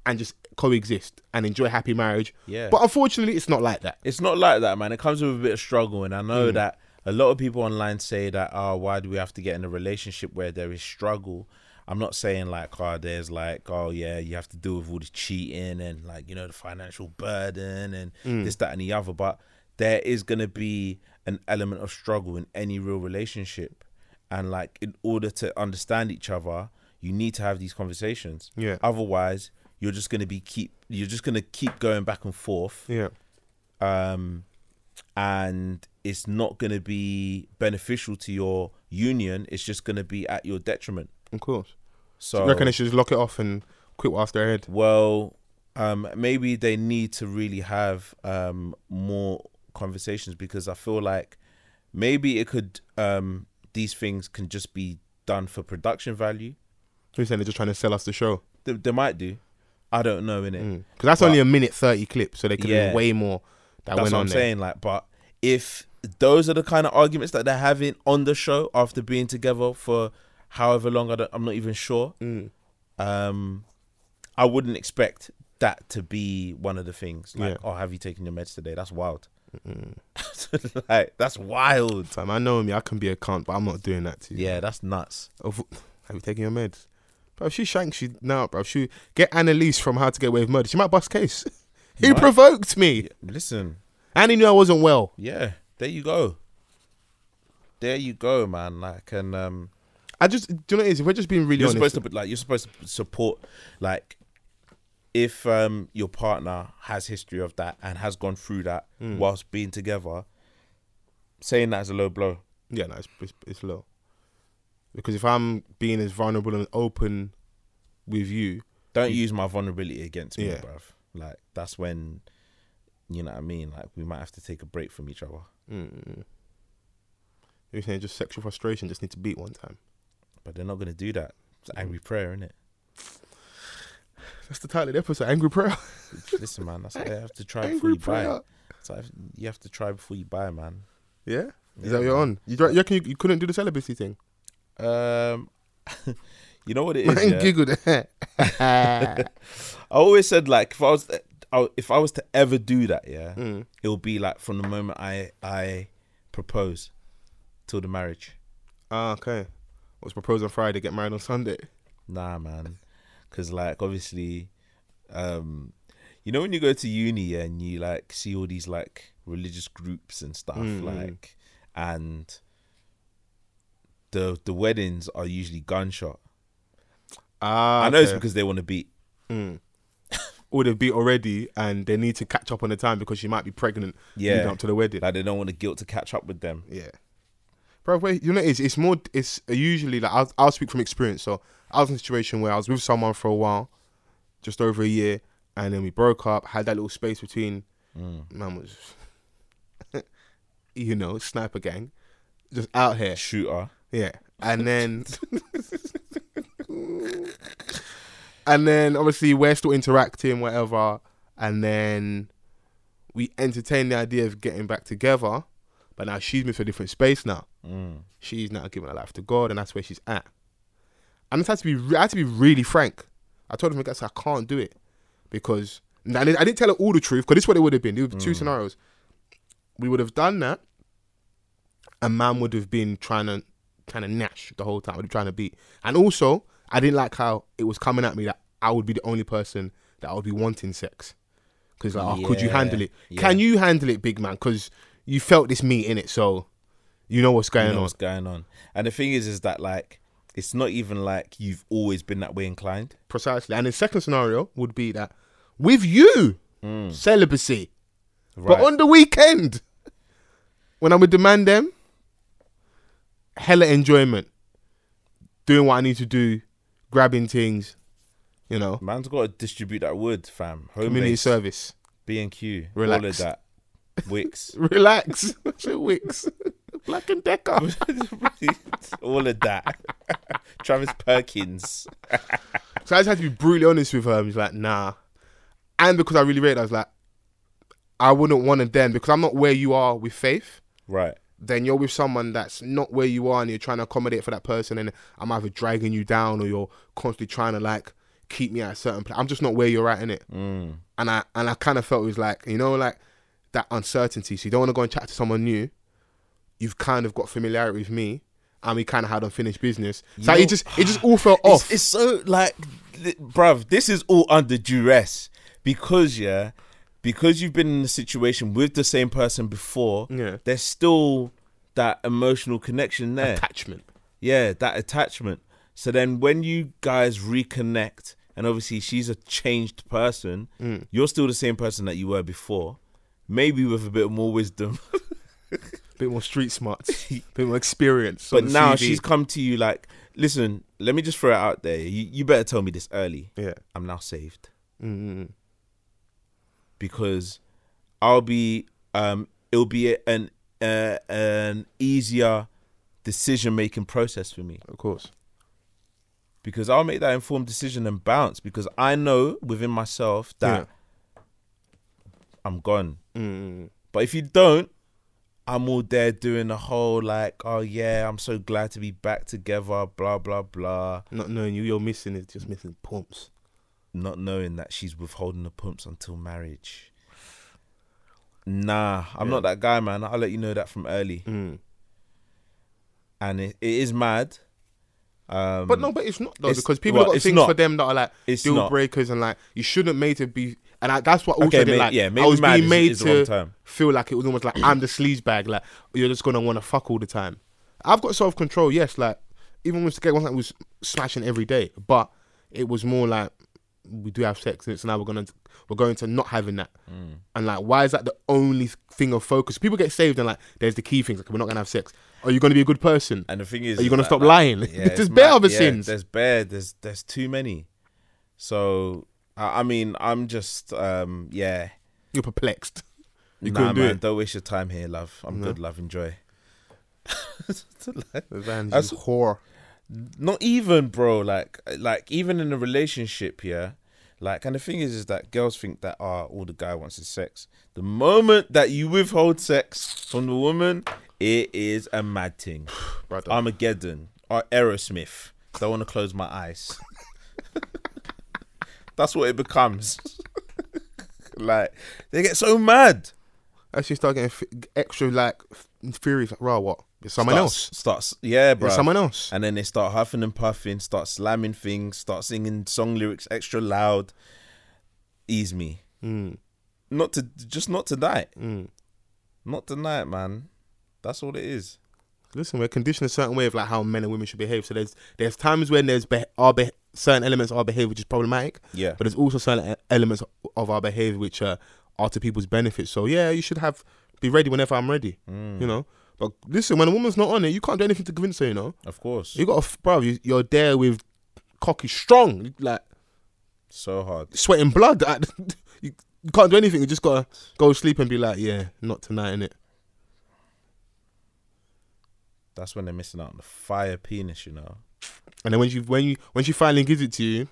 Speaker 3: and just coexist and enjoy happy marriage.
Speaker 1: Yeah.
Speaker 3: But unfortunately it's not like that.
Speaker 1: it's not like that, man. It comes with a bit of struggle, and I know that a lot of people online say that, "Oh, why do we have to get in a relationship where there is struggle?" I'm not saying like, "Oh, there's like, oh yeah, you have to deal with all the cheating and like, you know, the financial burden and this, that, and the other." But there is gonna be an element of struggle in any real relationship, and like, in order to understand each other, you need to have these conversations.
Speaker 3: Yeah.
Speaker 1: Otherwise, you're just gonna be keep you're just gonna keep going back and forth
Speaker 3: Yeah.
Speaker 1: um, and it's not going to be beneficial to your union. It's just going to be at your detriment.
Speaker 3: Of course.
Speaker 1: So,
Speaker 3: reckon they should just lock it off and quit whilst they're ahead.
Speaker 1: well, um, maybe they need to really have um, more conversations because I feel like maybe it could. Um, these things can just be done for production value.
Speaker 3: Who's saying they're just trying to sell us the show?
Speaker 1: They, they might do. I don't know in it.
Speaker 3: Because that's only a minute thirty clip, so they could
Speaker 1: Yeah.
Speaker 3: do way more that
Speaker 1: That's what
Speaker 3: went on
Speaker 1: I'm
Speaker 3: there.
Speaker 1: saying. Like, but if those are the kind of arguments that they're having on the show after being together for however long, I don't, I'm not even sure.
Speaker 3: Mm.
Speaker 1: Um, I wouldn't expect that to be one of the things. Like,
Speaker 3: Yeah.
Speaker 1: oh, have you taken your meds today? That's wild. like, that's wild.
Speaker 3: Fam, I know me, I can be a cunt, but I'm not doing that to you.
Speaker 1: Yeah, that's nuts.
Speaker 3: Of- Have you taken your meds? Bro, if she shanks you now, bro. If she get Annalise from How to Get Away with Murder, she might bust case. he
Speaker 1: might.
Speaker 3: provoked me.
Speaker 1: Listen,
Speaker 3: Annie knew I wasn't well.
Speaker 1: yeah, there you go. There you go, man. Like, and um,
Speaker 3: I just do you know what it is? If we're just being really
Speaker 1: you're
Speaker 3: honest.
Speaker 1: supposed to like you're supposed to support like if um your partner has history of that and has gone through that
Speaker 3: Hmm.
Speaker 1: whilst being together saying that as a low blow
Speaker 3: Yeah, no, it's, it's, it's low. Because if I'm being as vulnerable and open with you,
Speaker 1: don't use my vulnerability against me
Speaker 3: Mm. Yeah.
Speaker 1: bruv like that's when you know what i mean like we might have to take a break from each other
Speaker 3: you're saying just sexual frustration, just need to beat one time.
Speaker 1: but they're not going to do that it's
Speaker 3: Mm.
Speaker 1: an angry prayer isn't it
Speaker 3: That's the title of the episode, Angry Prayer.
Speaker 1: listen man that's you have to try before
Speaker 3: Angry
Speaker 1: you buy
Speaker 3: prayer.
Speaker 1: it. That's like, you have to try before you buy man
Speaker 3: yeah? Is that what you're on? You, don't- you reckon you, you couldn't do the celibacy thing?
Speaker 1: um you know what it is
Speaker 3: and
Speaker 1: yeah?
Speaker 3: giggled.
Speaker 1: I always said like if I was I- if I was to ever do that, yeah,
Speaker 3: Mm.
Speaker 1: it would be like from the moment I I propose till the marriage.
Speaker 3: ah, okay. Was proposed on Friday, get married on Sunday.
Speaker 1: Nah, man, because like obviously, um, you know when you go to uni yeah, and you like see all these like religious groups and stuff
Speaker 3: Mm-hmm.
Speaker 1: like, and the the weddings are usually gunshot.
Speaker 3: Ah,
Speaker 1: I know it's
Speaker 3: okay.
Speaker 1: because they want to beat.
Speaker 3: or they've beat already, and they need to catch up on the time because she might be pregnant.
Speaker 1: Yeah,
Speaker 3: leading up to the wedding.
Speaker 1: Like they don't want the guilt to catch up with them.
Speaker 3: yeah, bro. Wait, you know it's it's more it's usually like I'll, I'll speak from experience. So I was in a situation where I was with someone for a while, just over a year, and then we broke up. Had that little space between. Man was, you know, sniper gang, just out here.
Speaker 1: Shooter.
Speaker 3: Yeah. And then And then obviously we're still interacting, whatever. And then we entertain the idea of getting back together. But now she's moved to a different space now. She's now giving her life to God and that's where she's at. And this had to be re- I had to be really frank. I told him I guess I can't do it. Because and I didn't I didn't tell her all the truth, because this is what it would have been. There would be
Speaker 1: Mm.
Speaker 3: two scenarios. We would have done that a man would have been trying to trying to gnash the whole time, would have trying to beat. And also, I didn't like how it was coming at me that I would be the only person that I would be wanting sex. Because like, oh, could you
Speaker 1: Yeah,
Speaker 3: handle it?
Speaker 1: yeah.
Speaker 3: Can you handle it, big man? Because you felt this meat in it, so you know what's going
Speaker 1: you know
Speaker 3: on.
Speaker 1: what's going on. And the thing is, is that like it's not even like you've always been that way inclined.
Speaker 3: Precisely. And the second scenario would be that with you, celibacy.
Speaker 1: Right.
Speaker 3: But on the weekend, when I would demand them, hella enjoyment. Doing what I need to do, grabbing things, you know,
Speaker 1: Man's got to distribute that wood, fam. Home
Speaker 3: community
Speaker 1: base,
Speaker 3: service.
Speaker 1: B and Q, all of
Speaker 3: Relax.
Speaker 1: that. Wicks,
Speaker 3: Relax. Wicks. Black and Decker.
Speaker 1: all of that. Travis Perkins.
Speaker 3: So I just had to be brutally honest with her. I was like, nah. And because I really rate, her, I was like, I wouldn't want to then because I'm not where you are with faith.
Speaker 1: Right.
Speaker 3: Then you're with someone that's not where you are, and you're trying to accommodate for that person, and I'm either dragging you down or you're constantly trying to like keep me at a certain place. I'm just not where you're at in it. Mm. And I and I kind of felt it was like you know like that uncertainty. So you don't want to go and chat to someone new. You've kind of got familiarity with me, and we kind of had unfinished business. So
Speaker 1: know-
Speaker 3: it just it just all felt off.
Speaker 1: It's, it's so like, th- bruv, this is all under duress because yeah, because you've been in a situation with the same person before.
Speaker 3: Yeah.
Speaker 1: there's still that emotional connection there.
Speaker 3: attachment.
Speaker 1: yeah, that attachment. So then, when you guys reconnect, and obviously she's a changed person, you're still the same person that you were before, maybe with a bit more wisdom.
Speaker 3: bit more street smarts, bit more experience.
Speaker 1: but
Speaker 3: on the
Speaker 1: now
Speaker 3: CV.
Speaker 1: she's come to you like, listen, let me just throw it out there. You, you better tell me this early.
Speaker 3: Yeah.
Speaker 1: I'm now saved. Mm-hmm. Because I'll be, um, it'll be an uh, an easier decision making process for me
Speaker 3: of course.
Speaker 1: because I'll make that informed decision and bounce because I know within myself that I'm gone. But if you don't, I'm all there doing the whole like, oh yeah, I'm so glad to be back together, blah blah blah.
Speaker 3: Not knowing you, you're missing is just missing pumps.
Speaker 1: Not knowing that she's withholding the pumps until marriage. Nah, I'm not that guy, man. I'll let you know that from early. And it, it is mad. Um,
Speaker 3: But no, but it's not though
Speaker 1: It's-
Speaker 3: because people
Speaker 1: well,
Speaker 3: have got
Speaker 1: it's
Speaker 3: things
Speaker 1: not.
Speaker 3: for them that are like
Speaker 1: It's
Speaker 3: deal
Speaker 1: not.
Speaker 3: breakers and like you shouldn't made to be. And I, that's what also
Speaker 1: Okay,
Speaker 3: did,
Speaker 1: may-
Speaker 3: like
Speaker 1: yeah,
Speaker 3: I
Speaker 1: maybe
Speaker 3: was
Speaker 1: mad
Speaker 3: being
Speaker 1: is-
Speaker 3: made
Speaker 1: is the wrong
Speaker 3: to
Speaker 1: term.
Speaker 3: feel like it was almost like I'm the sleaze bag. Like you're just gonna want to fuck all the time. I've got self control. Yes, like even with the one that was smashing every day, but it was more like we do have sex and so now we're gonna we're going to not having that.
Speaker 1: Mm.
Speaker 3: And like, why is that the only thing of focus? People get saved and like, there's the key things. Like, we're not gonna have sex. Are you gonna be a good person?
Speaker 1: And the thing is,
Speaker 3: are you
Speaker 1: is
Speaker 3: gonna
Speaker 1: that,
Speaker 3: stop
Speaker 1: like,
Speaker 3: lying?
Speaker 1: yeah,
Speaker 3: there's
Speaker 1: it's
Speaker 3: bare
Speaker 1: mad-
Speaker 3: other
Speaker 1: yeah,
Speaker 3: sins.
Speaker 1: There's bare. There's there's too many. So I, I mean, I'm just um yeah.
Speaker 3: You're perplexed. You
Speaker 1: nah,
Speaker 3: couldn't do
Speaker 1: man,
Speaker 3: it.
Speaker 1: don't waste your time here, love. I'm good, love. Enjoy.
Speaker 3: That's
Speaker 1: That's-
Speaker 3: horror.
Speaker 1: Not even, bro. Like like even in a relationship, yeah. Like and the thing is, is that girls think that ah, all the guy wants is sex. The moment that you withhold sex from the woman, it is a mad thing.
Speaker 3: Brother.
Speaker 1: Armageddon or Aerosmith. Don't want to close my eyes. That's what it becomes. like they get so mad.
Speaker 3: As you start getting f- extra like f- theories, like, raw, what? It's someone
Speaker 1: starts,
Speaker 3: else.
Speaker 1: starts. Yeah, bro.
Speaker 3: someone else.
Speaker 1: And then they start huffing and puffing, start slamming things, start singing song lyrics extra loud. Ease me.
Speaker 3: Hmm.
Speaker 1: Not to just not tonight. Not tonight, man. That's all it is.
Speaker 3: Listen, we're conditioned a certain way of like how men and women should behave. So there's there's times when there's be- our be- certain elements of our behavior which is problematic.
Speaker 1: Yeah.
Speaker 3: But there's also certain e- elements of our behavior which uh, are to people's benefit. So yeah, you should have be ready whenever I'm ready.
Speaker 1: Mm.
Speaker 3: You know. But listen, when a woman's not on it, you can't do anything to convince her. You know.
Speaker 1: Of course.
Speaker 3: You got to, bro. You, you're there with cocky strong, like
Speaker 1: So hard.
Speaker 3: sweating blood. you, you can't do anything. You just gotta go sleep and be like, yeah, not tonight, innit?
Speaker 1: That's when they're missing out on the fire penis, you know.
Speaker 3: And then when you when you when she finally gives it to you,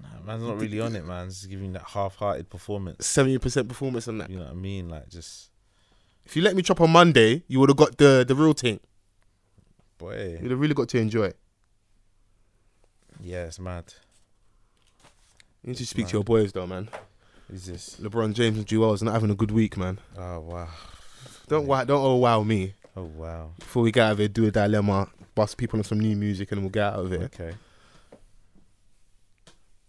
Speaker 1: Nah, man's not really on it, man. Just giving that half-hearted performance.
Speaker 3: seventy percent performance on that.
Speaker 1: You know what I mean? Like just
Speaker 3: If you let me chop on Monday, you would have got the the real thing.
Speaker 1: boy.
Speaker 3: You'd have really got to enjoy it.
Speaker 1: Yeah, it's mad.
Speaker 3: You need to speak to your boys though, man.
Speaker 1: It's just
Speaker 3: LeBron James and Jewels not having a good week, man.
Speaker 1: oh wow.
Speaker 3: Don't wow, don't oh wow me.
Speaker 1: Oh wow.
Speaker 3: Before we get out of here, do a dilemma, bust people on some new music, and we'll get out of here.
Speaker 1: Okay.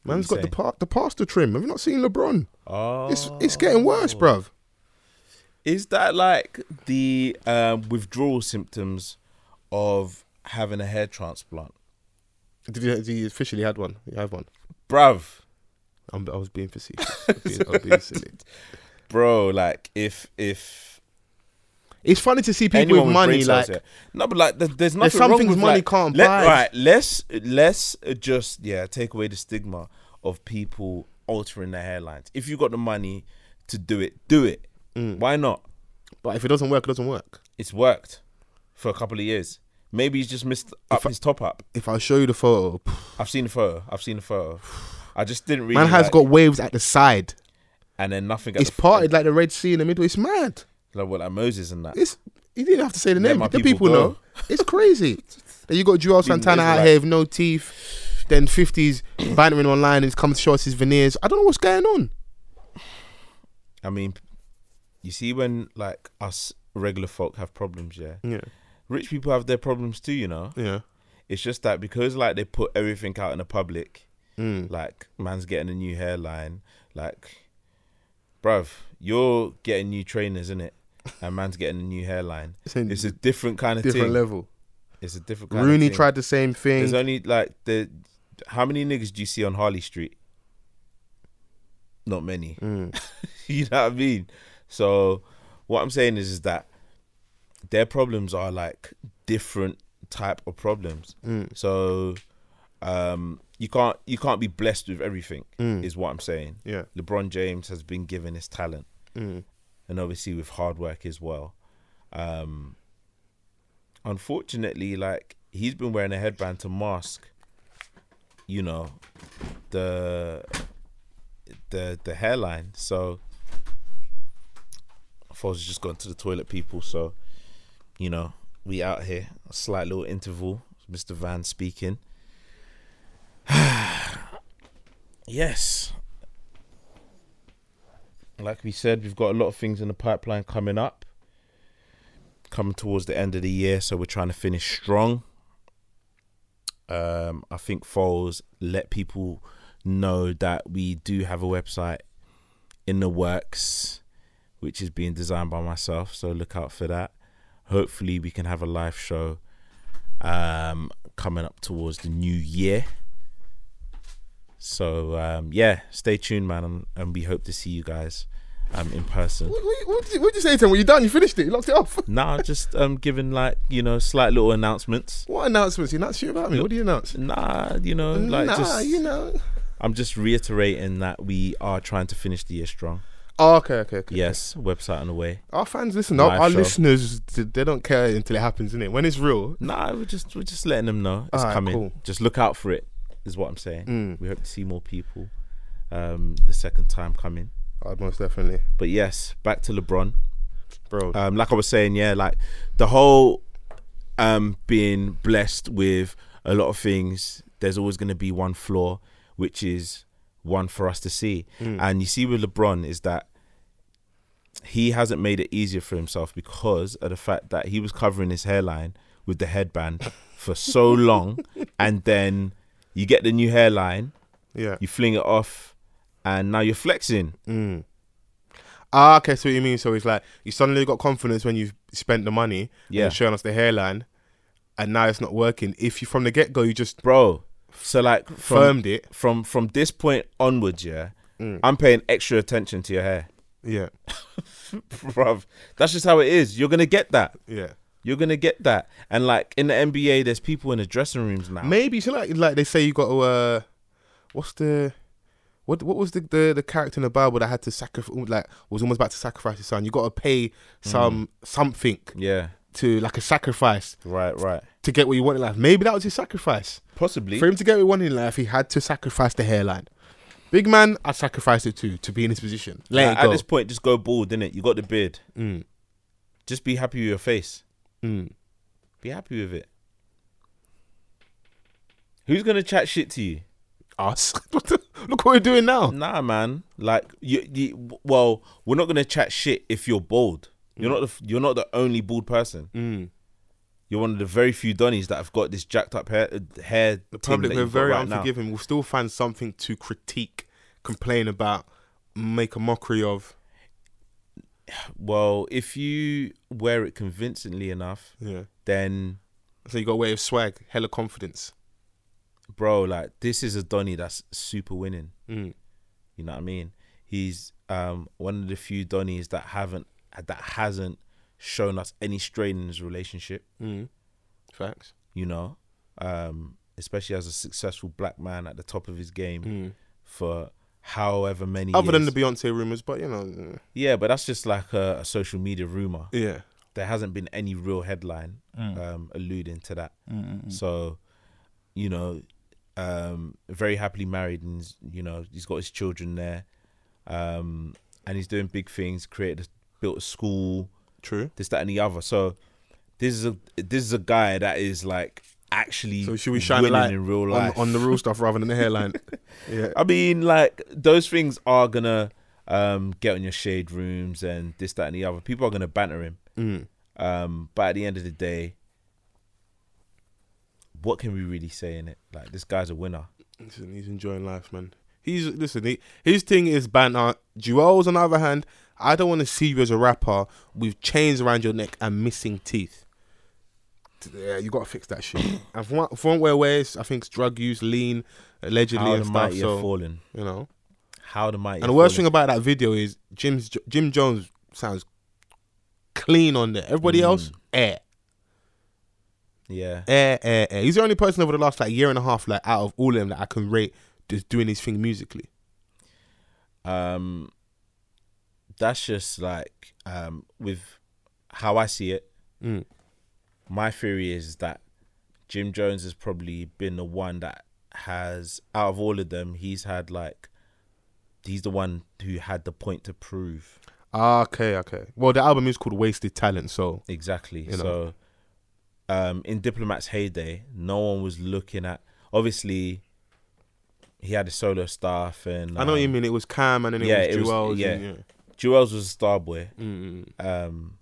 Speaker 3: Man's
Speaker 1: you
Speaker 3: got the
Speaker 1: say?
Speaker 3: pa- the pastor trim. Have you not seen LeBron?
Speaker 1: Oh,
Speaker 3: It's it's getting worse, bruv.
Speaker 1: Is that like the um, withdrawal symptoms of having a hair transplant?
Speaker 3: Did you, did you officially had one? You have one.
Speaker 1: Bruv,
Speaker 3: I'm, I was being facetious. I was being, I was being silly.
Speaker 1: bro, like if if
Speaker 3: It's funny to see people
Speaker 1: anyone
Speaker 3: with
Speaker 1: with
Speaker 3: money
Speaker 1: brain cells
Speaker 3: like
Speaker 1: here- no, but like there- there's nothing
Speaker 3: some
Speaker 1: wrong
Speaker 3: things
Speaker 1: with,
Speaker 3: money
Speaker 1: like-
Speaker 3: can't
Speaker 1: let,
Speaker 3: buy.
Speaker 1: Right, let's let's just yeah take away the stigma of people
Speaker 3: Mm.
Speaker 1: altering their hairlines. If you got the money to do it, do it. Why not?
Speaker 3: But if it doesn't work, it doesn't work.
Speaker 1: It's worked for a couple of years. Maybe he's just missed up his top up.
Speaker 3: If I show you the photo, pff,
Speaker 1: I've seen the photo. I've seen the photo. I just didn't really.
Speaker 3: man has
Speaker 1: like-
Speaker 3: got waves at the side.
Speaker 1: and then nothing. at
Speaker 3: It's
Speaker 1: the-
Speaker 3: parted like the Red Sea in the middle. It's mad.
Speaker 1: like what like Moses and that.
Speaker 3: It's you didn't have to say the
Speaker 1: Let
Speaker 3: name.
Speaker 1: my
Speaker 3: The
Speaker 1: people
Speaker 3: people,
Speaker 1: go.
Speaker 3: know. It's crazy. Then you got Joel Santana out
Speaker 1: Israelite.
Speaker 3: here with no teeth. Then fifties bantering online and he's come to show us his veneers. I don't know what's going on.
Speaker 1: I mean, you see when like us regular folk have problems, yeah.
Speaker 3: Yeah.
Speaker 1: Rich people have their problems too, you know.
Speaker 3: Yeah.
Speaker 1: It's just that because like they put everything out in the public,
Speaker 3: Mm.
Speaker 1: like man's getting a new hairline, like, bruv, you're getting new trainers, innit? And man's getting a new hairline. It's,
Speaker 3: It's a
Speaker 1: a different kind of
Speaker 3: Different
Speaker 1: thing.
Speaker 3: level.
Speaker 1: It's a different kind
Speaker 3: Rooney
Speaker 1: of thing.
Speaker 3: tried the same thing.
Speaker 1: There's only like the how many niggas do you see on Harley Street? Not many. you know what I mean? So what I'm saying is, is that their problems are like different type of problems. So um you can't you can't be blessed with everything is what I'm saying.
Speaker 3: Yeah.
Speaker 1: LeBron James has been given his talent. And obviously with hard work as well Um, unfortunately, like he's been wearing a headband to mask, you know, the the the hairline. So Foles has just gone to the toilet, people. So you know, we out here. A slight little interval. Mr. Van speaking. yes. Like we said, we've got a lot of things in the pipeline coming up coming towards the end of the year, so we're trying to finish strong. Um, I think Foles let people know that we do have a website in the works, which is being designed by myself. So look out for that. Hopefully, we can have a live show um, coming up towards the new year. So um, yeah, stay tuned, man, and, and we hope to see you guys um, in person.
Speaker 3: What, what, what, did you, what did you say to him? Were you done? You finished it? You locked it off?
Speaker 1: Nah, just um giving like you know slight little announcements.
Speaker 3: What announcements? You not shit about me? What do you announce?
Speaker 1: Nah, you know like
Speaker 3: nah,
Speaker 1: just
Speaker 3: you know.
Speaker 1: I'm just reiterating that we are trying to finish the year strong.
Speaker 3: Oh, okay, okay, okay.
Speaker 1: Yes, website on the way.
Speaker 3: Our fans listen. Our,
Speaker 1: Live
Speaker 3: our
Speaker 1: show.
Speaker 3: listeners, th- they don't care until it happens, innit? When it's real,
Speaker 1: Nah, we're just we're just letting them know it's
Speaker 3: Alright,
Speaker 1: coming.
Speaker 3: cool. Mm.
Speaker 1: Just look out for it. Is what I'm saying. We hope to see more people. Um, the second time coming.
Speaker 3: oh, most definitely,
Speaker 1: But yes, back to LeBron.
Speaker 3: bro.
Speaker 1: um, like I was saying, yeah, like the whole um, being blessed with a lot of things, there's always going to be one flaw, which is one for us to see. And you see with LeBron is that he hasn't made it easier for himself because of the fact that he was covering his hairline with the headband for so long, and then you get the new hairline,
Speaker 3: yeah.
Speaker 1: you fling it off, and now you're flexing.
Speaker 3: Ah, okay, so what you mean? So it's like you suddenly got confidence when you've spent the money,
Speaker 1: Yeah.
Speaker 3: and showing us the hairline, and now it's not working. If you from the get go, you just
Speaker 1: bro. So like from,
Speaker 3: Firmed it.
Speaker 1: from from this point onwards, yeah. I'm paying extra attention to your hair,
Speaker 3: yeah,
Speaker 1: bro. That's just how it is. You're gonna get that.
Speaker 3: yeah.
Speaker 1: You're gonna get that. And like in the NBA, there's people in the dressing rooms now.
Speaker 3: Maybe so like like they say you got to uh, what's the what what was the, the the character in the Bible that had to sacrifice um, like was almost about to sacrifice his son? You got to
Speaker 1: Mm.
Speaker 3: pay some something
Speaker 1: Yeah.
Speaker 3: to like a sacrifice
Speaker 1: Right. Right.
Speaker 3: to get what you want in life. Maybe that was his sacrifice.
Speaker 1: Possibly.
Speaker 3: For him to get what he wanted in life, he had to sacrifice the hairline. Big man, I sacrificed it too to be in this position. Let
Speaker 1: Like,
Speaker 3: it go.
Speaker 1: at this point, just go Mm. bald, innit? You got the beard. Just be happy with your face. Mm. Be happy with it. Who's gonna chat shit to you?
Speaker 3: us. What the- Look what we're doing now.
Speaker 1: Nah, man. Like you, you well, we're not gonna chat shit if you're bald. You're not the f- you're not the only bald person.
Speaker 3: Mm.
Speaker 1: You're one of the very few donnies that have got this jacked up hair. uh, hair
Speaker 3: The
Speaker 1: thing
Speaker 3: public,
Speaker 1: that
Speaker 3: we're
Speaker 1: you've got
Speaker 3: very
Speaker 1: right now.
Speaker 3: unforgiving. We'll still find something to critique, complain about, make a mockery of.
Speaker 1: Well, if you wear it convincingly enough,
Speaker 3: Yeah.
Speaker 1: then
Speaker 3: So you got a way of swag, hella confidence.
Speaker 1: bro, like this is a Donny that's super winning.
Speaker 3: Mm.
Speaker 1: You know what I mean? He's um one of the few Donnies that haven't that hasn't shown us any strain in his relationship.
Speaker 3: Facts.
Speaker 1: you know, um, especially as a successful black man at the top of his game for however many.
Speaker 3: Mm. Other than the
Speaker 1: years.
Speaker 3: Beyonce rumors, but you know,
Speaker 1: yeah, but that's just like a, a social media rumor.
Speaker 3: yeah,
Speaker 1: there hasn't been any real headline
Speaker 3: Mm.
Speaker 1: um, alluding to that. So, you know, um, very happily married, and he's, you know he's got his children there, um, and he's doing big things. Created, a- built a school,
Speaker 3: true.
Speaker 1: this, that, and the other. So, this is a this is a guy that is like actually.
Speaker 3: So should we shine a
Speaker 1: winning
Speaker 3: light
Speaker 1: in real
Speaker 3: on-
Speaker 1: life
Speaker 3: on, the real stuff rather than the hairline? yeah,
Speaker 1: I mean, like those things are gonna um, get on your shade rooms and this, that, and the other. People are gonna banter him.
Speaker 3: Mm.
Speaker 1: Um, but at the end of the day, what can we really say in it? Like this guy's a winner.
Speaker 3: listen, he's enjoying life, man. He's listen. He, his thing is banter. Jewels, on the other hand, I don't want to see you as a rapper with chains around your neck and missing teeth. Yeah, you gotta fix that shit. and from, what- from where where it's, I think it's drug use, lean, allegedly
Speaker 1: How the
Speaker 3: and stuff.
Speaker 1: mighty
Speaker 3: So
Speaker 1: are fallen.
Speaker 3: you know.
Speaker 1: How the mighty.
Speaker 3: And the worst thing about that video is Jim's Jim Jones sounds clean on there. Everybody else, eh, air,
Speaker 1: yeah,
Speaker 3: air, air, air. eh, He's the only person over the last like year and a half, like out of all of them, that I can rate just doing his thing musically.
Speaker 1: um, that's just like um, with how I see it.
Speaker 3: Mm.
Speaker 1: My theory is that Jim Jones has probably been the one that has, out of all of them, he's had like, he's the one who had the point to prove
Speaker 3: Ah, Okay, okay. Well, the album is called Wasted Talent, so
Speaker 1: exactly.
Speaker 3: know.
Speaker 1: So, um, in Diplomat's heyday, no one was looking at. Obviously, he had his solo stuff, and
Speaker 3: I know what you
Speaker 1: um,
Speaker 3: mean. It was Cam, and then it
Speaker 1: yeah,
Speaker 3: was
Speaker 1: it was-
Speaker 3: Jewels.
Speaker 1: yeah.
Speaker 3: and, yeah. Mm-hmm.
Speaker 1: Jewels was a star boy. Um,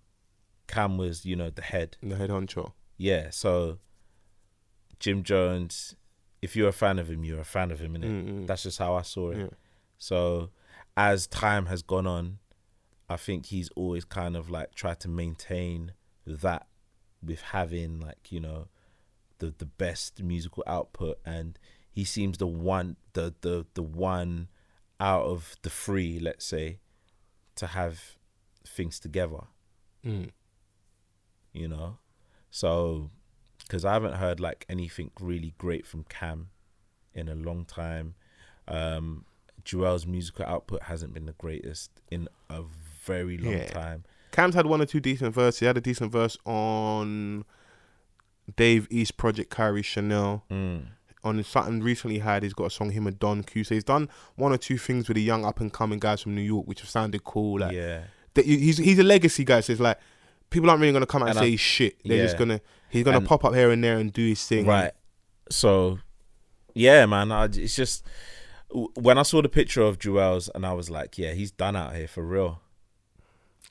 Speaker 1: Cam was, you know, the head.
Speaker 3: And the head honcho.
Speaker 1: Yeah, so Jim Jones, if you're a fan of him, you're a fan of him, innit?
Speaker 3: Mm-hmm.
Speaker 1: That's just how I saw it. So as time has gone on, I think he's always kind of like tried to maintain that with having like, you know, the the best musical output and he seems the one the the the one out of the three, let's say, to have things together.
Speaker 3: Mm.
Speaker 1: You know? So, because I haven't heard like anything really great from Cam in a long time. Um, Joel's musical output hasn't been the greatest in a very long
Speaker 3: Yeah.
Speaker 1: time.
Speaker 3: Cam's had one or two decent verses. He had a decent verse on Dave East Project Kyrie Chanel.
Speaker 1: Mm.
Speaker 3: On his something recently he had, he's got a song him and Don Q. So he's done one or two things with the young up and coming guys from New York, which have sounded cool. Like
Speaker 1: Yeah.
Speaker 3: that- he's he's a legacy guy, so it's like people aren't really gonna come out and,
Speaker 1: And I-
Speaker 3: say he's shit. They're just
Speaker 1: yeah.
Speaker 3: gonna he's gonna
Speaker 1: And-
Speaker 3: pop up here and there and do his thing.
Speaker 1: Right. So, yeah, man, I, it's just w- when I saw the picture of Joel's and I was like, yeah, he's done out here for real.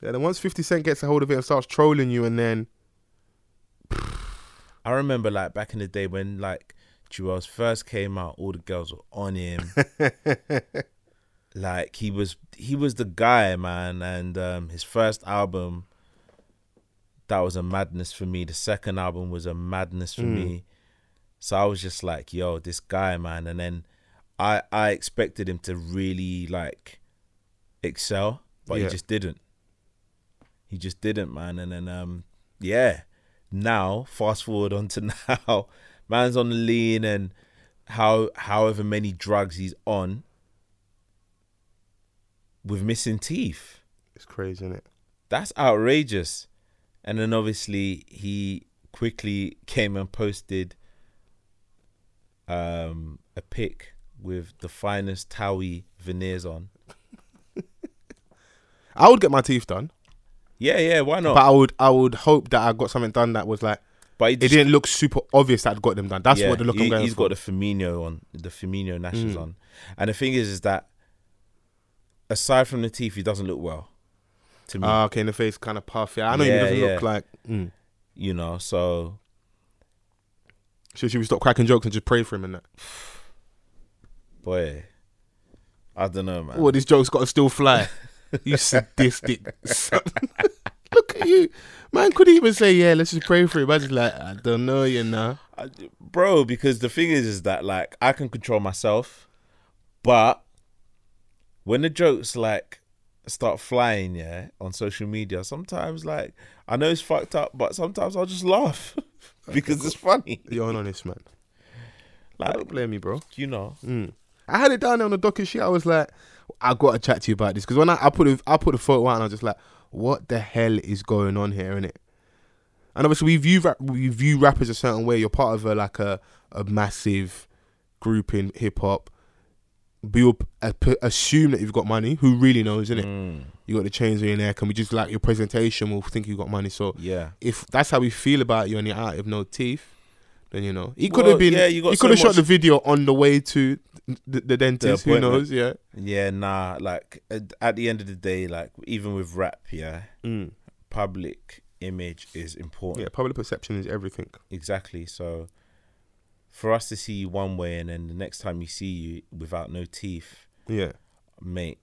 Speaker 3: Yeah, then once Fifty Cent gets a hold of it and starts trolling you, and then
Speaker 1: I remember like back in the day when like Jewels first came out, all the girls were on him. like he was he was the guy, man, and um his first album that was a madness for me. The second album was a madness for me. So I was just like, yo, this guy, man. And then I I expected him to really like excel, but
Speaker 3: Yeah.
Speaker 1: he just didn't. He just didn't, man. And then um yeah. Now, fast forward onto now, man's on the lean and how however many drugs he's on with missing teeth.
Speaker 3: it's crazy, isn't it?
Speaker 1: That's outrageous. And then obviously he quickly came and posted um, a pic with the finest Towie veneers on.
Speaker 3: I would get my teeth done,
Speaker 1: Yeah, yeah, why not?
Speaker 3: but I would I would hope that I got something done that was like
Speaker 1: But he
Speaker 3: it didn't look super obvious that I'd got them done. That's what the look
Speaker 1: he,
Speaker 3: I'm going
Speaker 1: has
Speaker 3: for. Mm.
Speaker 1: got the Firmino on, the Firmino Nashes on, and the thing is, is that aside from the teeth, he doesn't look well to me.
Speaker 3: Ah, okay, in the face, kind of puff. Yeah, I know he
Speaker 1: Yeah,
Speaker 3: doesn't
Speaker 1: yeah.
Speaker 3: look like. Mm.
Speaker 1: you know, so
Speaker 3: Should, should we stop cracking jokes and just pray for him and that?
Speaker 1: boy, I don't know, man.
Speaker 3: Well, this Oh, joke's got to still fly. you sadistic. son. look at you, man. Could even say, "Yeah, let's just pray for him." I just like, I don't know, you know.
Speaker 1: I- bro, because the thing is, is that like I can control myself, but when the jokes like start flying, yeah, on social media, sometimes like I know it's fucked up, but sometimes I'll just laugh because it's funny.
Speaker 3: You're an honest man. I
Speaker 1: Like
Speaker 3: don't blame you, bro.
Speaker 1: you know.
Speaker 3: I had it down there on the docket sheet. I was like, I got to chat to you about this because when I, I put a, I put the photo out and I was just like, what the hell is going on here, innit? And obviously we view rap, we view rappers a certain way. You're part of a like a a massive group in hip hop. But you'll uh, p- assume that you've got money. Who really knows, innit? You got the chains in your neck, and we just like your presentation. We'll think you got money. So
Speaker 1: Yeah.
Speaker 3: if that's how we feel about you and you're out with no teeth, then you know he could
Speaker 1: Well,
Speaker 3: have been.
Speaker 1: yeah, you got
Speaker 3: he
Speaker 1: so
Speaker 3: could have shot
Speaker 1: much-
Speaker 3: the video on the way to the, the dentist. who
Speaker 1: appointment.
Speaker 3: knows? Yeah,
Speaker 1: Yeah, nah. Like at at the end of the day, like even with rap, yeah, public image is important.
Speaker 3: yeah. Public perception is everything.
Speaker 1: Exactly. So for us to see you one way and then the next time you see you without no teeth,
Speaker 3: Yeah.
Speaker 1: mate,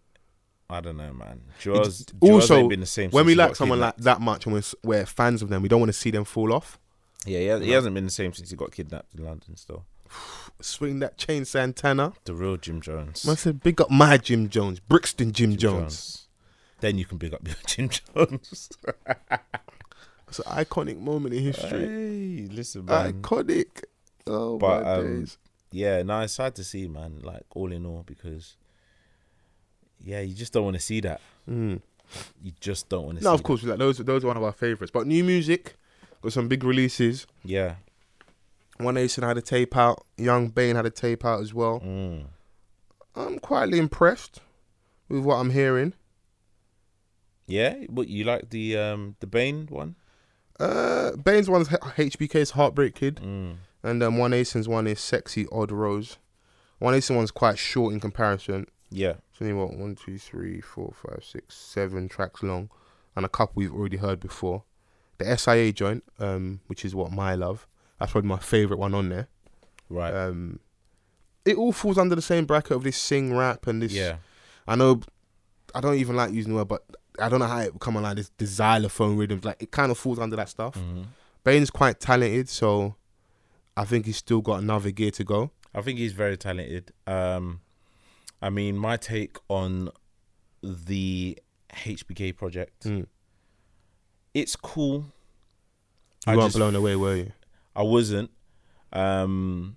Speaker 1: I don't know, man. Jaws, Jaws
Speaker 3: also,
Speaker 1: ain't been the same
Speaker 3: when
Speaker 1: since
Speaker 3: we
Speaker 1: he got
Speaker 3: like someone like
Speaker 1: kidnapped.
Speaker 3: that much and we're, s- we're fans of them, we don't want to see them fall off.
Speaker 1: yeah, he, has, he hasn't been the same since he got kidnapped in London. Still,
Speaker 3: Swing that chain, Santana.
Speaker 1: the real Jim Jones.
Speaker 3: I said, big up my Jim Jones, Brixton Jim, Jones.
Speaker 1: Then you can big up your Jim Jones.
Speaker 3: It's an iconic moment in history.
Speaker 1: hey, listen,
Speaker 3: iconic. Oh
Speaker 1: But,
Speaker 3: my
Speaker 1: um,
Speaker 3: days.
Speaker 1: yeah, no, it's sad to see, man. Like all in all, because yeah, you just don't want to see that. You just don't want to.
Speaker 3: Hmm. No,
Speaker 1: see
Speaker 3: of course, like those those are one of our favorites. But new music got some big releases.
Speaker 1: That. Yeah,
Speaker 3: One Nation had a tape out. Young Bane had a tape out as well. I'm quietly impressed with what I'm hearing.
Speaker 1: yeah. But you like the um the Bane one?
Speaker 3: Uh, Bane's one's H- HBK's Heartbreak Kid, and um, One Nation's one is Sexy Odd Rose. One Nation one's quite short in comparison.
Speaker 1: Yeah,
Speaker 3: It's only what one, two, three, four, five, six, seven tracks long, and a couple we've already heard before. The SIA joint, um, which is what my love. That's probably my favorite one on there.
Speaker 1: right.
Speaker 3: It all falls under the same bracket of this sing rap and this.
Speaker 1: yeah,
Speaker 3: I know. I don't even like using the word, but I don't know how it come online. This, this xylophone rhythms, like it kind of falls under that stuff.
Speaker 1: Mm-hmm.
Speaker 3: Bane's quite talented, so I think he's still got another gear to go.
Speaker 1: I think he's very talented. Um, I mean, my take on the HBK project,
Speaker 3: Hmm.
Speaker 1: it's cool.
Speaker 3: You
Speaker 1: I
Speaker 3: weren't
Speaker 1: just
Speaker 3: blown away, were you?
Speaker 1: I wasn't. Um,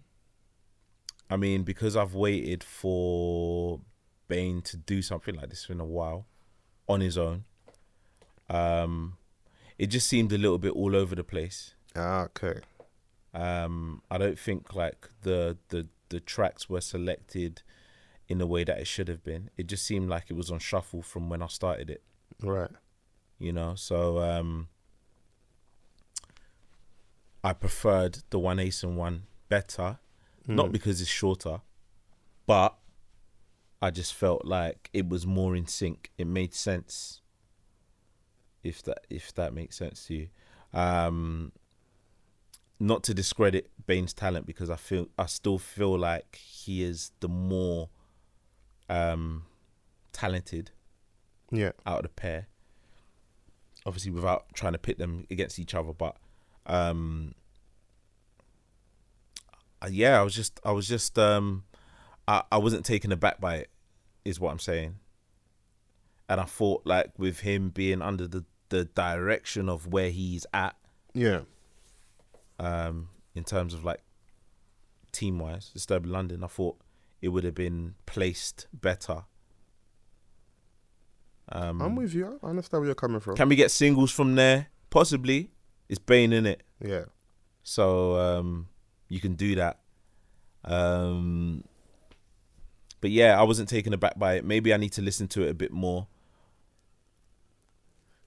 Speaker 1: I mean, because I've waited for Bane to do something like this in a while on his own. Um, it just seemed a little bit all over the place.
Speaker 3: Ah, okay.
Speaker 1: Um, I don't think like the the the tracks were selected in the way that it should have been. It just seemed like it was on shuffle from when I started it
Speaker 3: Right.
Speaker 1: you know. So um, I preferred the one ace and one better, not because it's shorter, but I just felt like it was more in sync. It made sense. If that if that makes sense to you, um, not to discredit Bane's talent because I feel I still feel like he is the more um, talented
Speaker 3: Yeah.
Speaker 1: out of the pair. Obviously, without trying to pit them against each other, but um, uh, yeah, I was just, I was just, um, I, I wasn't taken aback by it, is what I'm saying. And I thought, like, with him being under the the direction of where he's at,
Speaker 3: Yeah.
Speaker 1: um, in terms of like team wise, Disturbed London, I thought it would have been placed better. Um,
Speaker 3: I'm with you. I understand where you're coming from.
Speaker 1: Can we get singles from there? Possibly. It's Bane in it.
Speaker 3: yeah.
Speaker 1: So um, you can do that. Um, but yeah, I wasn't taken aback by it. Maybe I need to listen to it a bit more.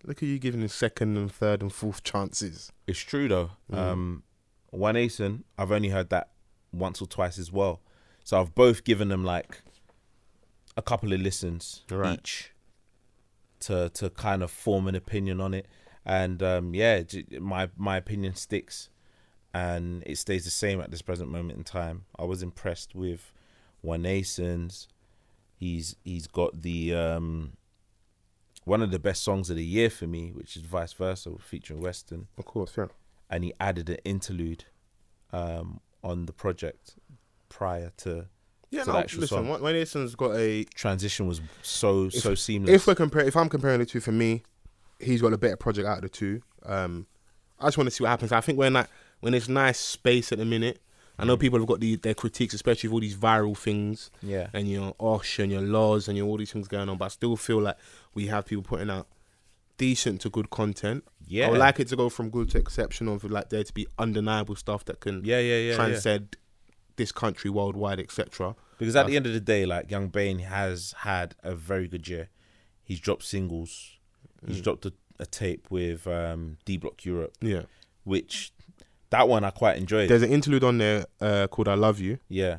Speaker 3: Look at you giving him second and third and fourth chances.
Speaker 1: It's true though. Um, One Aeson, I've only heard that once or twice as well. So I've both given them like a couple of listens
Speaker 3: Right.
Speaker 1: each to to kind of form an opinion on it. And um, yeah, j- my my opinion sticks, and it stays the same at this present moment in time. I was impressed with One Aeson's. He's he's got the um, one of the best songs of the year for me, which is Vice Versa featuring Weston
Speaker 3: Of course, yeah.
Speaker 1: and he added an interlude um, on the project prior to
Speaker 3: Yeah,
Speaker 1: to
Speaker 3: no,
Speaker 1: the actual
Speaker 3: listen,
Speaker 1: song.
Speaker 3: Wayne Wayne Mason's got a
Speaker 1: Transition was so so seamless.
Speaker 3: if we're comparing, if I'm comparing the two, for me, he's got a better project out of the two. Um, I just want to see what happens. I think when like when there's nice space at the minute, I
Speaker 8: Mm.
Speaker 3: know people have got the, their critiques, especially with all these viral things.
Speaker 8: Yeah.
Speaker 3: And your Osh and your laws and your all these things going on, but I still feel like we have people putting out decent to good content. I
Speaker 8: Yeah.
Speaker 3: would like it to go from good to exceptional for like there to be undeniable stuff that can
Speaker 8: Yeah, yeah, yeah, yeah.
Speaker 3: transcend this country worldwide, etc.
Speaker 1: Because at the end of the day, like Young Bane has had a very good year. He's dropped singles. He's dropped a, a tape with um, D Block Europe.
Speaker 3: Mm. Yeah.
Speaker 1: Which that one I quite enjoyed.
Speaker 3: There's an interlude on there uh, called I Love You.
Speaker 1: yeah,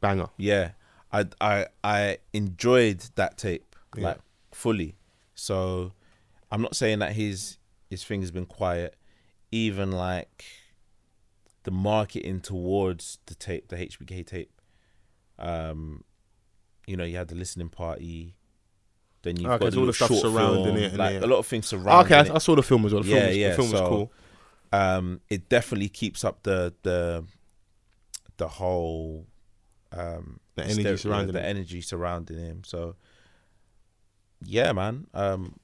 Speaker 3: Banger.
Speaker 1: yeah. I I I enjoyed that tape like fully. So I'm not saying that his his thing has been quiet. Even like the marketing towards the tape, the HBK tape. Um, you know, you had the listening party. Then you've
Speaker 3: Okay,
Speaker 1: got
Speaker 3: so
Speaker 1: all the stuff surrounding it,
Speaker 3: and
Speaker 1: like
Speaker 3: it-
Speaker 1: a lot of things surrounding
Speaker 3: okay,
Speaker 1: it
Speaker 3: I, I saw the film as well. The film,
Speaker 1: yeah,
Speaker 3: was,
Speaker 1: yeah.
Speaker 3: the film
Speaker 1: so,
Speaker 3: was cool.
Speaker 1: Um, it definitely keeps up the the the whole um
Speaker 3: The energy
Speaker 1: hysteria-
Speaker 3: surrounding
Speaker 1: the
Speaker 3: it.
Speaker 1: energy surrounding him. So yeah, man. Um,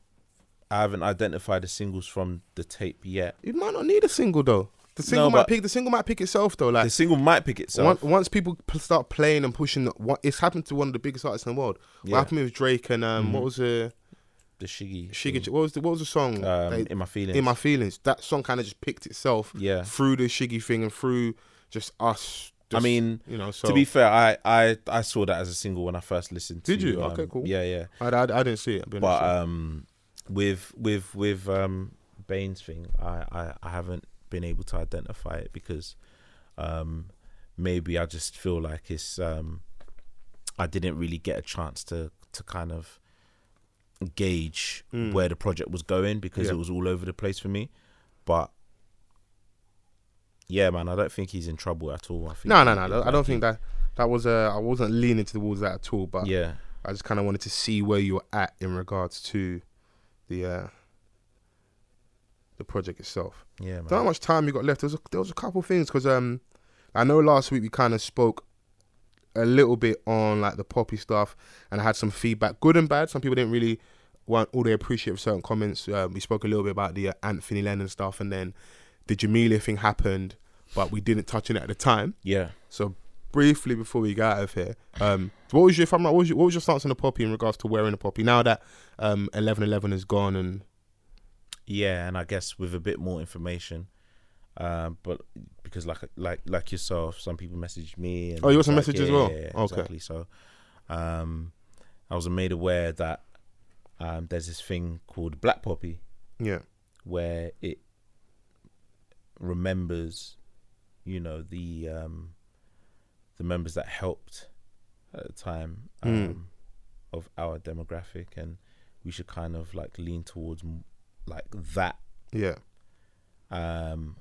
Speaker 1: I haven't identified the singles from the tape yet.
Speaker 3: It might not need a single though. The single
Speaker 1: but-
Speaker 3: might pick. The single might pick itself though. Like
Speaker 1: The single might pick itself.
Speaker 3: once, once people p- start playing and pushing, the- what it's happened to one of the biggest artists in the world.
Speaker 1: Yeah. Mm-hmm.
Speaker 3: What happened with Drake and um, what was the
Speaker 1: the Shiggy,
Speaker 3: Shiggy? What was the what was the song?
Speaker 1: Mm-hmm. um,
Speaker 3: They-
Speaker 1: in my feelings.
Speaker 3: in my feelings. That song kind of just picked itself.
Speaker 1: Yeah.
Speaker 3: Through the Shiggy thing and through just us.
Speaker 1: I
Speaker 3: just,
Speaker 1: mean,
Speaker 3: you know. So
Speaker 1: to be fair, I, I I saw that as a single when I first listened.
Speaker 3: Did
Speaker 1: to,
Speaker 3: you?
Speaker 1: um,
Speaker 3: Okay, cool.
Speaker 1: Yeah, yeah.
Speaker 3: I, I, I didn't see it. I'll be honest
Speaker 1: but
Speaker 3: with you.
Speaker 1: um, with with with um Bane's thing, I, I I haven't been able to identify it because um maybe I just feel like it's um I didn't really get a chance to to kind of gauge
Speaker 3: Mm.
Speaker 1: where the project was going because it was all over the place for me, but. Yeah, man, I don't think he's in trouble at all. I think
Speaker 3: no, no, no. I don't think that that was. Uh, I wasn't leaning towards that at all. But
Speaker 1: Yeah,
Speaker 3: I just kind of wanted to see where you were at in regards to the uh, the project itself.
Speaker 1: yeah,
Speaker 3: Don't know how
Speaker 1: man.
Speaker 3: much time you got left. There was a, there was a couple things because um, I know last week we kind of spoke a little bit on like the poppy stuff, and I had some feedback, good and bad. Some people didn't really weren't all they appreciative of certain comments. Um, we spoke a little bit about the uh, Anthony Lennon stuff, and then the Jamelia thing happened, but we didn't touch on it at the time.
Speaker 1: Yeah,
Speaker 3: So briefly before we get out of here, um, what was your if I'm right, what was your, what was your stance on the poppy in regards to wearing a poppy now that um eleven eleven is gone and
Speaker 1: yeah and i guess with a bit more information um but because like like like yourself some people messaged me and
Speaker 3: Oh, you got
Speaker 1: it's
Speaker 3: some
Speaker 1: like,
Speaker 3: messages as
Speaker 1: yeah,
Speaker 3: well?
Speaker 1: yeah, yeah,
Speaker 3: Okay.
Speaker 1: exactly so um i was made aware that um there's this thing called black poppy
Speaker 3: yeah
Speaker 1: where it remembers you know the um the members that helped at the time
Speaker 3: Hmm.
Speaker 1: um, of our demographic and we should kind of like lean towards m- like that
Speaker 3: yeah
Speaker 1: um,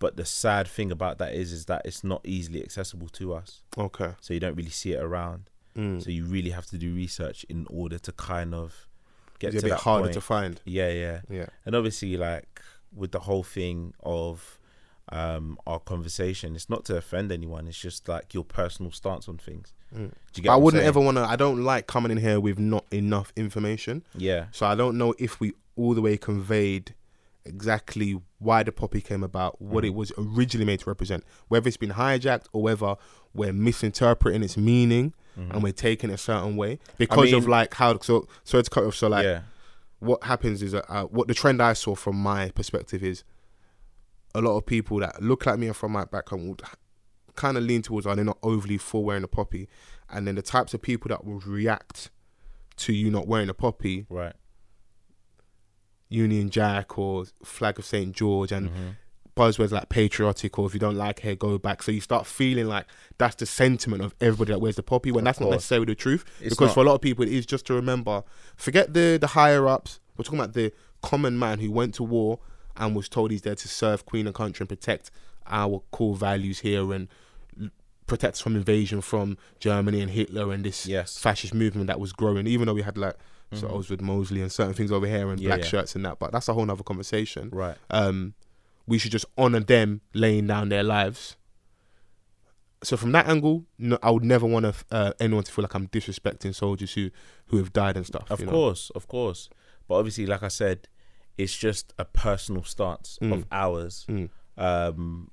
Speaker 1: but the sad thing about that is, is that it's not easily accessible to us,
Speaker 3: okay
Speaker 1: so you don't really see it around.
Speaker 3: Mm.
Speaker 1: So you really have to do research in order to kind of get
Speaker 3: it's a
Speaker 1: to
Speaker 3: bit
Speaker 1: that
Speaker 3: harder
Speaker 1: point.
Speaker 3: to find
Speaker 1: Yeah, yeah,
Speaker 3: Yeah.
Speaker 1: And obviously, like with the whole thing of um, our conversation, it's not to offend anyone. It's just like your personal stance on things. Do you get
Speaker 3: Mm. I
Speaker 1: what I'm
Speaker 3: wouldn't
Speaker 1: saying?
Speaker 3: ever want to I don't like coming in here with not enough information
Speaker 1: Yeah,
Speaker 3: so I don't know if we all the way conveyed exactly why the poppy came about what
Speaker 1: Mm.
Speaker 3: it was originally made to represent whether it's been hijacked or whether we're misinterpreting its meaning and we're taking it a certain way because
Speaker 1: Mm-hmm.
Speaker 3: of
Speaker 1: mean-
Speaker 3: like how so so it's cut off so like
Speaker 1: yeah,
Speaker 3: what happens is that, uh, what the trend I saw from my perspective is a lot of people that look like me and from my background would kind of lean towards are they not overly for wearing a poppy, and then the types of people that will react to you not wearing a poppy,
Speaker 1: right.
Speaker 3: Union Jack or Flag of Saint George, and
Speaker 1: Mm-hmm.
Speaker 3: buzzwords like patriotic or if you don't like hair, go back. So you start feeling like that's the sentiment of everybody that wears the poppy when that's not necessarily the truth. because
Speaker 1: not.
Speaker 3: for a lot of people, it is just to remember. Forget the the higher ups. We're talking about the common man who went to war and was told he's there to serve Queen and country and protect our core values here and l- protect us from invasion from Germany and Hitler and this
Speaker 1: Yes. Mm-hmm.
Speaker 3: fascist movement that was growing. Even though we had like Sir Oswald Mosley and certain things over here and black
Speaker 1: yeah.
Speaker 3: shirts and that, but that's a whole nother conversation.
Speaker 1: Right.
Speaker 3: Um, we should just honor them laying down their lives. So from that angle, no, I would never want to, uh, anyone to feel like I'm disrespecting soldiers who who have died and stuff.
Speaker 1: Of
Speaker 3: you know?
Speaker 1: course, of course. But obviously, like I said,
Speaker 3: Mm.
Speaker 1: it's just a personal stance of ours. Um,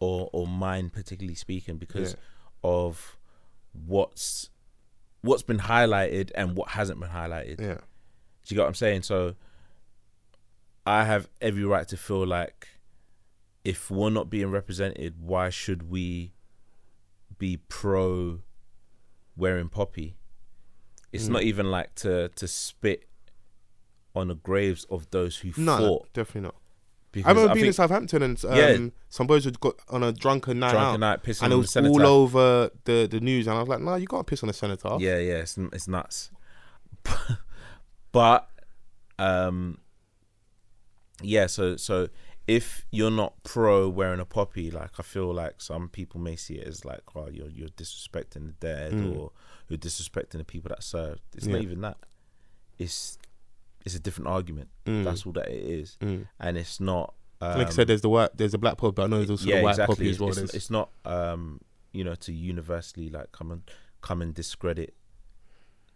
Speaker 1: or or mine particularly speaking because
Speaker 3: Yeah.
Speaker 1: of what's what's been highlighted and what hasn't been highlighted.
Speaker 3: Yeah.
Speaker 1: Do you get what I'm saying? So I have every right to feel like if we're not being represented, why should we be pro wearing poppy? It's
Speaker 3: Mm.
Speaker 1: not even like to to spit on the graves of those who
Speaker 3: No,
Speaker 1: fought.
Speaker 3: definitely not.
Speaker 1: Because
Speaker 3: I remember being
Speaker 1: think-
Speaker 3: in Southampton and um,
Speaker 1: Yeah.
Speaker 3: some boys had got on a drunken night
Speaker 1: Drunken
Speaker 3: out,
Speaker 1: night, pissing
Speaker 3: and it
Speaker 1: on
Speaker 3: was
Speaker 1: the
Speaker 3: all
Speaker 1: cenotaph.
Speaker 3: over the, the news. And I was like, "No, you can't piss on a cenotaph."
Speaker 1: Yeah, yeah, it's, it's nuts. but um yeah, so so if you're not pro wearing a poppy, like I feel like some people may see it as like, oh, you're you're disrespecting the dead or you're disrespecting the people that served. It's not
Speaker 3: Yeah.
Speaker 1: even that. It's it's a different argument. That's all that it is, and it's not. Um,
Speaker 3: like I said, there's the white, there's the black poppy, but I know there's also the white poppy as
Speaker 1: it's,
Speaker 3: well.
Speaker 1: it's-
Speaker 3: There's-
Speaker 1: it's not um, you know, to universally like come and come and discredit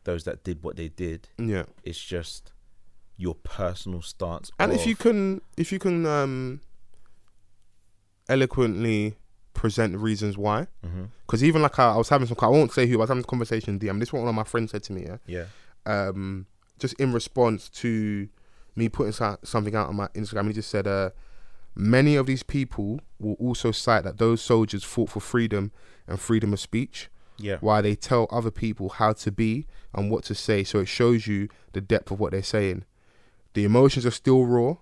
Speaker 1: those that did what they did.
Speaker 3: yeah,
Speaker 1: It's just your personal stance.
Speaker 3: and if
Speaker 1: of-
Speaker 3: you can, if you can, um, eloquently present reasons why, because even like I, I was having some, I won't say who, but I was having a conversation. with DM, this is what one of my friends said to me. Yeah,
Speaker 1: Yeah.
Speaker 3: um, just in response to me putting so- something out on my Instagram, he just said, uh, many of these people will also cite that those soldiers fought for freedom and freedom of speech.
Speaker 1: Yeah.
Speaker 3: Why they tell other people how to be and what to say. So it shows you the depth of what they're saying. The emotions are still raw,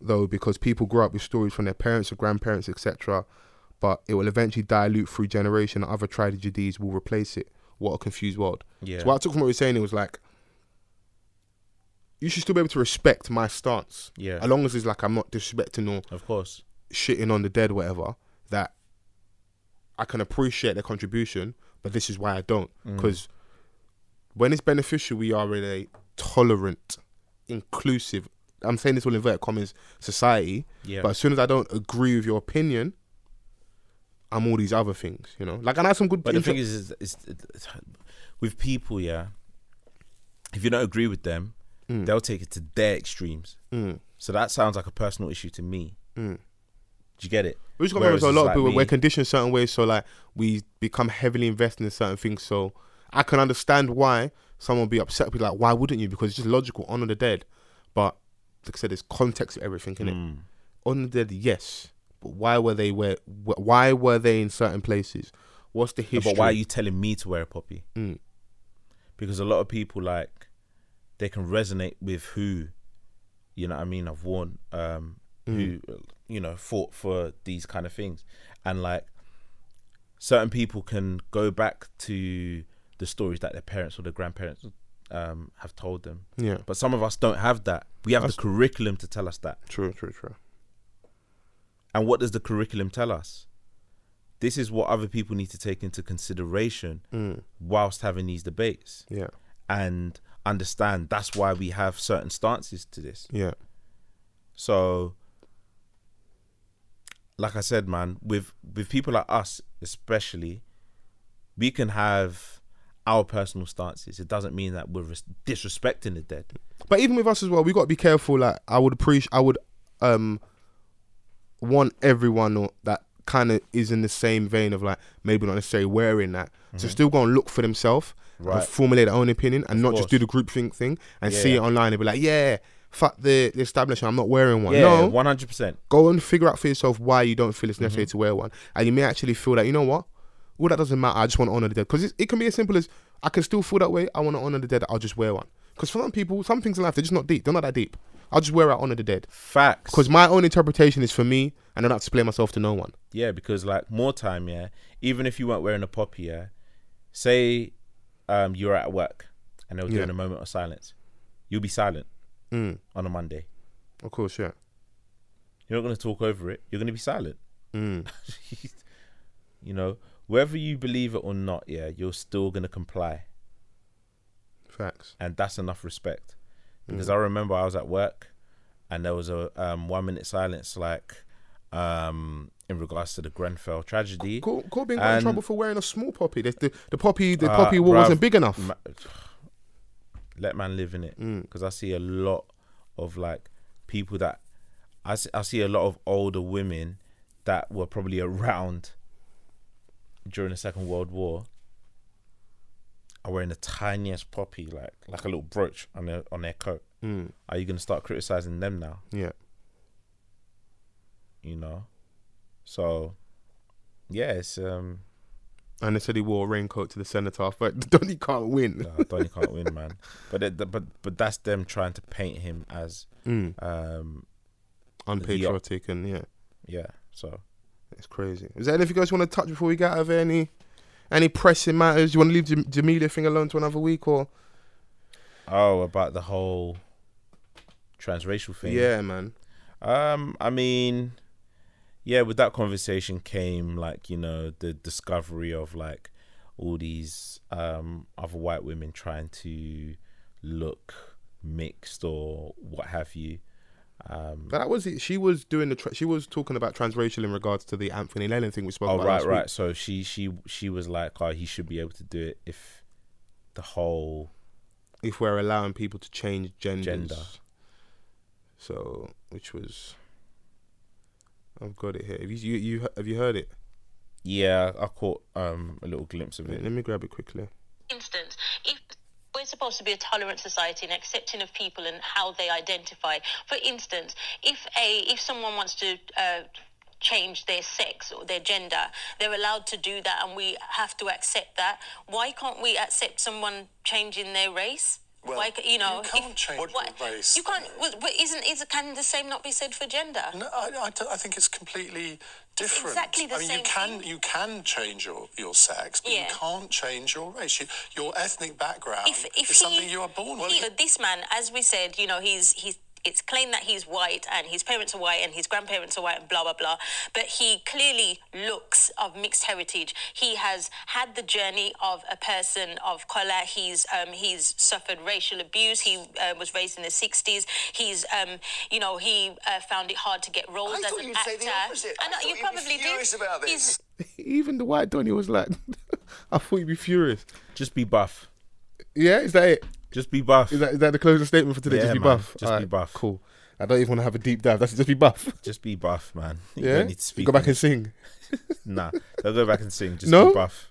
Speaker 3: though, because people grow up with stories from their parents or grandparents, etc. But it will eventually dilute through generation. and Other tragedies will replace it. What a confused world.
Speaker 1: Yeah.
Speaker 3: So what I took from what you were saying, it was like, you should still be able to respect my stance.
Speaker 1: Yeah.
Speaker 3: As long as it's like I'm not disrespecting or
Speaker 1: Of course.
Speaker 3: shitting on the dead, whatever, that I can appreciate their contribution, but this is why I don't.
Speaker 1: Mm.
Speaker 3: Because when it's beneficial, we are in a tolerant, inclusive, I'm saying this will invert commas society,
Speaker 1: Yeah.
Speaker 3: but as soon as I don't agree with your opinion, I'm all these other things, you know? Like, and I had some good
Speaker 1: But the
Speaker 3: intro-
Speaker 1: thing is, is, is, is with people, yeah. If you don't agree with them,
Speaker 3: Mm.
Speaker 1: they'll take it to their extremes. So that sounds like a personal issue to me. Do you get it?
Speaker 3: We Mm. just got
Speaker 1: Whereas
Speaker 3: members a
Speaker 1: it's
Speaker 3: lot,
Speaker 1: like
Speaker 3: but we're
Speaker 1: me-
Speaker 3: conditioned certain ways, so like we become heavily invested in certain things. So I can understand why someone would be upset. Be like, why wouldn't you? Because it's just logical. Honor the dead, but like I said, there's context to everything in
Speaker 1: Hmm.
Speaker 3: it. Honor the dead, yes, but why were they where? wh- Why were they in certain places? What's the history? Mm.
Speaker 1: But why are you telling me to wear a poppy? Because a lot of people like they can resonate with who, you know, what I mean, I've worn, um, who,
Speaker 3: Mm.
Speaker 1: you know, fought for these kind of things, and like certain people can go back to the stories that their parents or their grandparents um, have told them.
Speaker 3: Yeah.
Speaker 1: But some of us don't have that. We have the curriculum to tell us that.
Speaker 3: True, true, true.
Speaker 1: And what does the curriculum tell us? This is what other people need to take into consideration whilst having these debates
Speaker 3: Mm. Yeah,
Speaker 1: and understand that's why we have certain stances to this.
Speaker 3: yeah,
Speaker 1: So, like I said, man, with with people like us, especially, we can have our personal stances. It doesn't mean that we're res- disrespecting the dead.
Speaker 3: but even with us as well, we got to be careful. Like I would appreciate, I would um want everyone or that kind of is in the same vein of like maybe not necessarily wearing that to still go and look for themselves and
Speaker 1: Mm-hmm. Right.
Speaker 3: formulate their own opinion and not just
Speaker 1: course.
Speaker 3: do the group think thing and see
Speaker 1: Yeah.
Speaker 3: it online and be like, yeah, fuck the, the establishment, I'm not wearing one.
Speaker 1: Yeah,
Speaker 3: no,
Speaker 1: one hundred percent.
Speaker 3: go and figure out for yourself why you don't feel it's necessary to wear one, and you may actually feel that you know what, all that doesn't matter. I just want to honor the dead because it can be as simple as I can still feel that way. I want to honor the dead. I'll just wear one because for some people, some things in life they're just not deep. They're not that deep. I'll just wear out honor the dead
Speaker 1: Facts.
Speaker 3: because my own interpretation is for me, and I don't have to explain myself to no one.
Speaker 1: Yeah, because like more time, yeah. Even if you weren't wearing a poppy, yeah. Say um you were at work and they were doing
Speaker 3: Yeah.
Speaker 1: a moment of silence. You'll be silent on a Monday.
Speaker 3: Of course, yeah,
Speaker 1: You're not gonna talk over it. You're gonna be silent. you know, whether you believe it or not, yeah, you're still gonna comply.
Speaker 3: facts.
Speaker 1: and that's enough respect. Because I remember I was at work, and there was a um, one minute silence, like um, in regards to the Grenfell tragedy.
Speaker 3: Caught, caught being got in
Speaker 1: And-
Speaker 3: trouble for wearing a small poppy. The, the, the poppy, the
Speaker 1: Ah,
Speaker 3: poppy wall
Speaker 1: bruv,
Speaker 3: wasn't big enough.
Speaker 1: ma- Let man live in it, because I see a lot of like people that I see, I see a lot of older women that were probably around during the Second World War are wearing the tiniest poppy, like like a little brooch on their on their coat. Are you gonna start criticizing them now?
Speaker 3: Yeah.
Speaker 1: You know, so yeah, it's um,
Speaker 3: And they said he wore a raincoat to the cenotaph, but Donny can't win.
Speaker 1: uh, Donny can't win, man. But it, but but that's them trying to paint him as um,
Speaker 3: Unpatriotic and yeah,
Speaker 1: yeah. So
Speaker 3: it's crazy. Is there anything else you want to touch before we get out of here? any any pressing matters? You want to leave Jam- Jamelia thing alone to another week or
Speaker 1: oh, about the whole transracial thing.
Speaker 3: yeah, man.
Speaker 1: Um, I mean, yeah, with that conversation came like you know the discovery of like all these um other white women trying to look mixed or what have you.
Speaker 3: But that was it. She was doing the tra- she was talking about transracial in regards to the Anthony Lennon thing we spoke
Speaker 1: Oh
Speaker 3: about.
Speaker 1: right,
Speaker 3: last
Speaker 1: right.
Speaker 3: Week.
Speaker 1: So she she she was like, oh, he should be able to do it if the whole
Speaker 3: If we're allowing people to change genders.
Speaker 1: Gender.
Speaker 3: So which was I've got it here. Have you you, you have you heard it?
Speaker 1: yeah, I caught um a little glimpse of
Speaker 3: Wait,
Speaker 1: it.
Speaker 3: let me grab it quickly.
Speaker 8: instance, if we're supposed to be a tolerant society and accepting of people and how they identify. For instance, if a if someone wants to uh, change their sex or their gender, they're allowed to do that, and we have to accept that. Why can't we accept someone changing their race?
Speaker 4: Well,
Speaker 8: Why ca- you know,
Speaker 4: you can't change your
Speaker 8: why-
Speaker 4: race,
Speaker 8: You can't.
Speaker 4: you know.
Speaker 8: well, But isn't is can the same not be said for gender?
Speaker 4: No, I, I d- I think it's completely different.
Speaker 8: exactly the
Speaker 4: I mean,
Speaker 8: same
Speaker 4: you can
Speaker 8: thing.
Speaker 4: you can change your, your sex, but
Speaker 8: Yeah.
Speaker 4: you can't change your race. You, your ethnic background
Speaker 8: if if
Speaker 4: is something
Speaker 8: he,
Speaker 4: you are born
Speaker 8: he-
Speaker 4: with.
Speaker 8: but this man, as we said, you know, he's he's it's claimed that he's white and his parents are white and his grandparents are white and blah blah blah. But he clearly looks of mixed heritage. He has had the journey of a person of color. He's um, he's suffered racial abuse. He uh, was raised in the '60s. He's um, you know he uh, found it hard to get roles
Speaker 4: I
Speaker 8: as
Speaker 4: thought
Speaker 8: an
Speaker 4: you'd
Speaker 8: actor.
Speaker 4: say the opposite. I
Speaker 8: know
Speaker 4: thought
Speaker 8: you
Speaker 4: you'd be
Speaker 8: probably
Speaker 4: furious
Speaker 8: did.
Speaker 4: about this.
Speaker 8: He's-
Speaker 3: Even the white Donny was like, I thought you'd be furious.
Speaker 1: Just be buff.
Speaker 3: Yeah, is that it?
Speaker 1: Just be buff.
Speaker 3: Is that, is that the closing statement for today?
Speaker 1: Yeah,
Speaker 3: just be
Speaker 1: man.
Speaker 3: buff.
Speaker 1: Just be
Speaker 3: Alright,
Speaker 1: buff.
Speaker 3: Cool. I don't even want to have a deep dive. That's just be buff.
Speaker 1: Just be buff, man. You
Speaker 3: Yeah.
Speaker 1: don't need to speak.
Speaker 3: Go
Speaker 1: on
Speaker 3: back
Speaker 1: it.
Speaker 3: and sing.
Speaker 1: Nah, they'll go back and sing. Just
Speaker 3: No?
Speaker 1: be buff.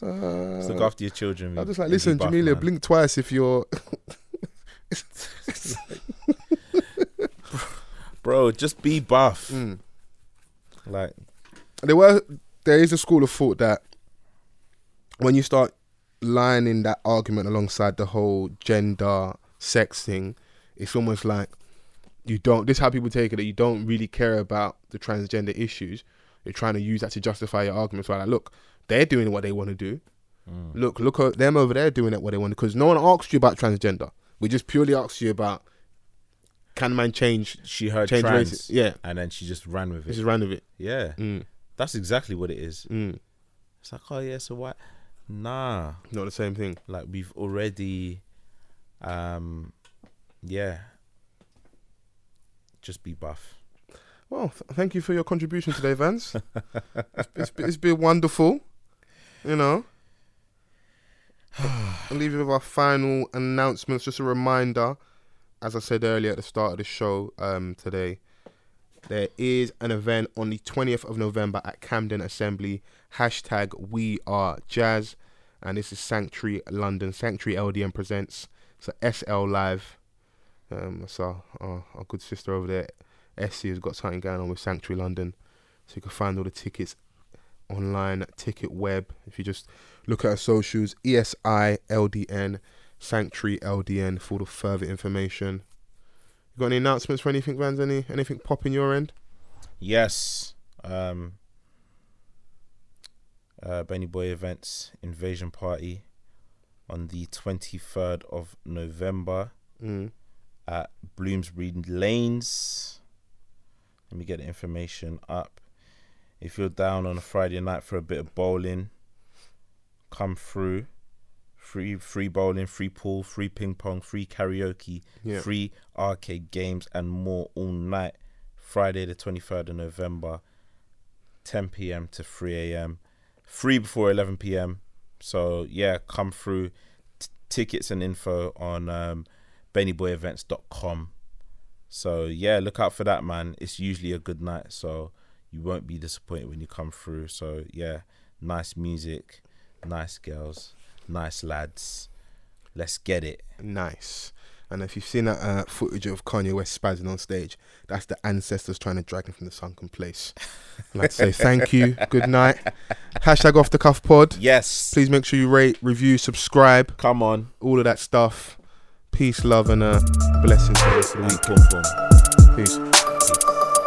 Speaker 1: Just look after your children.
Speaker 3: Uh, I'm just like,
Speaker 1: and be
Speaker 3: listen,
Speaker 1: buff,
Speaker 3: Jamelia,
Speaker 1: man."
Speaker 3: blink twice if you're.
Speaker 1: bro. Just be buff.
Speaker 3: Mm.
Speaker 1: Like,
Speaker 3: there were. There is a school of thought that when you start lining that argument alongside the whole gender, sex thing, it's almost like you don't. This is how people take it that you don't really care about the transgender issues. You're trying to use that to justify your arguments. Right? Like, look, they're doing what they want to do. Look, look at them over there doing it what they want because no one asked you about transgender. We just purely asked you about can man change?
Speaker 1: she heard
Speaker 3: Change
Speaker 1: trans,
Speaker 3: races, yeah. Mm.
Speaker 1: and then she just ran with it.
Speaker 3: This is random. It.
Speaker 1: yeah, that's exactly what it is.
Speaker 3: Mm.
Speaker 1: It's like, oh yeah, so why? Nah,
Speaker 3: Not the same thing.
Speaker 1: like we've already, um, yeah, just be buff.
Speaker 3: Well, th- thank you for your contribution today, Vance. it's, it's, been- it's been wonderful, you know. I'll leave you with our final announcements. Just a reminder, as I said earlier at the start of the show um, today, there is an event on the 20th of November at Camden Assembly. Hashtag We Are Jazz. And this is Sanctuary London. Sanctuary LDM presents. So SL Live. Um, that's our, our, our good sister over there. Essie has got something going on with Sanctuary London. So you can find all the tickets online at Ticket Web. If you just look at our socials, E ESI LDN, Sanctuary LDN for all the further information. You got any announcements for anything, Vans? Any anything popping your end?
Speaker 1: Yes. Um uh Benny Boy Events Invasion Party on the 23rd of November at Bloomsbury Lanes. Let me get the information up. If you're down on a Friday night for a bit of bowling, come through. Free free bowling, free pool, free ping pong, free karaoke,
Speaker 3: Yeah.
Speaker 1: free arcade games and more all night. Friday the 23rd of November, 10 p.m. to 3 a.m. Free before 11 p.m. So yeah, come through. T- tickets and info on um, bennyboyevents.com. So yeah, look out for that, man. It's usually a good night. So You won't be disappointed when you come through. So yeah, nice music, nice girls, nice lads. Let's get it.
Speaker 3: Nice. And if you've seen that uh, footage of Kanye West spazzing on stage, that's the ancestors trying to drag him from the sunken place. I'd like to say thank you, good night. Hashtag off the cuff pod.
Speaker 1: Yes.
Speaker 3: Please make sure you rate, review, subscribe,
Speaker 1: Come on.
Speaker 3: all of that stuff. Peace, love, and uh, blessings for the rest of
Speaker 1: And
Speaker 3: the week.
Speaker 1: boom, boom.
Speaker 3: Peace.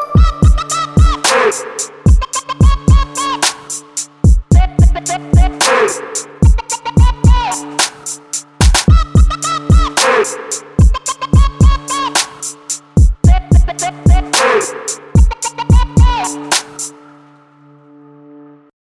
Speaker 9: Hey!